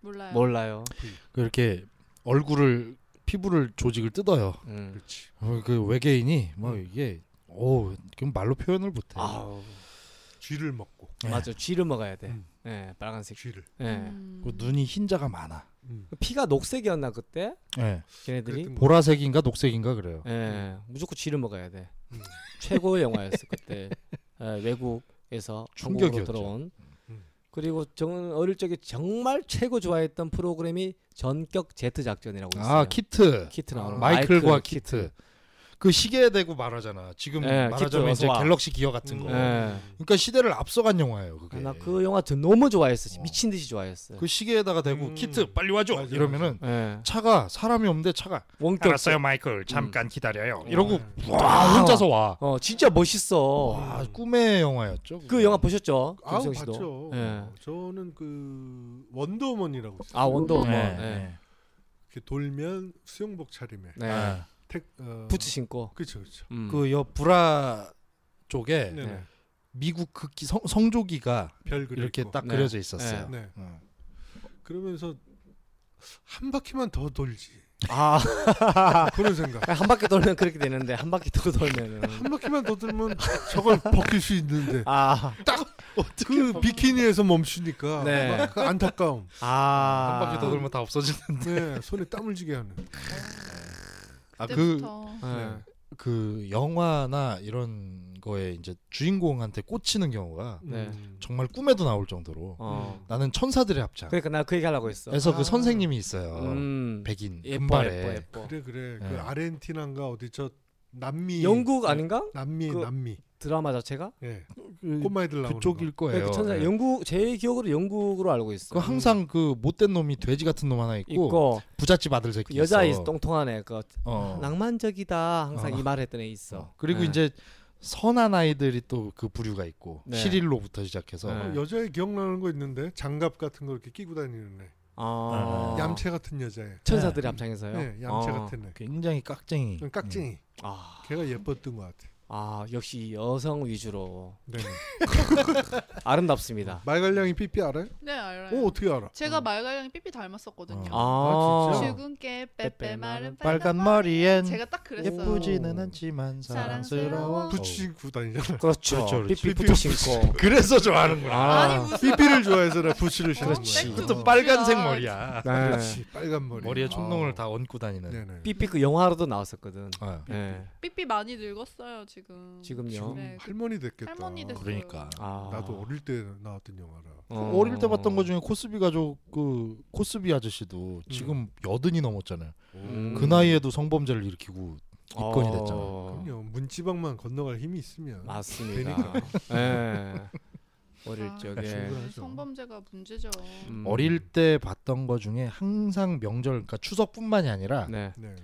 [SPEAKER 6] 몰라요.
[SPEAKER 4] 몰라요.
[SPEAKER 3] 그렇게 얼굴을 피부를 조직을 뜯어요.
[SPEAKER 4] 음.
[SPEAKER 5] 그렇지
[SPEAKER 3] 어, 그 외계인이 뭐 이게 오 그럼 말로 표현을 못해.
[SPEAKER 4] 아우
[SPEAKER 5] 쥐를 먹고
[SPEAKER 3] 예.
[SPEAKER 4] 맞아 쥐를 먹어야 돼.
[SPEAKER 5] 음.
[SPEAKER 4] 예 빨간색.
[SPEAKER 5] 쥐를
[SPEAKER 4] 예.
[SPEAKER 6] 음.
[SPEAKER 3] 그 눈이 흰자가 많아.
[SPEAKER 5] 음.
[SPEAKER 4] 피가 녹색이었나 그때?
[SPEAKER 3] 예.
[SPEAKER 4] 걔네들이.
[SPEAKER 5] 그랬던 거.
[SPEAKER 3] 보라색인가 녹색인가 그래요. 음.
[SPEAKER 4] 예. 무조건 쥐를 먹어야 돼.
[SPEAKER 5] 음.
[SPEAKER 4] 최고의 영화였어 그때. 예, 외국에서 한국으로
[SPEAKER 3] 충격이었죠.
[SPEAKER 4] 들어온.
[SPEAKER 5] 음.
[SPEAKER 4] 그리고 저는 어릴 적에 정말 최고 좋아했던 프로그램이 전격 제트 작전이라고 있어요.
[SPEAKER 3] 아 키트.
[SPEAKER 4] 키트 나오는 거.
[SPEAKER 3] 마이클과
[SPEAKER 4] 마이클,
[SPEAKER 3] 키트. 그 시계에 대고 말하잖아. 지금
[SPEAKER 4] 예,
[SPEAKER 3] 말하자면
[SPEAKER 4] 키트
[SPEAKER 3] 이제
[SPEAKER 4] 와서 와.
[SPEAKER 3] 갤럭시 기어 같은 거.
[SPEAKER 4] 음. 예.
[SPEAKER 5] 네.
[SPEAKER 3] 그러니까 시대를 앞서간 영화예요. 그게.
[SPEAKER 4] 나 그 영화 저 너무 좋아했어.
[SPEAKER 3] 어.
[SPEAKER 4] 미친 듯이 좋아했어요.
[SPEAKER 3] 그 시계에다가 대고
[SPEAKER 5] 음.
[SPEAKER 3] 키트 빨리 와줘
[SPEAKER 5] 맞아,
[SPEAKER 3] 이러면은
[SPEAKER 4] 예.
[SPEAKER 3] 차가 사람이 없는데 차가 음.
[SPEAKER 4] 원격.
[SPEAKER 1] 알았어요, 마이클. 잠깐 기다려요.
[SPEAKER 3] 이러고
[SPEAKER 5] 음.
[SPEAKER 3] 와 혼자서 와.
[SPEAKER 4] 어 진짜 멋있어.
[SPEAKER 3] 와 꿈의 영화였죠.
[SPEAKER 4] 그 영화 보셨죠?
[SPEAKER 5] 아우
[SPEAKER 4] 김수영 씨도.
[SPEAKER 5] 봤죠
[SPEAKER 4] 예.
[SPEAKER 5] 저는 그 원더우먼이라고 있어요
[SPEAKER 4] 아 원더우먼.
[SPEAKER 3] 네,
[SPEAKER 4] 네.
[SPEAKER 3] 네.
[SPEAKER 5] 이렇게 돌면 수영복 차림에
[SPEAKER 4] 네.
[SPEAKER 3] 네.
[SPEAKER 5] 택 어,
[SPEAKER 4] 부츠 신고.
[SPEAKER 5] 그렇죠 그렇죠
[SPEAKER 4] 음.
[SPEAKER 3] 그옆 브라 쪽에
[SPEAKER 5] 네. 네.
[SPEAKER 3] 미국 극기 성, 성조기가
[SPEAKER 5] 별 그릴
[SPEAKER 3] 이렇게
[SPEAKER 5] 거.
[SPEAKER 3] 딱
[SPEAKER 4] 네.
[SPEAKER 3] 그려져 있었어요.
[SPEAKER 5] 네.
[SPEAKER 3] 어.
[SPEAKER 5] 그러면서 한 바퀴만 더 돌지
[SPEAKER 4] 아,
[SPEAKER 5] 그런 생각
[SPEAKER 4] 한 바퀴 돌면 그렇게 되는데 한 바퀴 더 돌면은
[SPEAKER 5] 한 바퀴만 더 돌면 저걸 벗길 수 있는데
[SPEAKER 4] 아,
[SPEAKER 5] 그 비키니에서 멈추니까
[SPEAKER 4] 네.
[SPEAKER 5] 막그 안타까움
[SPEAKER 4] 아.
[SPEAKER 3] 한 바퀴 더 돌면 다 없어지는.
[SPEAKER 5] 네 손에 땀을 쥐게 하는
[SPEAKER 3] 아그
[SPEAKER 6] 그때부터.
[SPEAKER 4] 네.
[SPEAKER 3] 그 영화나 이런 거에 이제 주인공한테 꽂히는 경우가
[SPEAKER 4] 네.
[SPEAKER 5] 음.
[SPEAKER 3] 정말 꿈에도 나올 정도로
[SPEAKER 4] 어.
[SPEAKER 3] 나는 천사들의 합장.
[SPEAKER 4] 그러니까 나 그 얘기 하려고 했어.
[SPEAKER 3] 에서
[SPEAKER 5] 아.
[SPEAKER 3] 그 선생님이 있어요.
[SPEAKER 4] 음.
[SPEAKER 3] 백인
[SPEAKER 4] 예뻐
[SPEAKER 3] 금발에
[SPEAKER 4] 예뻐 예뻐.
[SPEAKER 5] 그래 그래
[SPEAKER 3] 네.
[SPEAKER 5] 그 아르헨티나인가 어디 저 남미
[SPEAKER 4] 영국 아닌가?
[SPEAKER 5] 남미
[SPEAKER 4] 그-
[SPEAKER 5] 남미
[SPEAKER 4] 드라마 자체가?
[SPEAKER 5] 예
[SPEAKER 3] 그,
[SPEAKER 5] 꼬마애들 나오는
[SPEAKER 3] 그쪽일 거예요.
[SPEAKER 4] 그 천사
[SPEAKER 3] 예.
[SPEAKER 4] 영국 제 기억으로 영국으로 알고 있어. 음.
[SPEAKER 3] 그 항상 그 못된 놈이 돼지 같은 놈 하나 있고,
[SPEAKER 4] 있고
[SPEAKER 3] 부잣집 아들 새끼
[SPEAKER 4] 그 여자
[SPEAKER 3] 있어.
[SPEAKER 4] 있어 똥통한 애그
[SPEAKER 3] 어.
[SPEAKER 4] 낭만적이다 항상
[SPEAKER 3] 어.
[SPEAKER 4] 이 말을 했던 애 있어.
[SPEAKER 3] 어. 그리고
[SPEAKER 4] 네.
[SPEAKER 3] 이제 선한 아이들이 또 그 부류가 있고
[SPEAKER 4] 네.
[SPEAKER 3] 시릴로부터 시작해서
[SPEAKER 4] 네.
[SPEAKER 5] 거. 여자애 기억나는 거 있는데 장갑 같은 거 이렇게 끼고 다니는 애
[SPEAKER 3] 어.
[SPEAKER 4] 아.
[SPEAKER 5] 얌체 같은 여자애
[SPEAKER 4] 천사들이 합창해서요.
[SPEAKER 5] 네 얌체
[SPEAKER 4] 어.
[SPEAKER 5] 같은 애
[SPEAKER 3] 굉장히 깍쟁이.
[SPEAKER 5] 그냥 깍쟁이
[SPEAKER 4] 아,
[SPEAKER 5] 걔가 예뻤던 것 같아
[SPEAKER 4] 아 역시 여성 위주로
[SPEAKER 5] 네.
[SPEAKER 4] 아름답습니다.
[SPEAKER 5] 말갈량이 삐삐 알아요?
[SPEAKER 6] 네 알아요.
[SPEAKER 5] 어 어떻게 알아?
[SPEAKER 6] 제가 말갈량 삐삐 닮았었거든요.
[SPEAKER 3] 어.
[SPEAKER 4] 아,
[SPEAKER 5] 진짜?
[SPEAKER 6] 출근길 빼빼 마른
[SPEAKER 3] 음. 빨간
[SPEAKER 6] 빨간
[SPEAKER 3] 머리엔
[SPEAKER 6] 제가 딱 그랬어요.
[SPEAKER 3] 예쁘지는 않지만 사랑스러워.
[SPEAKER 5] 그
[SPEAKER 6] 사랑스러워.
[SPEAKER 5] 부치고 다니잖아.
[SPEAKER 4] 그렇죠.
[SPEAKER 3] 그렇죠, 그렇죠.
[SPEAKER 4] 삐삐 붙어 신고.
[SPEAKER 1] 그래서 좋아하는구나.
[SPEAKER 6] 아니
[SPEAKER 4] 아,
[SPEAKER 6] 무슨
[SPEAKER 5] 삐삐를 좋아해서 나 부치를 신는 거야.
[SPEAKER 4] 그렇지.
[SPEAKER 6] 백두
[SPEAKER 3] 또
[SPEAKER 6] 부츠야.
[SPEAKER 1] 빨간색 머리야.
[SPEAKER 4] 네.
[SPEAKER 5] 빨간 머리.
[SPEAKER 3] 머리에 촌농을
[SPEAKER 5] 아우.
[SPEAKER 3] 다 얹고 다니는.
[SPEAKER 5] 어. 네네.
[SPEAKER 4] 삐삐 그 영화로도 나왔었거든.
[SPEAKER 3] 어.
[SPEAKER 4] 네.
[SPEAKER 6] 삐삐 많이 늙었어요 지금.
[SPEAKER 4] 지금요.
[SPEAKER 5] 지금
[SPEAKER 6] 네.
[SPEAKER 5] 할머니 됐겠다.
[SPEAKER 6] 할머니 됐어요.
[SPEAKER 3] 그러니까
[SPEAKER 4] 아,
[SPEAKER 5] 나도 어릴 때 나왔던 영화라.
[SPEAKER 4] 어.
[SPEAKER 3] 어릴 때 봤던 거 중에 코스비 가족 그 코스비 아저씨도 지금 여든이 넘었잖아요.
[SPEAKER 4] 음.
[SPEAKER 3] 그 나이에도 성범죄를 일으키고 입건이
[SPEAKER 4] 어,
[SPEAKER 3] 됐잖아.
[SPEAKER 5] 그럼요. 문지방만 건너갈 힘이 있으면.
[SPEAKER 4] 아. 맞습니다. 예. 어릴
[SPEAKER 6] 아,
[SPEAKER 4] 적에
[SPEAKER 5] 친구야.
[SPEAKER 6] 네, 성범죄가 문제죠.
[SPEAKER 5] 네.
[SPEAKER 4] 음.
[SPEAKER 3] 어릴 때 봤던 거 중에 항상 명절 그러니까 추석뿐만이 아니라
[SPEAKER 4] 네,
[SPEAKER 5] 네.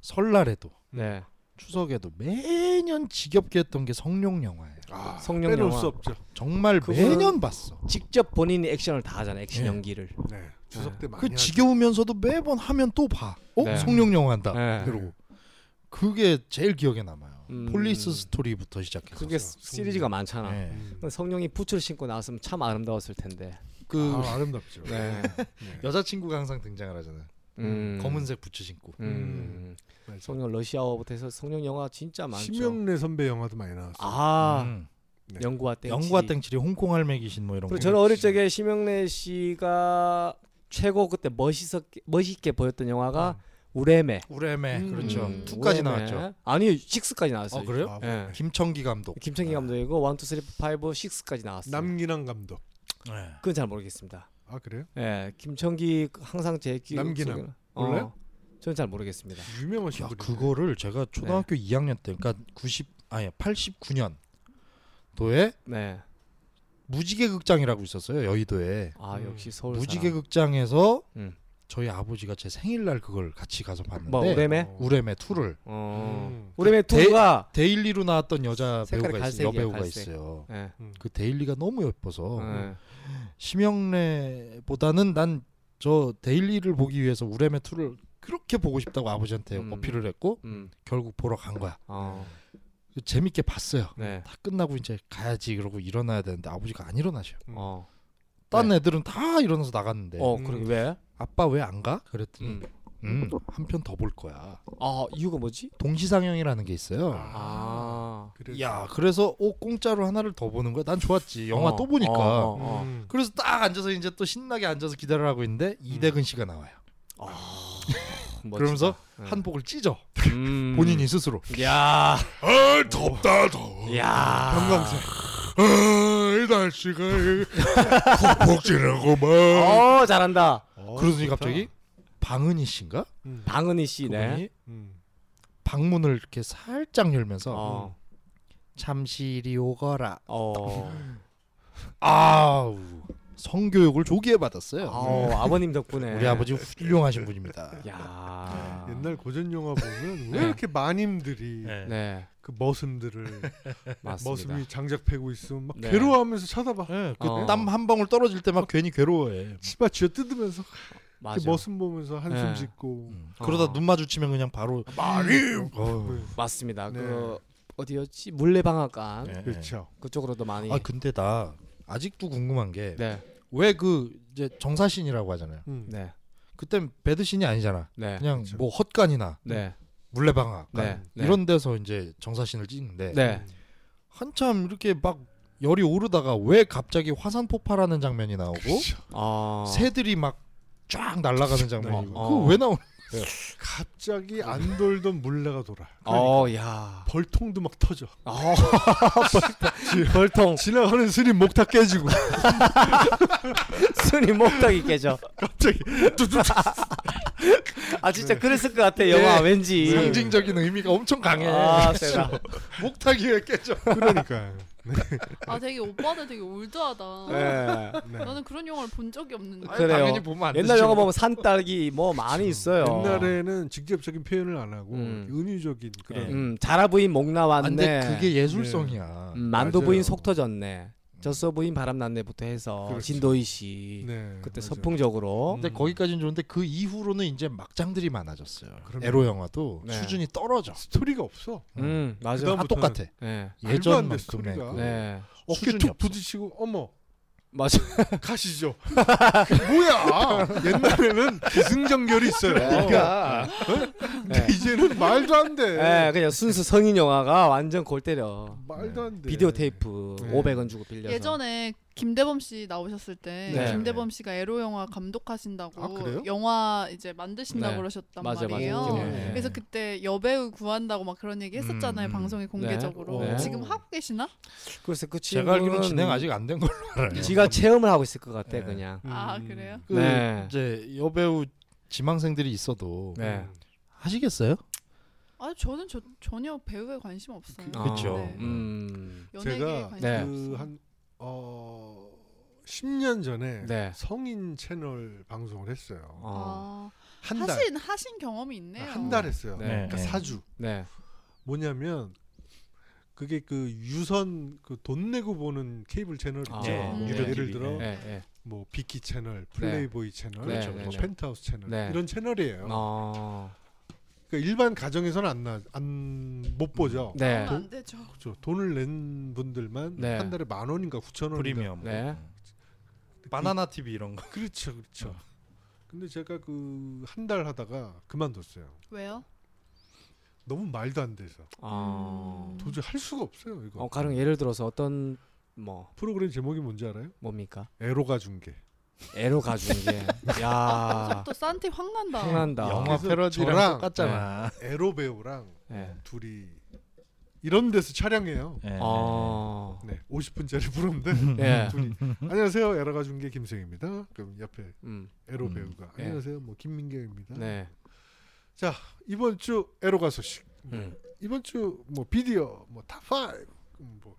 [SPEAKER 3] 설날에도
[SPEAKER 4] 네.
[SPEAKER 3] 추석에도 매년 지겹게 했던 게 성룡 영화예요.
[SPEAKER 5] 아,
[SPEAKER 4] 성룡
[SPEAKER 5] 빼놓을
[SPEAKER 4] 영화.
[SPEAKER 5] 수 없죠.
[SPEAKER 3] 정말
[SPEAKER 4] 그거는-
[SPEAKER 3] 매년 봤어.
[SPEAKER 4] 직접 본인이 액션을 다 하잖아. 액션
[SPEAKER 3] 예.
[SPEAKER 4] 연기를.
[SPEAKER 5] 네. 추석 때 많이.
[SPEAKER 3] 그
[SPEAKER 5] 하죠.
[SPEAKER 3] 지겨우면서도 매번 하면 또 봐. 어?
[SPEAKER 4] 네.
[SPEAKER 3] 성룡 영화한다.
[SPEAKER 4] 네.
[SPEAKER 3] 그러고 그게 제일 기억에 남아요.
[SPEAKER 4] 음,
[SPEAKER 3] 폴리스 스토리부터 시작해서
[SPEAKER 4] 그게 스- 시리즈가 많잖아.
[SPEAKER 3] 네.
[SPEAKER 5] 음.
[SPEAKER 4] 성령이 부츠를 신고 나왔으면 참 아름다웠을 텐데.
[SPEAKER 3] 그
[SPEAKER 5] 아, 아름답죠.
[SPEAKER 4] 네.
[SPEAKER 3] 여자친구가 항상 등장을 하잖아요.
[SPEAKER 4] 음.
[SPEAKER 3] 검은색 부츠 신고.
[SPEAKER 4] 음.
[SPEAKER 5] 맞아.
[SPEAKER 4] 성령 러시아어부터 해서 성령 영화 진짜 많죠.
[SPEAKER 5] 심영래 선배 영화도 많이 나왔어요.
[SPEAKER 4] 아
[SPEAKER 3] 음.
[SPEAKER 5] 네.
[SPEAKER 4] 영구와 땡.
[SPEAKER 3] 영과 땡칠이 홍콩 할매기신 뭐 이런 거.
[SPEAKER 4] 그리고 저는 어릴 적에 심영래 씨가 최고 그때 멋있었 멋있게 보였던 영화가 우레메.
[SPEAKER 3] 우레메
[SPEAKER 5] 음.
[SPEAKER 3] 그렇죠.
[SPEAKER 6] 음.
[SPEAKER 3] 투까지
[SPEAKER 4] 우레메.
[SPEAKER 3] 나왔죠.
[SPEAKER 4] 아니 6까지 나왔어요.
[SPEAKER 3] 어 그래요?
[SPEAKER 5] 아,
[SPEAKER 4] 예.
[SPEAKER 3] 김청기 감독.
[SPEAKER 4] 김창기 감독이고 1 2 3 5 6까지 나왔어요.
[SPEAKER 5] 남기남 감독.
[SPEAKER 3] 네.
[SPEAKER 4] 그건 잘 모르겠습니다.
[SPEAKER 5] 아 그래요?
[SPEAKER 4] 예. 김창기 항상 제 기억
[SPEAKER 5] 남기남.
[SPEAKER 4] 속에는- 어.
[SPEAKER 5] 몰라요?
[SPEAKER 4] 저는 잘 모르겠습니다.
[SPEAKER 5] 유명하신
[SPEAKER 3] 야
[SPEAKER 5] 분이.
[SPEAKER 3] 그거를 제가
[SPEAKER 4] 네.
[SPEAKER 3] 초등학교 2학년 때, 그러니까 90 아니 89년 도에
[SPEAKER 4] 네.
[SPEAKER 3] 무지개 극장이라고 있었어요 여의도에.
[SPEAKER 4] 아
[SPEAKER 5] 음.
[SPEAKER 4] 역시 서울
[SPEAKER 3] 무지개
[SPEAKER 4] 사람.
[SPEAKER 3] 극장에서
[SPEAKER 4] 음.
[SPEAKER 3] 저희 아버지가 제 생일날 그걸 같이 가서
[SPEAKER 4] 뭐
[SPEAKER 3] 봤는데
[SPEAKER 4] 우레메?
[SPEAKER 3] 우레메 2를
[SPEAKER 4] 어.
[SPEAKER 5] 음.
[SPEAKER 4] 우레메 2가
[SPEAKER 3] 데일리로 나왔던 여자
[SPEAKER 4] 색깔이
[SPEAKER 3] 배우가 있어요.
[SPEAKER 4] 갈색이야,
[SPEAKER 3] 여배우가
[SPEAKER 4] 갈색.
[SPEAKER 3] 있어요.
[SPEAKER 4] 예.
[SPEAKER 3] 그 데일리가 너무 예뻐서
[SPEAKER 4] 예.
[SPEAKER 3] 심영래보다는 난 저 데일리를 보기 위해서 우레메 2를 그렇게 보고 싶다고 아버지한테
[SPEAKER 4] 음.
[SPEAKER 3] 어필을 했고
[SPEAKER 4] 음.
[SPEAKER 3] 결국 보러 간 거야.
[SPEAKER 4] 어.
[SPEAKER 3] 재밌게 봤어요.
[SPEAKER 4] 네.
[SPEAKER 3] 다 끝나고 이제 가야지 그러고 일어나야 되는데 아버지가 안 일어나셔.
[SPEAKER 5] 음.
[SPEAKER 4] 어.
[SPEAKER 3] 딴 애들은 다 일어나서 나갔는데
[SPEAKER 4] 어,
[SPEAKER 5] 음.
[SPEAKER 4] 그러게 왜?
[SPEAKER 3] 아빠 왜 안 가? 그랬더니
[SPEAKER 4] 음.
[SPEAKER 3] 음, 한 편 더 볼 거야.
[SPEAKER 4] 아, 이유가 뭐지?
[SPEAKER 3] 동시상영이라는 게 있어요.
[SPEAKER 4] 아.
[SPEAKER 5] 그래.
[SPEAKER 3] 야 그래서 오 공짜로 하나를 더 보는 거야. 난 좋았지. 영화
[SPEAKER 4] 어,
[SPEAKER 3] 또 보니까.
[SPEAKER 4] 어, 어, 어.
[SPEAKER 5] 음.
[SPEAKER 3] 그래서 딱 앉아서 이제 또 신나게 앉아서 기다려 하고 있는데
[SPEAKER 4] 음.
[SPEAKER 3] 이대근 씨가 나와요.
[SPEAKER 4] 멋지다.
[SPEAKER 3] 그러면서
[SPEAKER 4] 네.
[SPEAKER 3] 한복을 찢어
[SPEAKER 4] 음.
[SPEAKER 3] 본인이 스스로.
[SPEAKER 4] 야.
[SPEAKER 1] 아 덥다 더워
[SPEAKER 4] 예. 야.
[SPEAKER 5] 형광색.
[SPEAKER 1] 아이 날씨가 푹푹지는구만
[SPEAKER 4] 어, 잘한다.
[SPEAKER 5] 어,
[SPEAKER 3] 아, 그러더니
[SPEAKER 5] 좋다.
[SPEAKER 3] 갑자기 방은희 씨인가?
[SPEAKER 5] 음.
[SPEAKER 4] 방은희 씨네.
[SPEAKER 3] 그분이
[SPEAKER 5] 음.
[SPEAKER 3] 방문을 이렇게 살짝 열면서
[SPEAKER 4] 어.
[SPEAKER 3] 잠시 이리 오거라.
[SPEAKER 4] 어.
[SPEAKER 3] 아우 성교육을 조기에 받았어요.
[SPEAKER 4] 어, 아버님 덕분에.
[SPEAKER 3] 우리 아버지 훌륭하신 분입니다.
[SPEAKER 4] 야.
[SPEAKER 5] 옛날 고전 영화 보면 왜
[SPEAKER 4] 아. 네.
[SPEAKER 5] 이렇게 마님들이
[SPEAKER 1] 네.
[SPEAKER 4] 네.
[SPEAKER 5] 그 머슴들을
[SPEAKER 4] 맞습니다.
[SPEAKER 5] 머슴이 장작 패고 있으면 막
[SPEAKER 4] 네.
[SPEAKER 5] 괴로워하면서 쳐다봐
[SPEAKER 4] 어.
[SPEAKER 3] 그 땀 한 방울 떨어질 때 막 괜히 괴로워해.
[SPEAKER 5] 치마 쥐어 뜯으면서
[SPEAKER 4] 맞아.
[SPEAKER 5] 이렇게 머슴 보면서 한숨
[SPEAKER 4] 네.
[SPEAKER 5] 짓고
[SPEAKER 3] 음. 그러다
[SPEAKER 4] 어.
[SPEAKER 3] 눈 마주치면 그냥 바로
[SPEAKER 1] 많이
[SPEAKER 4] 네.
[SPEAKER 3] 어.
[SPEAKER 4] 맞습니다.
[SPEAKER 5] 네.
[SPEAKER 4] 그 어디였지? 물레방앗간
[SPEAKER 3] 네.
[SPEAKER 5] 그렇죠
[SPEAKER 4] 그쪽으로도 많이.
[SPEAKER 3] 아 근데 나 아직도 궁금한
[SPEAKER 4] 네.
[SPEAKER 3] 게 왜 그 이제 정사신이라고 하잖아요.
[SPEAKER 5] 음.
[SPEAKER 4] 네.
[SPEAKER 3] 그땐 배드신이 아니잖아.
[SPEAKER 4] 네.
[SPEAKER 3] 그냥
[SPEAKER 5] 그렇죠.
[SPEAKER 3] 뭐 헛간이나
[SPEAKER 4] 네.
[SPEAKER 3] 물레방아
[SPEAKER 4] 네. 네.
[SPEAKER 3] 이런 데서 이제 정사신을 찍는데
[SPEAKER 4] 네.
[SPEAKER 3] 한참 이렇게 막 열이 오르다가 왜 갑자기 화산 폭발하는 장면이 나오고
[SPEAKER 5] 뭐?
[SPEAKER 4] 아.
[SPEAKER 3] 새들이 막 쫙 날아가는 장면이고
[SPEAKER 4] 어.
[SPEAKER 3] 그거 왜 나오는
[SPEAKER 5] 갑자기
[SPEAKER 4] 아.
[SPEAKER 5] 안 돌던 물레가 돌아 그러니까
[SPEAKER 4] 어, 야.
[SPEAKER 5] 벌통도 막 터져
[SPEAKER 3] 그러니까.
[SPEAKER 4] 아. 벌통.
[SPEAKER 5] 지나가는 스님 목 다 깨지고
[SPEAKER 4] 스님 목탁이 깨져.
[SPEAKER 5] 갑자기
[SPEAKER 4] 아 진짜 그랬을 것 같아 영화
[SPEAKER 3] 네.
[SPEAKER 4] 왠지.
[SPEAKER 3] 상징적인 의미가 엄청 강해
[SPEAKER 4] 아, 세다.
[SPEAKER 3] 목탁이 왜 깨져
[SPEAKER 5] 그러니까
[SPEAKER 6] 아 되게 오빠들 되게 올드하다.
[SPEAKER 4] 예.
[SPEAKER 5] 네.
[SPEAKER 6] 나는 그런 영화를 본 적이 없는데.
[SPEAKER 4] 그래요.
[SPEAKER 3] 당연히 보면 안
[SPEAKER 4] 옛날
[SPEAKER 3] 되지.
[SPEAKER 4] 영화 보면 산딸기 뭐
[SPEAKER 6] 그렇죠.
[SPEAKER 4] 많이 있어요.
[SPEAKER 5] 옛날에는 직접적인 표현을 안 하고
[SPEAKER 4] 음.
[SPEAKER 5] 은유적인 그런
[SPEAKER 4] 음, 자라 부인 목
[SPEAKER 3] 아, 근데
[SPEAKER 4] 나왔네.
[SPEAKER 3] 그게 예술성이야
[SPEAKER 4] 음, 만두
[SPEAKER 5] 맞아요.
[SPEAKER 4] 부인 속 터졌네. 젖소 부인 바람 났네부터 해서
[SPEAKER 5] 그렇죠.
[SPEAKER 4] 진도희 씨
[SPEAKER 5] 네,
[SPEAKER 4] 그때
[SPEAKER 5] 맞아요.
[SPEAKER 4] 서풍적으로
[SPEAKER 3] 근데
[SPEAKER 5] 음.
[SPEAKER 3] 거기까지는 좋은데 그 이후로는 이제 막장들이 많아졌어요.
[SPEAKER 5] 그럼요.
[SPEAKER 3] 에로 영화도
[SPEAKER 4] 네.
[SPEAKER 3] 수준이 떨어져.
[SPEAKER 5] 스토리가 없어
[SPEAKER 4] 음, 맞아.
[SPEAKER 5] 그다음-
[SPEAKER 3] 다 똑같아.
[SPEAKER 4] 네.
[SPEAKER 5] 말도 안 돼,
[SPEAKER 3] 예전만큼의
[SPEAKER 5] 스토리가.
[SPEAKER 3] 그
[SPEAKER 4] 네.
[SPEAKER 5] 어깨
[SPEAKER 3] 수준이
[SPEAKER 5] 툭
[SPEAKER 3] 없어.
[SPEAKER 5] 부딪히고 어머
[SPEAKER 4] 맞아.
[SPEAKER 5] 가시죠 그 뭐야 옛날에는 기승전결이 있어요
[SPEAKER 4] 그러니까.
[SPEAKER 5] 근데 이제는 말도 안 돼.
[SPEAKER 4] 네, 그냥 순수 성인 영화가 완전 골 때려.
[SPEAKER 5] 말도 안 돼.
[SPEAKER 4] 비디오 테이프
[SPEAKER 5] 네.
[SPEAKER 4] 500원 주고 빌려서.
[SPEAKER 6] 예전에 김대범 씨 나오셨을 때
[SPEAKER 4] 네.
[SPEAKER 6] 김대범 씨가 에로 영화 감독하신다고
[SPEAKER 5] 아, 그래요?
[SPEAKER 6] 영화 이제 만드신다고
[SPEAKER 4] 네.
[SPEAKER 6] 그러셨단
[SPEAKER 4] 맞아,
[SPEAKER 6] 말이에요.
[SPEAKER 4] 맞아.
[SPEAKER 3] 네.
[SPEAKER 6] 그래서 그때 여배우 구한다고 막 그런 얘기 했었잖아요
[SPEAKER 3] 음.
[SPEAKER 6] 방송에 공개적으로
[SPEAKER 4] 네.
[SPEAKER 6] 지금 하고 계시나?
[SPEAKER 4] 그래서 그
[SPEAKER 3] 제가 알기로는
[SPEAKER 4] 친구는
[SPEAKER 3] 진행 아직 안 된 걸로 알아요.
[SPEAKER 4] 지가 체험을 하고 있을 것 같아
[SPEAKER 3] 네.
[SPEAKER 4] 그냥.
[SPEAKER 6] 아 그래요?
[SPEAKER 5] 음.
[SPEAKER 3] 그
[SPEAKER 4] 네.
[SPEAKER 3] 이제 여배우 지망생들이 있어요
[SPEAKER 4] 네.
[SPEAKER 3] 하시겠어요?
[SPEAKER 6] 아 저는 저, 전혀 배우에 관심 없어요.
[SPEAKER 5] 그-
[SPEAKER 3] 그쵸.
[SPEAKER 6] 네.
[SPEAKER 4] 음.
[SPEAKER 6] 연예계에
[SPEAKER 5] 제가
[SPEAKER 6] 관심
[SPEAKER 4] 네.
[SPEAKER 6] 없어.
[SPEAKER 5] 그한 어. 10년 전에
[SPEAKER 4] 네.
[SPEAKER 5] 성인 채널 방송을 했어요.
[SPEAKER 4] 어.
[SPEAKER 6] 아,
[SPEAKER 5] 한 달.
[SPEAKER 6] 하신 하신 경험이 있네요.
[SPEAKER 5] 한 달 했어요.
[SPEAKER 4] 네.
[SPEAKER 5] 그러니까 사주.
[SPEAKER 4] 네.
[SPEAKER 5] 뭐냐면 그게 그 유선 그 돈 내고 보는 케이블 채널
[SPEAKER 4] 아,
[SPEAKER 5] 있죠.
[SPEAKER 6] 네.
[SPEAKER 5] 예를, 예를 들어
[SPEAKER 4] 예, 예.
[SPEAKER 5] 뭐 비키 채널, 플레이보이 채널,
[SPEAKER 4] 네, 네,
[SPEAKER 5] 뭐
[SPEAKER 4] 네.
[SPEAKER 5] 펜트하우스 채널
[SPEAKER 4] 네.
[SPEAKER 5] 이런 채널이에요.
[SPEAKER 4] 어.
[SPEAKER 5] 그러니까 그러니까 일반 가정에서는 안안못 보죠.
[SPEAKER 4] 네.
[SPEAKER 6] 그러면 안 되죠.
[SPEAKER 5] 그렇죠. 돈을 낸 분들만
[SPEAKER 4] 네.
[SPEAKER 5] 한 달에 만 원인가 9천 원
[SPEAKER 3] 프리미엄.
[SPEAKER 4] 네.
[SPEAKER 3] 그러니까 바나나 TV 이런 거.
[SPEAKER 5] 그렇죠, 그렇죠. 근데 제가 그 한 달 하다가 그만뒀어요.
[SPEAKER 6] 왜요?
[SPEAKER 5] 너무 말도 안 돼서
[SPEAKER 3] 아.
[SPEAKER 4] 어,
[SPEAKER 6] 음.
[SPEAKER 5] 도저히 할 수가 없어요. 이거
[SPEAKER 4] 어 가령 예를 들어서 어떤 뭐
[SPEAKER 5] 프로그램 제목이 뭔지 알아요?
[SPEAKER 4] 뭡니까?
[SPEAKER 5] 에로가 중계.
[SPEAKER 4] 애로 가준 게. 야.
[SPEAKER 6] 또 싼티 확 난다.
[SPEAKER 4] 흥한다.
[SPEAKER 3] 영화
[SPEAKER 5] 그래서
[SPEAKER 3] 패러디랑
[SPEAKER 5] 저랑-
[SPEAKER 3] 똑같잖아.
[SPEAKER 5] 에로 배우랑
[SPEAKER 4] 네.
[SPEAKER 5] 둘이 이런 데서 촬영해요.
[SPEAKER 3] 예.
[SPEAKER 4] 어.
[SPEAKER 5] 네, 50분짜리 부른데 네,
[SPEAKER 4] 예.
[SPEAKER 5] 둘이 안녕하세요. 에로가 중계 김승입니다. 그럼 옆에
[SPEAKER 4] 음.
[SPEAKER 5] 에로
[SPEAKER 3] 음.
[SPEAKER 5] 배우가
[SPEAKER 4] 네.
[SPEAKER 5] 안녕하세요. 뭐 김민경입니다.
[SPEAKER 4] 네.
[SPEAKER 5] 이번 주 에로가 소식.
[SPEAKER 4] 음.
[SPEAKER 5] 이번 주 뭐 비디오 뭐탑5 뭐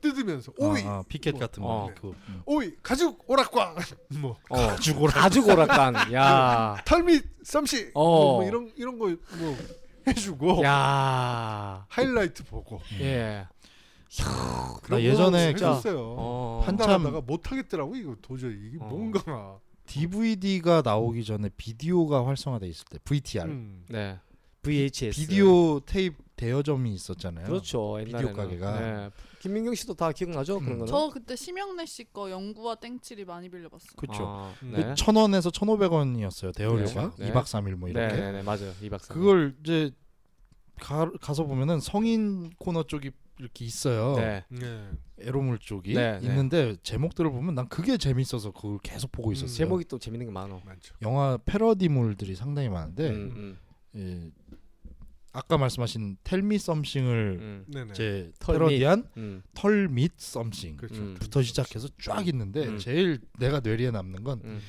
[SPEAKER 5] 뜯으면서 5위
[SPEAKER 3] 아, 아, 피켓
[SPEAKER 5] 뭐,
[SPEAKER 3] 같은
[SPEAKER 4] 어.
[SPEAKER 3] 거. 그, 음.
[SPEAKER 5] 5위 가죽 오락관 뭐
[SPEAKER 4] 어.
[SPEAKER 3] 가죽 오락.
[SPEAKER 4] 가죽 오락관. 야.
[SPEAKER 5] 털밑 쌈시
[SPEAKER 4] 어.
[SPEAKER 5] 뭐, 뭐 이런 이런 거 뭐
[SPEAKER 3] 음.
[SPEAKER 5] 해주고
[SPEAKER 4] 야.
[SPEAKER 5] 하이라이트 보고
[SPEAKER 4] 예.
[SPEAKER 5] 그런 거
[SPEAKER 3] 예전에
[SPEAKER 5] 했었어요.
[SPEAKER 4] 어.
[SPEAKER 3] 한-
[SPEAKER 5] 판단하다가 못 하겠더라고 이거 도저히 이게
[SPEAKER 4] 어.
[SPEAKER 5] 뭔가
[SPEAKER 3] DVD가 나오기 전에 비디오가 활성화돼 있을 때 VTR.
[SPEAKER 5] 음.
[SPEAKER 4] 네. VHS.
[SPEAKER 3] 비디오 테이프 대여점이 있었잖아요.
[SPEAKER 4] 그렇죠.
[SPEAKER 3] 비디오
[SPEAKER 4] 옛날에는.
[SPEAKER 3] 가게가.
[SPEAKER 4] 네. 김민경 씨도 다 기억나죠? 그런
[SPEAKER 3] 음.
[SPEAKER 4] 거는.
[SPEAKER 6] 저 그때 심영래 씨 거 영구와 땡칠이 많이 빌려봤어요.
[SPEAKER 3] 그렇죠.
[SPEAKER 4] 아,
[SPEAKER 5] 음.
[SPEAKER 4] 네.
[SPEAKER 3] 천 원에서 천오백 원이었어요 대여료가
[SPEAKER 4] 네.
[SPEAKER 3] 이 2박 3일 뭐 이렇게.
[SPEAKER 4] 네, 네, 네, 맞아요. 이박사.
[SPEAKER 3] 그걸 이제 가, 가서 보면은 성인 코너 쪽이 이렇게 있어요.
[SPEAKER 4] 네.
[SPEAKER 5] 네.
[SPEAKER 3] 에로물 쪽이
[SPEAKER 4] 네, 네.
[SPEAKER 3] 있는데 제목들을 보면 난 그게 재밌어서 그걸 계속 보고
[SPEAKER 5] 음,
[SPEAKER 3] 있었어요.
[SPEAKER 4] 제목이 또 재밌는 게 많어.
[SPEAKER 5] 많죠.
[SPEAKER 3] 영화 패러디물들이 상당히 많은데
[SPEAKER 4] 음,
[SPEAKER 3] 예, 아까 말씀하신 텔미 썸싱을
[SPEAKER 4] 음,
[SPEAKER 5] 네네.
[SPEAKER 3] 이제
[SPEAKER 4] 털
[SPEAKER 3] 패러디한
[SPEAKER 4] 음,
[SPEAKER 3] 털 및 썸싱부터
[SPEAKER 5] 그렇죠.
[SPEAKER 4] 음.
[SPEAKER 3] 시작해서 쫙 있는데
[SPEAKER 4] 음.
[SPEAKER 3] 제일 내가 뇌리에 남는 건
[SPEAKER 4] 음.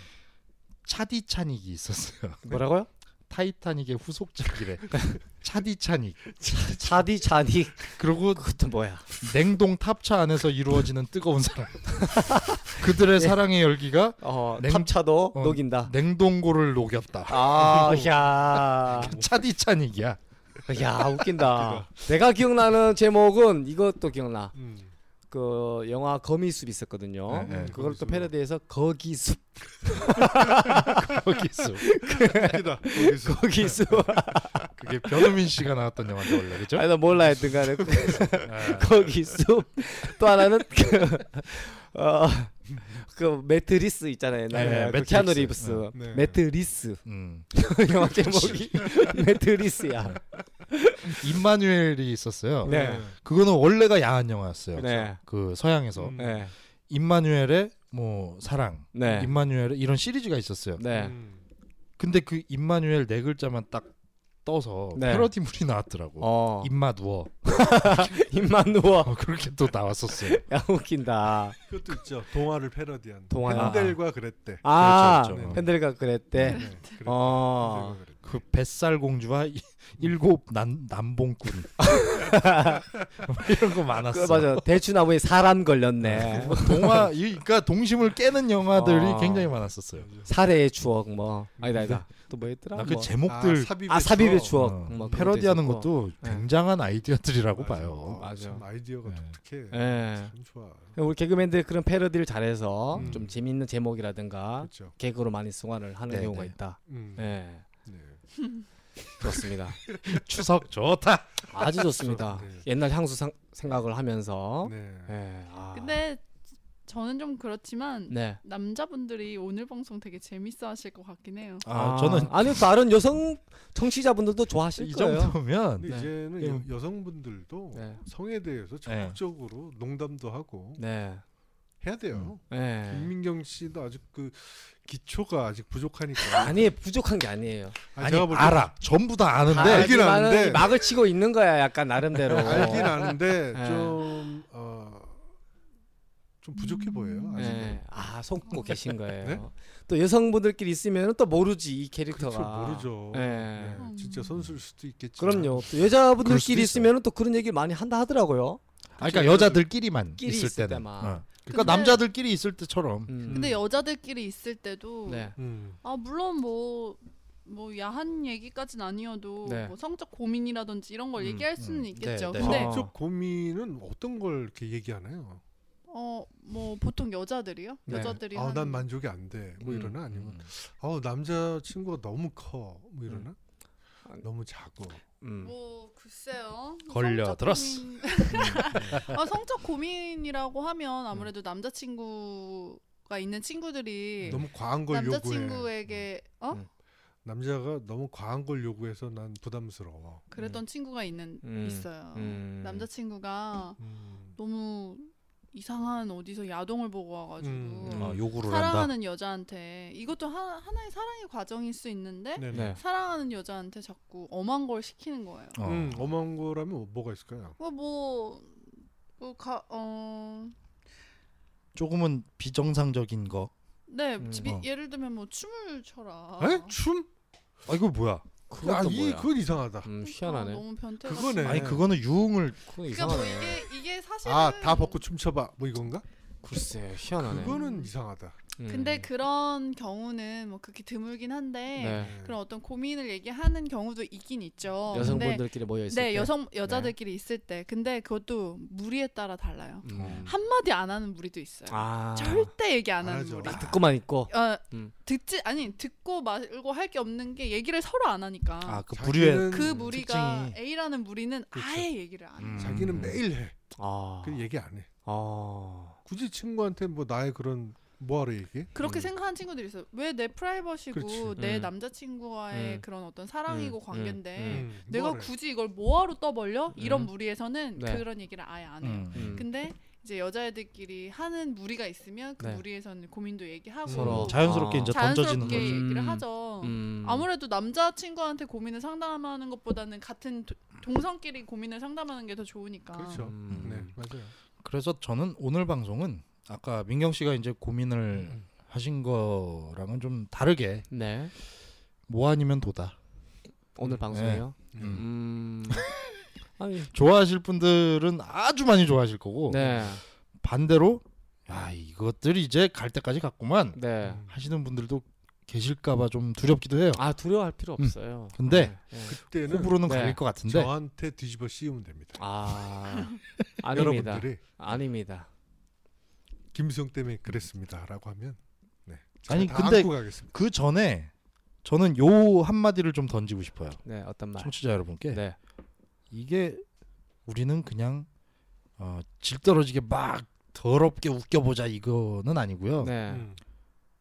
[SPEAKER 3] 차디차닉이 있었어요.
[SPEAKER 4] 뭐라고요?
[SPEAKER 3] 타이타닉의 후속작이래. 차디차닉.
[SPEAKER 4] 차디 차디.
[SPEAKER 3] 그리고
[SPEAKER 4] 그것도 뭐야?
[SPEAKER 3] 냉동 탑차 안에서 이루어지는 뜨거운 사랑.
[SPEAKER 4] 예.
[SPEAKER 3] 그들의 사랑의 열기가
[SPEAKER 4] 어,
[SPEAKER 3] 냉-
[SPEAKER 4] 탑차도
[SPEAKER 3] 어.
[SPEAKER 4] 녹인다.
[SPEAKER 3] 냉동고를 녹였다.
[SPEAKER 4] 아, 야,
[SPEAKER 3] 차디차닉이야.
[SPEAKER 4] 야, 웃긴다. 내가 기억나는 제목은 이것도 기억나.
[SPEAKER 5] 음.
[SPEAKER 4] 그 영화 거미숲 있었거든요.
[SPEAKER 3] 네, 네.
[SPEAKER 4] 그걸 또
[SPEAKER 5] 거미숲.
[SPEAKER 4] 패러디해서 거기숲,
[SPEAKER 3] 거기서
[SPEAKER 5] 웃기다. 거기서
[SPEAKER 4] 거기숲.
[SPEAKER 3] 그게 변우민 씨가 나왔던 영화인데 원래 그죠? 아,
[SPEAKER 4] 아니 그 나 몰라 했던 간에 거기숲. 또 하나는 그, 어, 그 매트리스 있잖아요. 옛날에
[SPEAKER 3] 네,
[SPEAKER 4] 그
[SPEAKER 3] 매트리스.
[SPEAKER 4] 키아누 리브스.
[SPEAKER 5] 네.
[SPEAKER 4] 매트리스.
[SPEAKER 3] 음.
[SPEAKER 4] 영화 제목이 매트리스야.
[SPEAKER 3] 임마누엘이 있었어요.
[SPEAKER 4] 네.
[SPEAKER 3] 그거는 원래가 야한 영화였어요.
[SPEAKER 4] 네.
[SPEAKER 3] 그 서양에서
[SPEAKER 5] 음.
[SPEAKER 4] 네.
[SPEAKER 3] 임마누엘의 뭐 사랑,
[SPEAKER 4] 네.
[SPEAKER 3] 임마누엘의 이런 시리즈가 있었어요.
[SPEAKER 4] 네.
[SPEAKER 5] 음.
[SPEAKER 3] 근데 그 임마누엘 네 글자만 딱 떠서
[SPEAKER 4] 네.
[SPEAKER 3] 패러디물이 나왔더라고.
[SPEAKER 4] 어.
[SPEAKER 3] 임마 누워
[SPEAKER 4] 입만 누워.
[SPEAKER 3] 어, 그렇게 또 나왔었어요.
[SPEAKER 4] 야 웃긴다.
[SPEAKER 5] 그것도 있죠. 동화를 패러디한.
[SPEAKER 4] 동화.
[SPEAKER 5] 헨델과 그랬대.
[SPEAKER 4] 아.
[SPEAKER 3] 그렇죠, 그렇죠.
[SPEAKER 4] 팬들과 그랬대.
[SPEAKER 5] 네, 그랬대.
[SPEAKER 4] 어.
[SPEAKER 5] 헨델과 그랬대.
[SPEAKER 3] 아. 그 뱃살 공주와 이- 일곱 난 남봉꾼 뭐 이런 거
[SPEAKER 4] 그,
[SPEAKER 3] 많았어.
[SPEAKER 4] 맞아. 대추나무에 사람
[SPEAKER 3] 음.
[SPEAKER 4] 걸렸네.
[SPEAKER 3] 동화 이- 그러니까 동심을 깨는 영화들이
[SPEAKER 4] 어.
[SPEAKER 3] 굉장히
[SPEAKER 5] 네,
[SPEAKER 3] 많았어요.
[SPEAKER 4] 사례의 추억 뭐. 아니다 아니다. 또 뭐 했더라?
[SPEAKER 3] 나 그
[SPEAKER 4] 뭐.
[SPEAKER 3] 제목들
[SPEAKER 5] 아, 삽입의
[SPEAKER 4] 아 삽입의 추억.
[SPEAKER 3] 어,
[SPEAKER 4] 뭐 그런
[SPEAKER 3] 패러디하는
[SPEAKER 4] 것도
[SPEAKER 3] 것도
[SPEAKER 4] 네.
[SPEAKER 3] 굉장한 아이디어들이라고
[SPEAKER 5] 맞아.
[SPEAKER 3] 봐요.
[SPEAKER 5] 아, 참
[SPEAKER 4] 맞아.
[SPEAKER 5] 아이디어가
[SPEAKER 3] 네.
[SPEAKER 5] 독특해.
[SPEAKER 4] 있고. 예.
[SPEAKER 5] 참 좋아.
[SPEAKER 4] 우리 개그맨들이 그런 패러디를 잘해서
[SPEAKER 5] 음.
[SPEAKER 4] 좀 재미있는 제목이라든가
[SPEAKER 5] 그렇죠.
[SPEAKER 4] 개그로 많이 승화를 하는
[SPEAKER 3] 아. 네네.
[SPEAKER 4] 경우가 있다.
[SPEAKER 5] 음.
[SPEAKER 4] 예.
[SPEAKER 5] 네.
[SPEAKER 4] 좋습니다.
[SPEAKER 3] 추석 좋다.
[SPEAKER 4] 아주 좋습니다.
[SPEAKER 5] 네.
[SPEAKER 4] 옛날 향수 상, 생각을
[SPEAKER 3] 어?
[SPEAKER 4] 하면서
[SPEAKER 5] 네.
[SPEAKER 4] 예. 아.
[SPEAKER 6] 근데 저는 좀 그렇지만
[SPEAKER 4] 네.
[SPEAKER 6] 남자분들이 오늘 방송 되게 재밌어 하실 것 같긴
[SPEAKER 4] 음.
[SPEAKER 6] 해요.
[SPEAKER 3] 아, 저는
[SPEAKER 4] 아니 다른 여성 청취자분들도 좋아하실
[SPEAKER 3] 이
[SPEAKER 4] 거예요.
[SPEAKER 3] 정도면
[SPEAKER 5] 근데
[SPEAKER 4] 네.
[SPEAKER 5] 이제는 여, 성분들도
[SPEAKER 4] 네.
[SPEAKER 5] 성에 대해서 적극적으로 농담도 하고
[SPEAKER 4] 네.
[SPEAKER 5] 해야 돼요.
[SPEAKER 4] 네.
[SPEAKER 5] 김민경 씨도 아직 그 기초가 아직 부족하니까.
[SPEAKER 4] 아니 부족한 게 아니에요.
[SPEAKER 5] 아니,
[SPEAKER 3] 아니
[SPEAKER 5] 제가 볼때
[SPEAKER 3] 알아. 전부 다 아는데
[SPEAKER 4] 다
[SPEAKER 5] 알긴
[SPEAKER 4] 알지만은
[SPEAKER 5] 아는데.
[SPEAKER 4] 이 막을 치고 있는 거야 약간 나름대로.
[SPEAKER 5] 네, 알긴 아는데
[SPEAKER 4] 네.
[SPEAKER 5] 좀 어, 좀 부족해 보여요. 아직.
[SPEAKER 4] 예. 아 속고 계신 거예요.
[SPEAKER 5] 네?
[SPEAKER 4] 또 여성분들끼리 있으면 또 모르지 이
[SPEAKER 5] 그렇죠.
[SPEAKER 4] 캐릭터가.
[SPEAKER 5] 모르죠.
[SPEAKER 4] 예.
[SPEAKER 5] 네,
[SPEAKER 6] 음.
[SPEAKER 5] 진짜 선수일 수도 있겠지.
[SPEAKER 4] 그렇죠. 그럼요. 또
[SPEAKER 3] 그럴 수도
[SPEAKER 4] 여자분들끼리
[SPEAKER 3] 있어요.
[SPEAKER 4] 있으면 또 그런 얘기를 많이 한다 하더라고요.
[SPEAKER 3] 아, 그러니까 여자들끼리만
[SPEAKER 4] 끼리
[SPEAKER 3] 있을,
[SPEAKER 4] 있을
[SPEAKER 3] 때는.
[SPEAKER 4] 때만.
[SPEAKER 3] 어. 그러니까
[SPEAKER 6] 근데-
[SPEAKER 3] 남자들끼리 있을 때처럼.
[SPEAKER 4] 음.
[SPEAKER 6] 근데 여자들끼리 있을 때도
[SPEAKER 4] 네.
[SPEAKER 5] 음.
[SPEAKER 6] 아 물론 뭐. 뭐 야한 얘기까진 아니어도
[SPEAKER 4] 네.
[SPEAKER 6] 뭐 성적 고민이라든지 이런 걸
[SPEAKER 3] 음,
[SPEAKER 6] 얘기할 수는
[SPEAKER 3] 음.
[SPEAKER 6] 있겠죠.
[SPEAKER 3] 네, 네.
[SPEAKER 6] 근데
[SPEAKER 4] 어.
[SPEAKER 5] 쪽 고민은 어떤 걸 이렇게 얘기하나요?
[SPEAKER 6] 어 뭐 보통 여자들이요?
[SPEAKER 4] 네.
[SPEAKER 6] 여자들이
[SPEAKER 5] 아,
[SPEAKER 6] 한
[SPEAKER 5] 난 만족이 안 돼. 뭐
[SPEAKER 4] 음,
[SPEAKER 5] 이러나 아니면
[SPEAKER 3] 음.
[SPEAKER 5] 아, 남자 친구가 너무 커. 뭐 이러나? 너무 작고
[SPEAKER 4] 음.
[SPEAKER 6] 뭐 글쎄요.
[SPEAKER 1] 걸려들었어.
[SPEAKER 6] 성적 고민- 아, 성적 고민이라고 하면 아무래도 남자친구가 있는 친구들이
[SPEAKER 5] 너무 과한 걸 요구해.
[SPEAKER 6] 예. 남자친구에게 어
[SPEAKER 4] 음.
[SPEAKER 5] 남자가 너무 과한 걸 요구해서 난 부담스러워.
[SPEAKER 6] 그랬던 친구가 있는
[SPEAKER 4] 음.
[SPEAKER 6] 있어요.
[SPEAKER 4] 음.
[SPEAKER 6] 남자친구가
[SPEAKER 5] 음.
[SPEAKER 6] 너무 이상한 어디서 야동을 보고 와가지고
[SPEAKER 5] 음.
[SPEAKER 3] 아, 요구를 한다.
[SPEAKER 6] 사랑하는 여자한테 이것도 하, 하나의 사랑의 과정일 수 있는데
[SPEAKER 5] 네네.
[SPEAKER 4] 네.
[SPEAKER 6] 사랑하는 여자한테 자꾸 엄한 걸 시키는 거예요.
[SPEAKER 3] 어.
[SPEAKER 5] 음, 엄한 거라면 뭐- 뭐가 있을까요?
[SPEAKER 6] 뭐, 뭐, 뭐, 가, 어,
[SPEAKER 3] 조금은 비정상적인 거.
[SPEAKER 6] 네,
[SPEAKER 4] 음,
[SPEAKER 6] 집이-
[SPEAKER 3] 어.
[SPEAKER 6] 예를 들면 뭐 춤을 춰라. 어,
[SPEAKER 5] 에? 춤?
[SPEAKER 3] 아 이거 뭐야?
[SPEAKER 4] 그것도
[SPEAKER 5] 아, 이
[SPEAKER 4] 뭐야?
[SPEAKER 5] 그건 이상하다.
[SPEAKER 4] 음,
[SPEAKER 6] 아,
[SPEAKER 4] 희한하네.
[SPEAKER 6] 너무 변태
[SPEAKER 5] 그거네.
[SPEAKER 3] 아니 그거는 유흥을
[SPEAKER 4] 그건
[SPEAKER 6] 그러니까 뭐
[SPEAKER 4] 이상하네.
[SPEAKER 6] 이게 이게 사실은
[SPEAKER 5] 아 다 벗고 춤춰봐 뭐 이건가?
[SPEAKER 4] 글쎄 희한하네.
[SPEAKER 5] 그거는 이상하다.
[SPEAKER 4] 음.
[SPEAKER 6] 근데 그런 경우는 뭐 그렇게 드물긴 한데
[SPEAKER 4] 네.
[SPEAKER 6] 그런 어떤 고민을 얘기하는 경우도 있긴 있죠.
[SPEAKER 4] 어,
[SPEAKER 6] 근데
[SPEAKER 4] 여성분들끼리 모여 있을
[SPEAKER 6] 네
[SPEAKER 4] 때.
[SPEAKER 6] 여성 여자들끼리 있을 때 근데 그것도 무리에 따라 달라요.
[SPEAKER 4] 음.
[SPEAKER 6] 한 마디 안 하는 무리도 있어요.
[SPEAKER 4] 아.
[SPEAKER 6] 절대 얘기 안
[SPEAKER 5] 안
[SPEAKER 6] 하는
[SPEAKER 5] 하죠.
[SPEAKER 6] 무리.
[SPEAKER 5] 아,
[SPEAKER 4] 듣고만 있고.
[SPEAKER 6] 어,
[SPEAKER 4] 음.
[SPEAKER 6] 듣지 아니 듣고 말고 할 게 없는 게 얘기를 서로 안 하니까
[SPEAKER 3] 아 그
[SPEAKER 5] 자기는-
[SPEAKER 3] 부류의
[SPEAKER 6] 그
[SPEAKER 5] 음,
[SPEAKER 6] 무리가
[SPEAKER 3] 특징이.
[SPEAKER 6] A라는 무리는
[SPEAKER 5] 그렇죠.
[SPEAKER 6] 아예 얘기를 안 해요.
[SPEAKER 3] 음.
[SPEAKER 5] 자기는 매일 해.
[SPEAKER 4] 아.
[SPEAKER 6] 어.
[SPEAKER 5] 그 얘기 안 해.
[SPEAKER 4] 아.
[SPEAKER 5] 굳이 친구한테 뭐 나의 그런 뭐하러 얘기?
[SPEAKER 6] 그렇게
[SPEAKER 4] 음.
[SPEAKER 6] 생각하는 친구들이 있어요. 왜 내 프라이버시고
[SPEAKER 5] 그렇지.
[SPEAKER 6] 내
[SPEAKER 4] 음.
[SPEAKER 6] 남자친구와의
[SPEAKER 4] 음.
[SPEAKER 6] 그런 어떤 사랑이고
[SPEAKER 4] 음.
[SPEAKER 6] 관계인데
[SPEAKER 4] 음.
[SPEAKER 6] 내가 굳이 이걸 뭐하러 떠벌려? 이런
[SPEAKER 4] 음.
[SPEAKER 6] 무리에서는
[SPEAKER 4] 네.
[SPEAKER 6] 그런 얘기를 아예 안 해요.
[SPEAKER 3] 음.
[SPEAKER 4] 음.
[SPEAKER 6] 근데 이제 여자애들끼리 하는 무리가 있으면 그
[SPEAKER 4] 네.
[SPEAKER 6] 무리에서는 고민도 얘기하고
[SPEAKER 4] 서로
[SPEAKER 3] 자연스럽게
[SPEAKER 4] 아.
[SPEAKER 3] 이제 던져지는
[SPEAKER 6] 자연스럽게
[SPEAKER 3] 거죠.
[SPEAKER 4] 거죠.
[SPEAKER 6] 얘기를
[SPEAKER 4] 음.
[SPEAKER 6] 하죠.
[SPEAKER 4] 음.
[SPEAKER 6] 아무래도 남자친구한테 고민을 상담하는 것보다는 같은 도- 동성끼리 고민을 상담하는 게 더 좋으니까.
[SPEAKER 5] 그렇죠.
[SPEAKER 4] 음.
[SPEAKER 5] 네 맞아요.
[SPEAKER 3] 그래서 저는 오늘 방송은 아까 민경 씨가 이제 고민을
[SPEAKER 5] 음.
[SPEAKER 3] 하신 거랑은 좀 다르게
[SPEAKER 4] 네.
[SPEAKER 3] 뭐 아니면 도다.
[SPEAKER 4] 오늘 방송이요.
[SPEAKER 5] 음.
[SPEAKER 4] 음. 아니.
[SPEAKER 3] 좋아하실 분들은 아주 많이 좋아하실 거고
[SPEAKER 4] 네.
[SPEAKER 3] 반대로 야 이것들 이제 갈 때까지 갔구만
[SPEAKER 4] 네.
[SPEAKER 3] 하시는 분들도 계실까봐 좀 두렵기도 해요.
[SPEAKER 4] 아 두려워할 필요
[SPEAKER 3] 음.
[SPEAKER 4] 없어요.
[SPEAKER 3] 근데
[SPEAKER 4] 네. 네.
[SPEAKER 5] 그때는
[SPEAKER 3] 호불호는
[SPEAKER 4] 네.
[SPEAKER 3] 갈릴 것 같은데
[SPEAKER 5] 저한테 뒤집어 씌우면 됩니다.
[SPEAKER 4] 아 아닙니다.
[SPEAKER 5] 여러분들이
[SPEAKER 4] 아닙니다.
[SPEAKER 5] 김수영 때문에 그랬습니다라고 하면 네. 제가
[SPEAKER 3] 아니,
[SPEAKER 5] 다
[SPEAKER 3] 근데-
[SPEAKER 5] 안고 가겠습니다.
[SPEAKER 3] 그 전에 저는 요 한마디를 좀 던지고 싶어요.
[SPEAKER 4] 네 어떤 말?
[SPEAKER 3] 청취자 여러분께
[SPEAKER 4] 네.
[SPEAKER 3] 이게 우리는 그냥 어, 질 떨어지게 막 더럽게 웃겨보자 이거는 아니고요.
[SPEAKER 4] 네.
[SPEAKER 5] 음.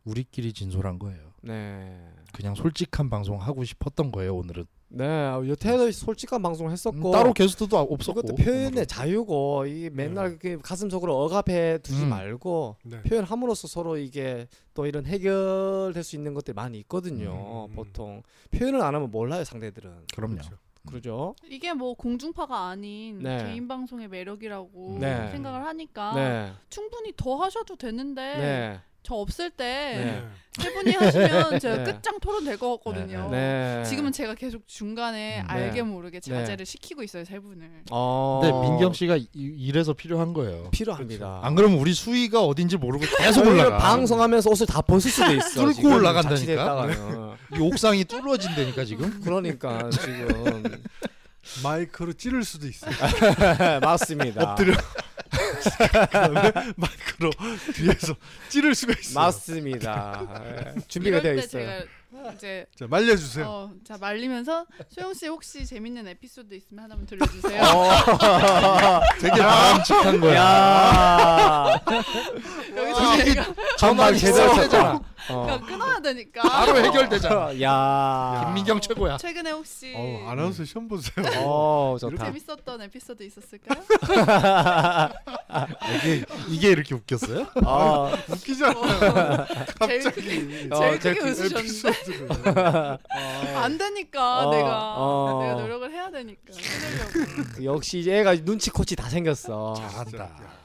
[SPEAKER 3] 우리끼리 진솔한 거예요.
[SPEAKER 4] 네.
[SPEAKER 3] 그냥 솔직한 방송 하고 싶었던 거예요 오늘은.
[SPEAKER 4] 네. 아, 여태도 솔직한 방송을
[SPEAKER 3] 음,
[SPEAKER 4] 했었고
[SPEAKER 3] 따로 게스트도 아- 없었고. 네.
[SPEAKER 4] 그것도 표현의 자유고 이 맨날 그렇게 가슴 속으로 억압해 두지
[SPEAKER 3] 음.
[SPEAKER 4] 말고
[SPEAKER 5] 네.
[SPEAKER 4] 표현함으로써 서로 이게 또 이런 해결될 수 있는 것들이 많이 있거든요.
[SPEAKER 5] 음.
[SPEAKER 4] 보통 표현을 안 하면 몰라요 상대들은.
[SPEAKER 3] 그럼요.
[SPEAKER 5] 그렇죠.
[SPEAKER 4] 그러죠?
[SPEAKER 6] 이게 뭐 공중파가 아닌
[SPEAKER 4] 네.
[SPEAKER 6] 개인 방송의
[SPEAKER 3] 음.
[SPEAKER 6] 매력이라고
[SPEAKER 4] 네.
[SPEAKER 6] 생각을 하니까
[SPEAKER 4] 네.
[SPEAKER 6] 충분히 더 하셔도 되는데
[SPEAKER 4] 네.
[SPEAKER 6] 저 없을 때
[SPEAKER 4] 네.
[SPEAKER 6] 세 분이 하시면 제가
[SPEAKER 4] 네.
[SPEAKER 6] 끝장 토론 될 것
[SPEAKER 3] 네.
[SPEAKER 6] 같거든요.
[SPEAKER 4] 네.
[SPEAKER 6] 지금은 제가 계속 중간에
[SPEAKER 3] 음.
[SPEAKER 4] 네.
[SPEAKER 6] 알게 모르게 자제를 시키고 있어요 세 분을.
[SPEAKER 4] 어.
[SPEAKER 3] 근데 네, 민경 씨가 이- 이래서 필요한 거예요.
[SPEAKER 4] 필요합니다.
[SPEAKER 3] 안 그러면 우리 수위가 어딘지 모르고 계속
[SPEAKER 4] 저희는
[SPEAKER 3] 올라가.
[SPEAKER 4] 방송하면서 옷을 다 벗을 수도 있어.
[SPEAKER 3] 뚫고
[SPEAKER 4] 지금
[SPEAKER 3] 올라간다니까. 네.
[SPEAKER 4] 자칫했다가는.
[SPEAKER 3] 이 옥상이 뚫어진다니까 지금.
[SPEAKER 4] 그러니까 지금
[SPEAKER 5] 마이크로 찌를 수도 있어요.
[SPEAKER 4] 맞습니다.
[SPEAKER 5] 엎드려. 그다음에 마이크로 뒤에서 찌를 수가 있어요.
[SPEAKER 4] 맞습니다. 예. 준비가 되어
[SPEAKER 6] 이럴 때
[SPEAKER 4] 있어요. 네.
[SPEAKER 6] 제가 이제
[SPEAKER 5] 자 말려주세요.
[SPEAKER 6] 어, 자 말리면서 소영 씨 혹시 재밌는 에피소드 있으면 하나만
[SPEAKER 4] 어?
[SPEAKER 6] 들려주세요.
[SPEAKER 3] 되게 바람직한 거야.
[SPEAKER 4] 야. 어?
[SPEAKER 6] 여기서 제가
[SPEAKER 3] 전화
[SPEAKER 4] 제대로
[SPEAKER 3] 잖아
[SPEAKER 4] 어.
[SPEAKER 6] 끊어야 되니까.
[SPEAKER 3] 바로 해결되잖아.
[SPEAKER 4] 야.
[SPEAKER 3] 김민경 최고야.
[SPEAKER 6] 최근에 혹시
[SPEAKER 5] 어, 아나운서 시험 보세요.
[SPEAKER 4] 어, 좋다.
[SPEAKER 6] 재밌었던 에피소드 있었을까요?
[SPEAKER 3] 이게 이게 이렇게 웃겼어요?
[SPEAKER 4] 어.
[SPEAKER 5] 웃기잖아.
[SPEAKER 6] 뭐,
[SPEAKER 5] 갑자기
[SPEAKER 6] 제일 크게
[SPEAKER 4] 어,
[SPEAKER 6] 제일
[SPEAKER 4] 제일
[SPEAKER 6] 크게 웃으셨는데
[SPEAKER 5] 그 에피소드를. 아,
[SPEAKER 6] 안 되니까
[SPEAKER 4] 어,
[SPEAKER 6] 내가
[SPEAKER 4] 어.
[SPEAKER 6] 내가 노력을 해야 되니까 해내려고
[SPEAKER 4] 그 역시 이제 애가 눈치 코치 다 생겼어.
[SPEAKER 3] 잘한다.
[SPEAKER 5] 진짜.